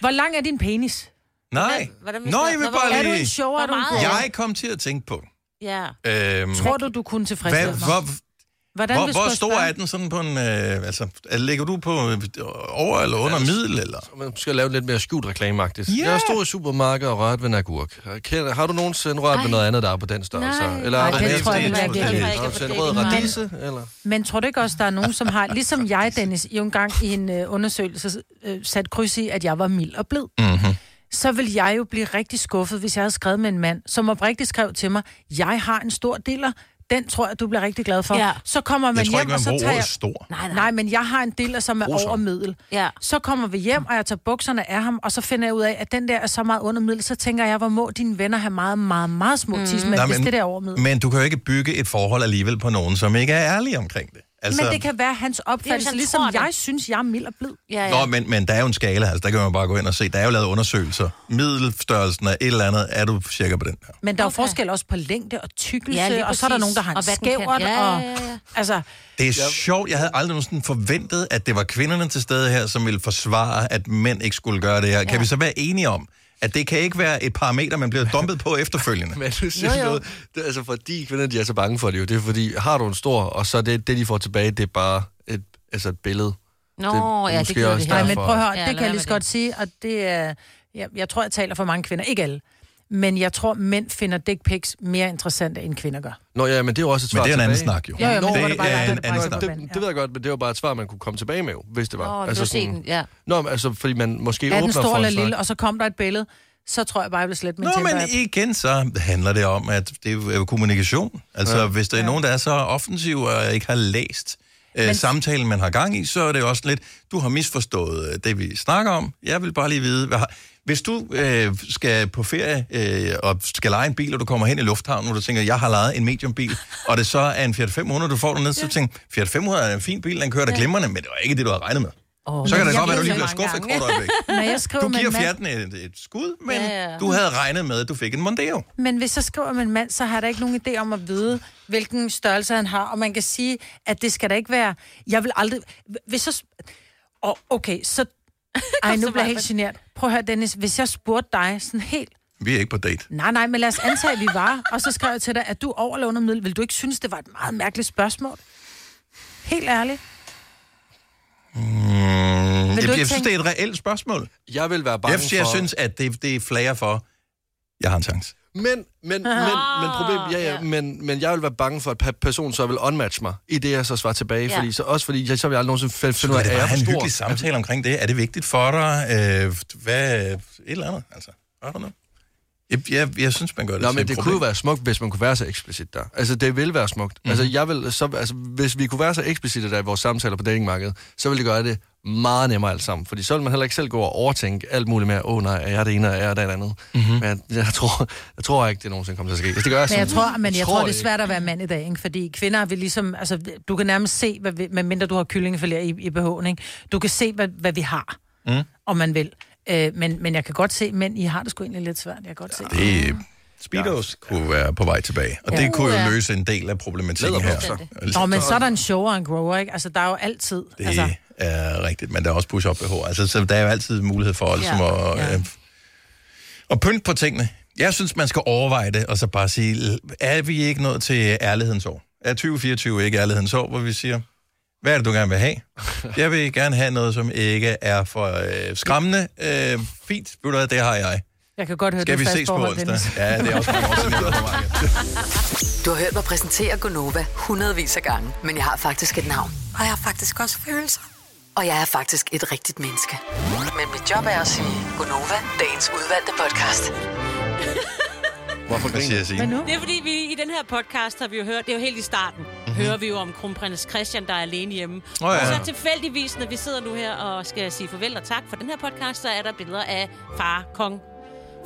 Speaker 4: Hvor lang er din penis?
Speaker 1: Nej,
Speaker 4: hvordan vil
Speaker 1: Nå,
Speaker 4: man-
Speaker 1: jeg vil
Speaker 4: Nå,
Speaker 1: bare
Speaker 4: hvor- er
Speaker 1: lige...
Speaker 4: du en sjov, er Hvor du en meget? god?
Speaker 1: Jeg kom til at tænke på...
Speaker 2: Ja.
Speaker 1: Øhm,
Speaker 4: Tror du, du kunne tilfredsstille mig?
Speaker 1: Hvad, hvor,
Speaker 4: Hvordan
Speaker 1: hvor,
Speaker 4: hvis
Speaker 1: hvor
Speaker 4: du har
Speaker 1: stor
Speaker 4: spørg-
Speaker 1: er den sådan på en... Øh, altså, er- ligger du på øh, over eller under middel, eller?
Speaker 3: Man skal lave lidt mere skjult reklameagtigt.
Speaker 1: Ja.
Speaker 3: Yeah. Altså- Jeg stod i supermarkedet og rørt ved en agurk. Kender- Har du nogensinde rørt ved noget andet, der er på den størrelse?
Speaker 4: Nej.
Speaker 3: Eller
Speaker 4: Nej,
Speaker 3: har du
Speaker 4: det
Speaker 3: nogensinde-
Speaker 4: tror jeg ikke,
Speaker 3: har
Speaker 4: jeg
Speaker 3: du
Speaker 4: kan.
Speaker 3: nogensinde en rød radise? Eller?
Speaker 4: Men tror du ikke også, der er nogen, som
Speaker 1: [LAUGHS]
Speaker 4: har, ligesom jeg, Dennis, jo engang i en øh, undersøgelse øh, sat kryds i, at jeg var mild og blid?
Speaker 1: Mm-hmm.
Speaker 4: så vil jeg jo blive rigtig skuffet, hvis jeg havde skrevet med en mand, som oprigtigt skrev til mig, jeg har en stor diller, den tror jeg, du bliver rigtig glad for.
Speaker 2: Ja.
Speaker 4: Ja. Så kommer man
Speaker 2: Jeg tror
Speaker 4: hjem,
Speaker 2: ikke,
Speaker 4: og
Speaker 2: man
Speaker 4: så
Speaker 2: bruger
Speaker 4: tager
Speaker 2: ordet
Speaker 4: jeg...
Speaker 1: stor.
Speaker 4: Nej, nej. nej, men jeg har en diller, som er
Speaker 2: Grusom.
Speaker 4: over middel.
Speaker 2: Ja.
Speaker 4: Så kommer vi hjem, og jeg tager bukserne af ham, og så finder jeg ud af, at den der er så meget under middel, så tænker jeg, hvor må dine venner have meget, meget, meget små mm. tismænd, hvis det der er over middel.
Speaker 1: men du kan jo ikke bygge et forhold alligevel på nogen, som ikke er ærlig omkring det.
Speaker 4: Altså, men det kan være hans opfattelse,
Speaker 2: han
Speaker 4: ligesom
Speaker 2: tror det.
Speaker 4: jeg synes, jeg er mild og blid.
Speaker 2: Ja,
Speaker 1: Nå, men, men der er jo en skala, altså der kan man bare gå ind og se. Der er jo lavet undersøgelser. Middelstørrelsen af et eller andet, er du cirka på den der?
Speaker 4: [LAUGHS] Men der er jo forskel også på længde og tykkelse,
Speaker 2: Ja, lige
Speaker 4: ja, øh, og så er der
Speaker 2: præcis.
Speaker 4: nogen, der har en
Speaker 2: Og hvad den kan.
Speaker 4: skævert,
Speaker 2: Ja, ja,
Speaker 4: og...
Speaker 2: ja, ja.
Speaker 4: Altså,
Speaker 1: Det er sjovt, jeg havde aldrig nogensinde forventet, at det var kvinderne til stede her, som ville forsvare, at mænd ikke skulle gøre det her. Kan
Speaker 3: Ja.
Speaker 1: vi så være enige om, at det kan ikke være et parameter, man bliver dumpet på
Speaker 3: [LAUGHS]
Speaker 1: efterfølgende?
Speaker 3: Men du siger noget. Det, er altså, fordi kvinder, de er så bange for det jo. Det er fordi, har du en stor, og så er det, det de får tilbage, det er bare et, altså et billede.
Speaker 2: Nå,
Speaker 3: er
Speaker 2: ja, det
Speaker 3: måske
Speaker 2: gider vi
Speaker 3: også
Speaker 2: heller ikke.
Speaker 3: derfor,
Speaker 2: Nej,
Speaker 4: Men prøv at høre,
Speaker 2: Ja, lad
Speaker 4: ja, det kan
Speaker 2: være
Speaker 4: jeg lige
Speaker 2: med
Speaker 4: så godt sige, og det er... Jeg, jeg tror, jeg taler for mange kvinder. Ikke alle. Men jeg tror, mænd finder dick pics mere interessante, end kvinder gør.
Speaker 3: Nå ja, men det er jo også et
Speaker 1: Men
Speaker 3: svar
Speaker 1: det er en anden
Speaker 3: tilbage.
Speaker 1: snak, jo. Ja, ja, men
Speaker 3: Nå,
Speaker 1: det var det bare dig, der bragte det op,
Speaker 3: det,
Speaker 1: mand.
Speaker 3: det, det ved jeg godt, men det var bare et svar, man kunne komme tilbage med, jo, hvis det var. Altså
Speaker 4: Åh, du har set den, ja.
Speaker 3: Nå, men altså, fordi man måske
Speaker 4: Er den
Speaker 3: åbner for
Speaker 4: stor
Speaker 3: en
Speaker 4: eller
Speaker 3: snak.
Speaker 4: lille, og så kom der et billede, så tror jeg bare, jeg bliver slet min
Speaker 1: Nå,
Speaker 4: temper.
Speaker 1: men igen, så handler det om, at det er jo kommunikation. Altså, ja. hvis der er nogen, der er så offensiv og ikke har læst øh, samtalen, man har gang i, så er det jo også lidt, du har misforstået øh, det, vi snakker om. Jeg vil bare lige vide, hvad har... Hvis du øh, skal på ferie øh, og skal lege en bil, og du kommer hen i lufthavnen, og du tænker, jeg har lejet en mediumbil, og det så er en Fiat 500, du får dernede, så tænker Fiat 500 er en fin bil, den kører da glimrende, men det var ikke det, du havde regnet med. Oh, så
Speaker 4: men
Speaker 1: kan det
Speaker 4: jeg
Speaker 1: godt være,
Speaker 4: ved
Speaker 1: du lige
Speaker 4: det
Speaker 1: bliver
Speaker 4: mange
Speaker 1: skuffet et
Speaker 4: gange.
Speaker 1: kort øjeblik.
Speaker 4: [LAUGHS] Når jeg skriver
Speaker 1: du
Speaker 4: med en
Speaker 1: giver
Speaker 4: mand-
Speaker 1: fjerten et, et skud, men
Speaker 4: Ja, ja.
Speaker 1: du havde regnet med, at du fik en Mondeo.
Speaker 4: Men hvis jeg skriver med en mand, så har der ikke nogen idé om at vide, hvilken størrelse han har. Og man kan sige, at det skal da ikke være... Jeg vil aldrig... Hvis jeg... Og okay, [LAUGHS] så... Ej, nu bliver jeg helt genert. Prøv at høre, Dennis. Hvis jeg spurgte dig sådan helt
Speaker 1: Vi er ikke på date.
Speaker 4: Nej, nej, men lad os antage, at vi var. Og så skrev jeg til dig, at du over eller under middel. Vil du ikke synes, det var et meget mærkeligt spørgsmål? Helt ærligt.
Speaker 1: Mm, jeg,
Speaker 4: ikke
Speaker 1: jeg synes,
Speaker 4: tænke-
Speaker 1: det er et reelt spørgsmål.
Speaker 3: Jeg vil være bange
Speaker 1: Jeg, jeg
Speaker 3: for-
Speaker 1: synes, at det, det flager for, jeg har en chance.
Speaker 3: Men, men, men, men,
Speaker 1: Ah,
Speaker 3: problem, ja, ja, men, men jeg vil være bange for, at per- personen så vil unmatch mig, i det jeg så svarer tilbage.
Speaker 1: Ja.
Speaker 3: Fordi så, også fordi, jeg, så vil jeg aldrig nogensinde finde
Speaker 1: Så
Speaker 3: finde ud
Speaker 1: kunne
Speaker 3: af,
Speaker 1: det
Speaker 3: at
Speaker 1: bare
Speaker 3: jeg
Speaker 1: have en
Speaker 3: er
Speaker 1: hyggelig
Speaker 3: for Altså,
Speaker 1: samtale omkring det. Er det vigtigt for dig? Øh, hvad, et eller andet, altså. I don't know. Jeg, jeg, jeg synes, man gør det
Speaker 3: Nå,
Speaker 1: til
Speaker 3: men
Speaker 1: et
Speaker 3: det
Speaker 1: problem.
Speaker 3: kunne jo være smukt, hvis man kunne være så eksplicit der. Altså, det vil være smukt. Mm. Altså,
Speaker 1: Mhm.
Speaker 3: jeg vil, så, altså, hvis vi kunne være så eksplicite der i vores samtaler på datingmarkedet, så ville det gøre det meget nemmere alt sammen. Fordi så ville man heller ikke selv gå og overtænke alt muligt med, åh oh, nej, er jeg det ene, og er jeg det andet.
Speaker 1: Mhm.
Speaker 3: Mm-hmm. Men jeg, jeg, tror, jeg tror ikke, det nogensinde kommer til at ske. Hvis det gør
Speaker 4: Men
Speaker 3: sådan,
Speaker 4: jeg tror, men jeg tror, det er
Speaker 3: ikke.
Speaker 4: svært at være mand i dag, ikke? fordi kvinder vil ligesom, altså, du kan nærmest se, hvad vi, medmindre du har kyllingefilér i, i BH'en, ikke? du kan se, hvad, hvad vi har,
Speaker 1: Mm.
Speaker 4: om man vil. Øh, men, men jeg kan godt se, men I har det sgu egentlig lidt svært, jeg kan godt se.
Speaker 3: Ah.
Speaker 1: Det, speedos ja. kunne være på vej tilbage. Og
Speaker 4: Ja.
Speaker 1: ja. det kunne
Speaker 4: Uh,
Speaker 1: jo
Speaker 4: ja.
Speaker 1: løse en del af problematikken her.
Speaker 4: Læderbukser. Nå, men så er der en shower og en grower, ikke? Altså, der er jo altid...
Speaker 1: Det
Speaker 4: altså,
Speaker 1: er rigtigt, men der er også push-up behov. Altså, så der er jo altid mulighed for ligesom,
Speaker 4: Ja,
Speaker 1: at,
Speaker 4: ja.
Speaker 1: øh, at pynte på tingene. Jeg synes, man skal overveje det, og så bare sige, er vi ikke nået til ærlighedens år? Er 2024 ikke ærlighedens år, hvor vi siger, hvad er det, du gerne vil have? Jeg vil gerne have noget, som ikke er for øh, skræmmende. Øh, fint, ved du hvad, det har jeg.
Speaker 4: jeg kan godt høre,
Speaker 1: Skal
Speaker 4: du
Speaker 1: vi
Speaker 4: er fast
Speaker 1: ses på
Speaker 4: forhold,
Speaker 1: onsdag?
Speaker 4: Dennis.
Speaker 1: Ja, det er også mange år
Speaker 4: [LAUGHS]
Speaker 1: siden, jeg var på markedet.
Speaker 5: Du har hørt mig præsentere Gonova hundredvis af gange, men jeg har faktisk et navn. Og jeg har faktisk også følelser. Og jeg er faktisk et rigtigt menneske. Men mit job er at sige Gonova, dagens udvalgte podcast.
Speaker 1: Hvorfor Hvad siger jeg Signe?
Speaker 2: Det er fordi, vi i den her podcast har vi jo hørt, det er jo helt i starten, mm-hmm. hører vi jo om kronprins Christian, der er alene hjemme.
Speaker 1: Åh, Mhm. ja.
Speaker 2: Og så tilfældigvis, når vi sidder nu her og skal sige farvel og tak for den her podcast, så er der billeder af far, kong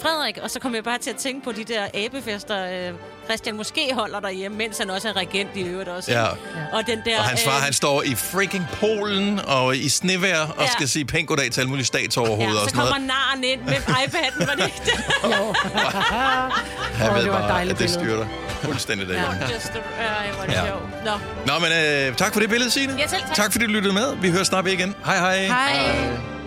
Speaker 2: Frederik. Og så kom jeg bare til at tænke på de der abefester, øh, Christian måske holder derhjemme, mens han også er regent i øvrigt også.
Speaker 1: Ja.
Speaker 2: ikke? Og den der... øh,
Speaker 1: Og hans far,
Speaker 4: øh,
Speaker 1: han står i freaking Polen og i snevejr og
Speaker 2: Ja.
Speaker 1: skal sige pænt goddag til alle mulige statsoverhoveder
Speaker 2: ja,
Speaker 1: og
Speaker 2: så
Speaker 1: sådan noget.
Speaker 2: kommer naren ind med iPad'en, var det ikke det? [LAUGHS] jo.
Speaker 1: Han
Speaker 2: Åh,
Speaker 1: ved
Speaker 2: det var et
Speaker 1: bare,
Speaker 2: dejligt
Speaker 1: at det
Speaker 2: billede.
Speaker 1: styrter fuldstændig
Speaker 2: Ja,
Speaker 1: derhjemme.
Speaker 2: just, øh, hvor er det
Speaker 1: Ja.
Speaker 2: sjovt. Nå.
Speaker 1: Nå, men øh, tak for det billede, Signe.
Speaker 2: Ja, selv tak.
Speaker 1: tak fordi du lyttede med. Vi hører snart ved igen. Hej hej.
Speaker 2: Hej.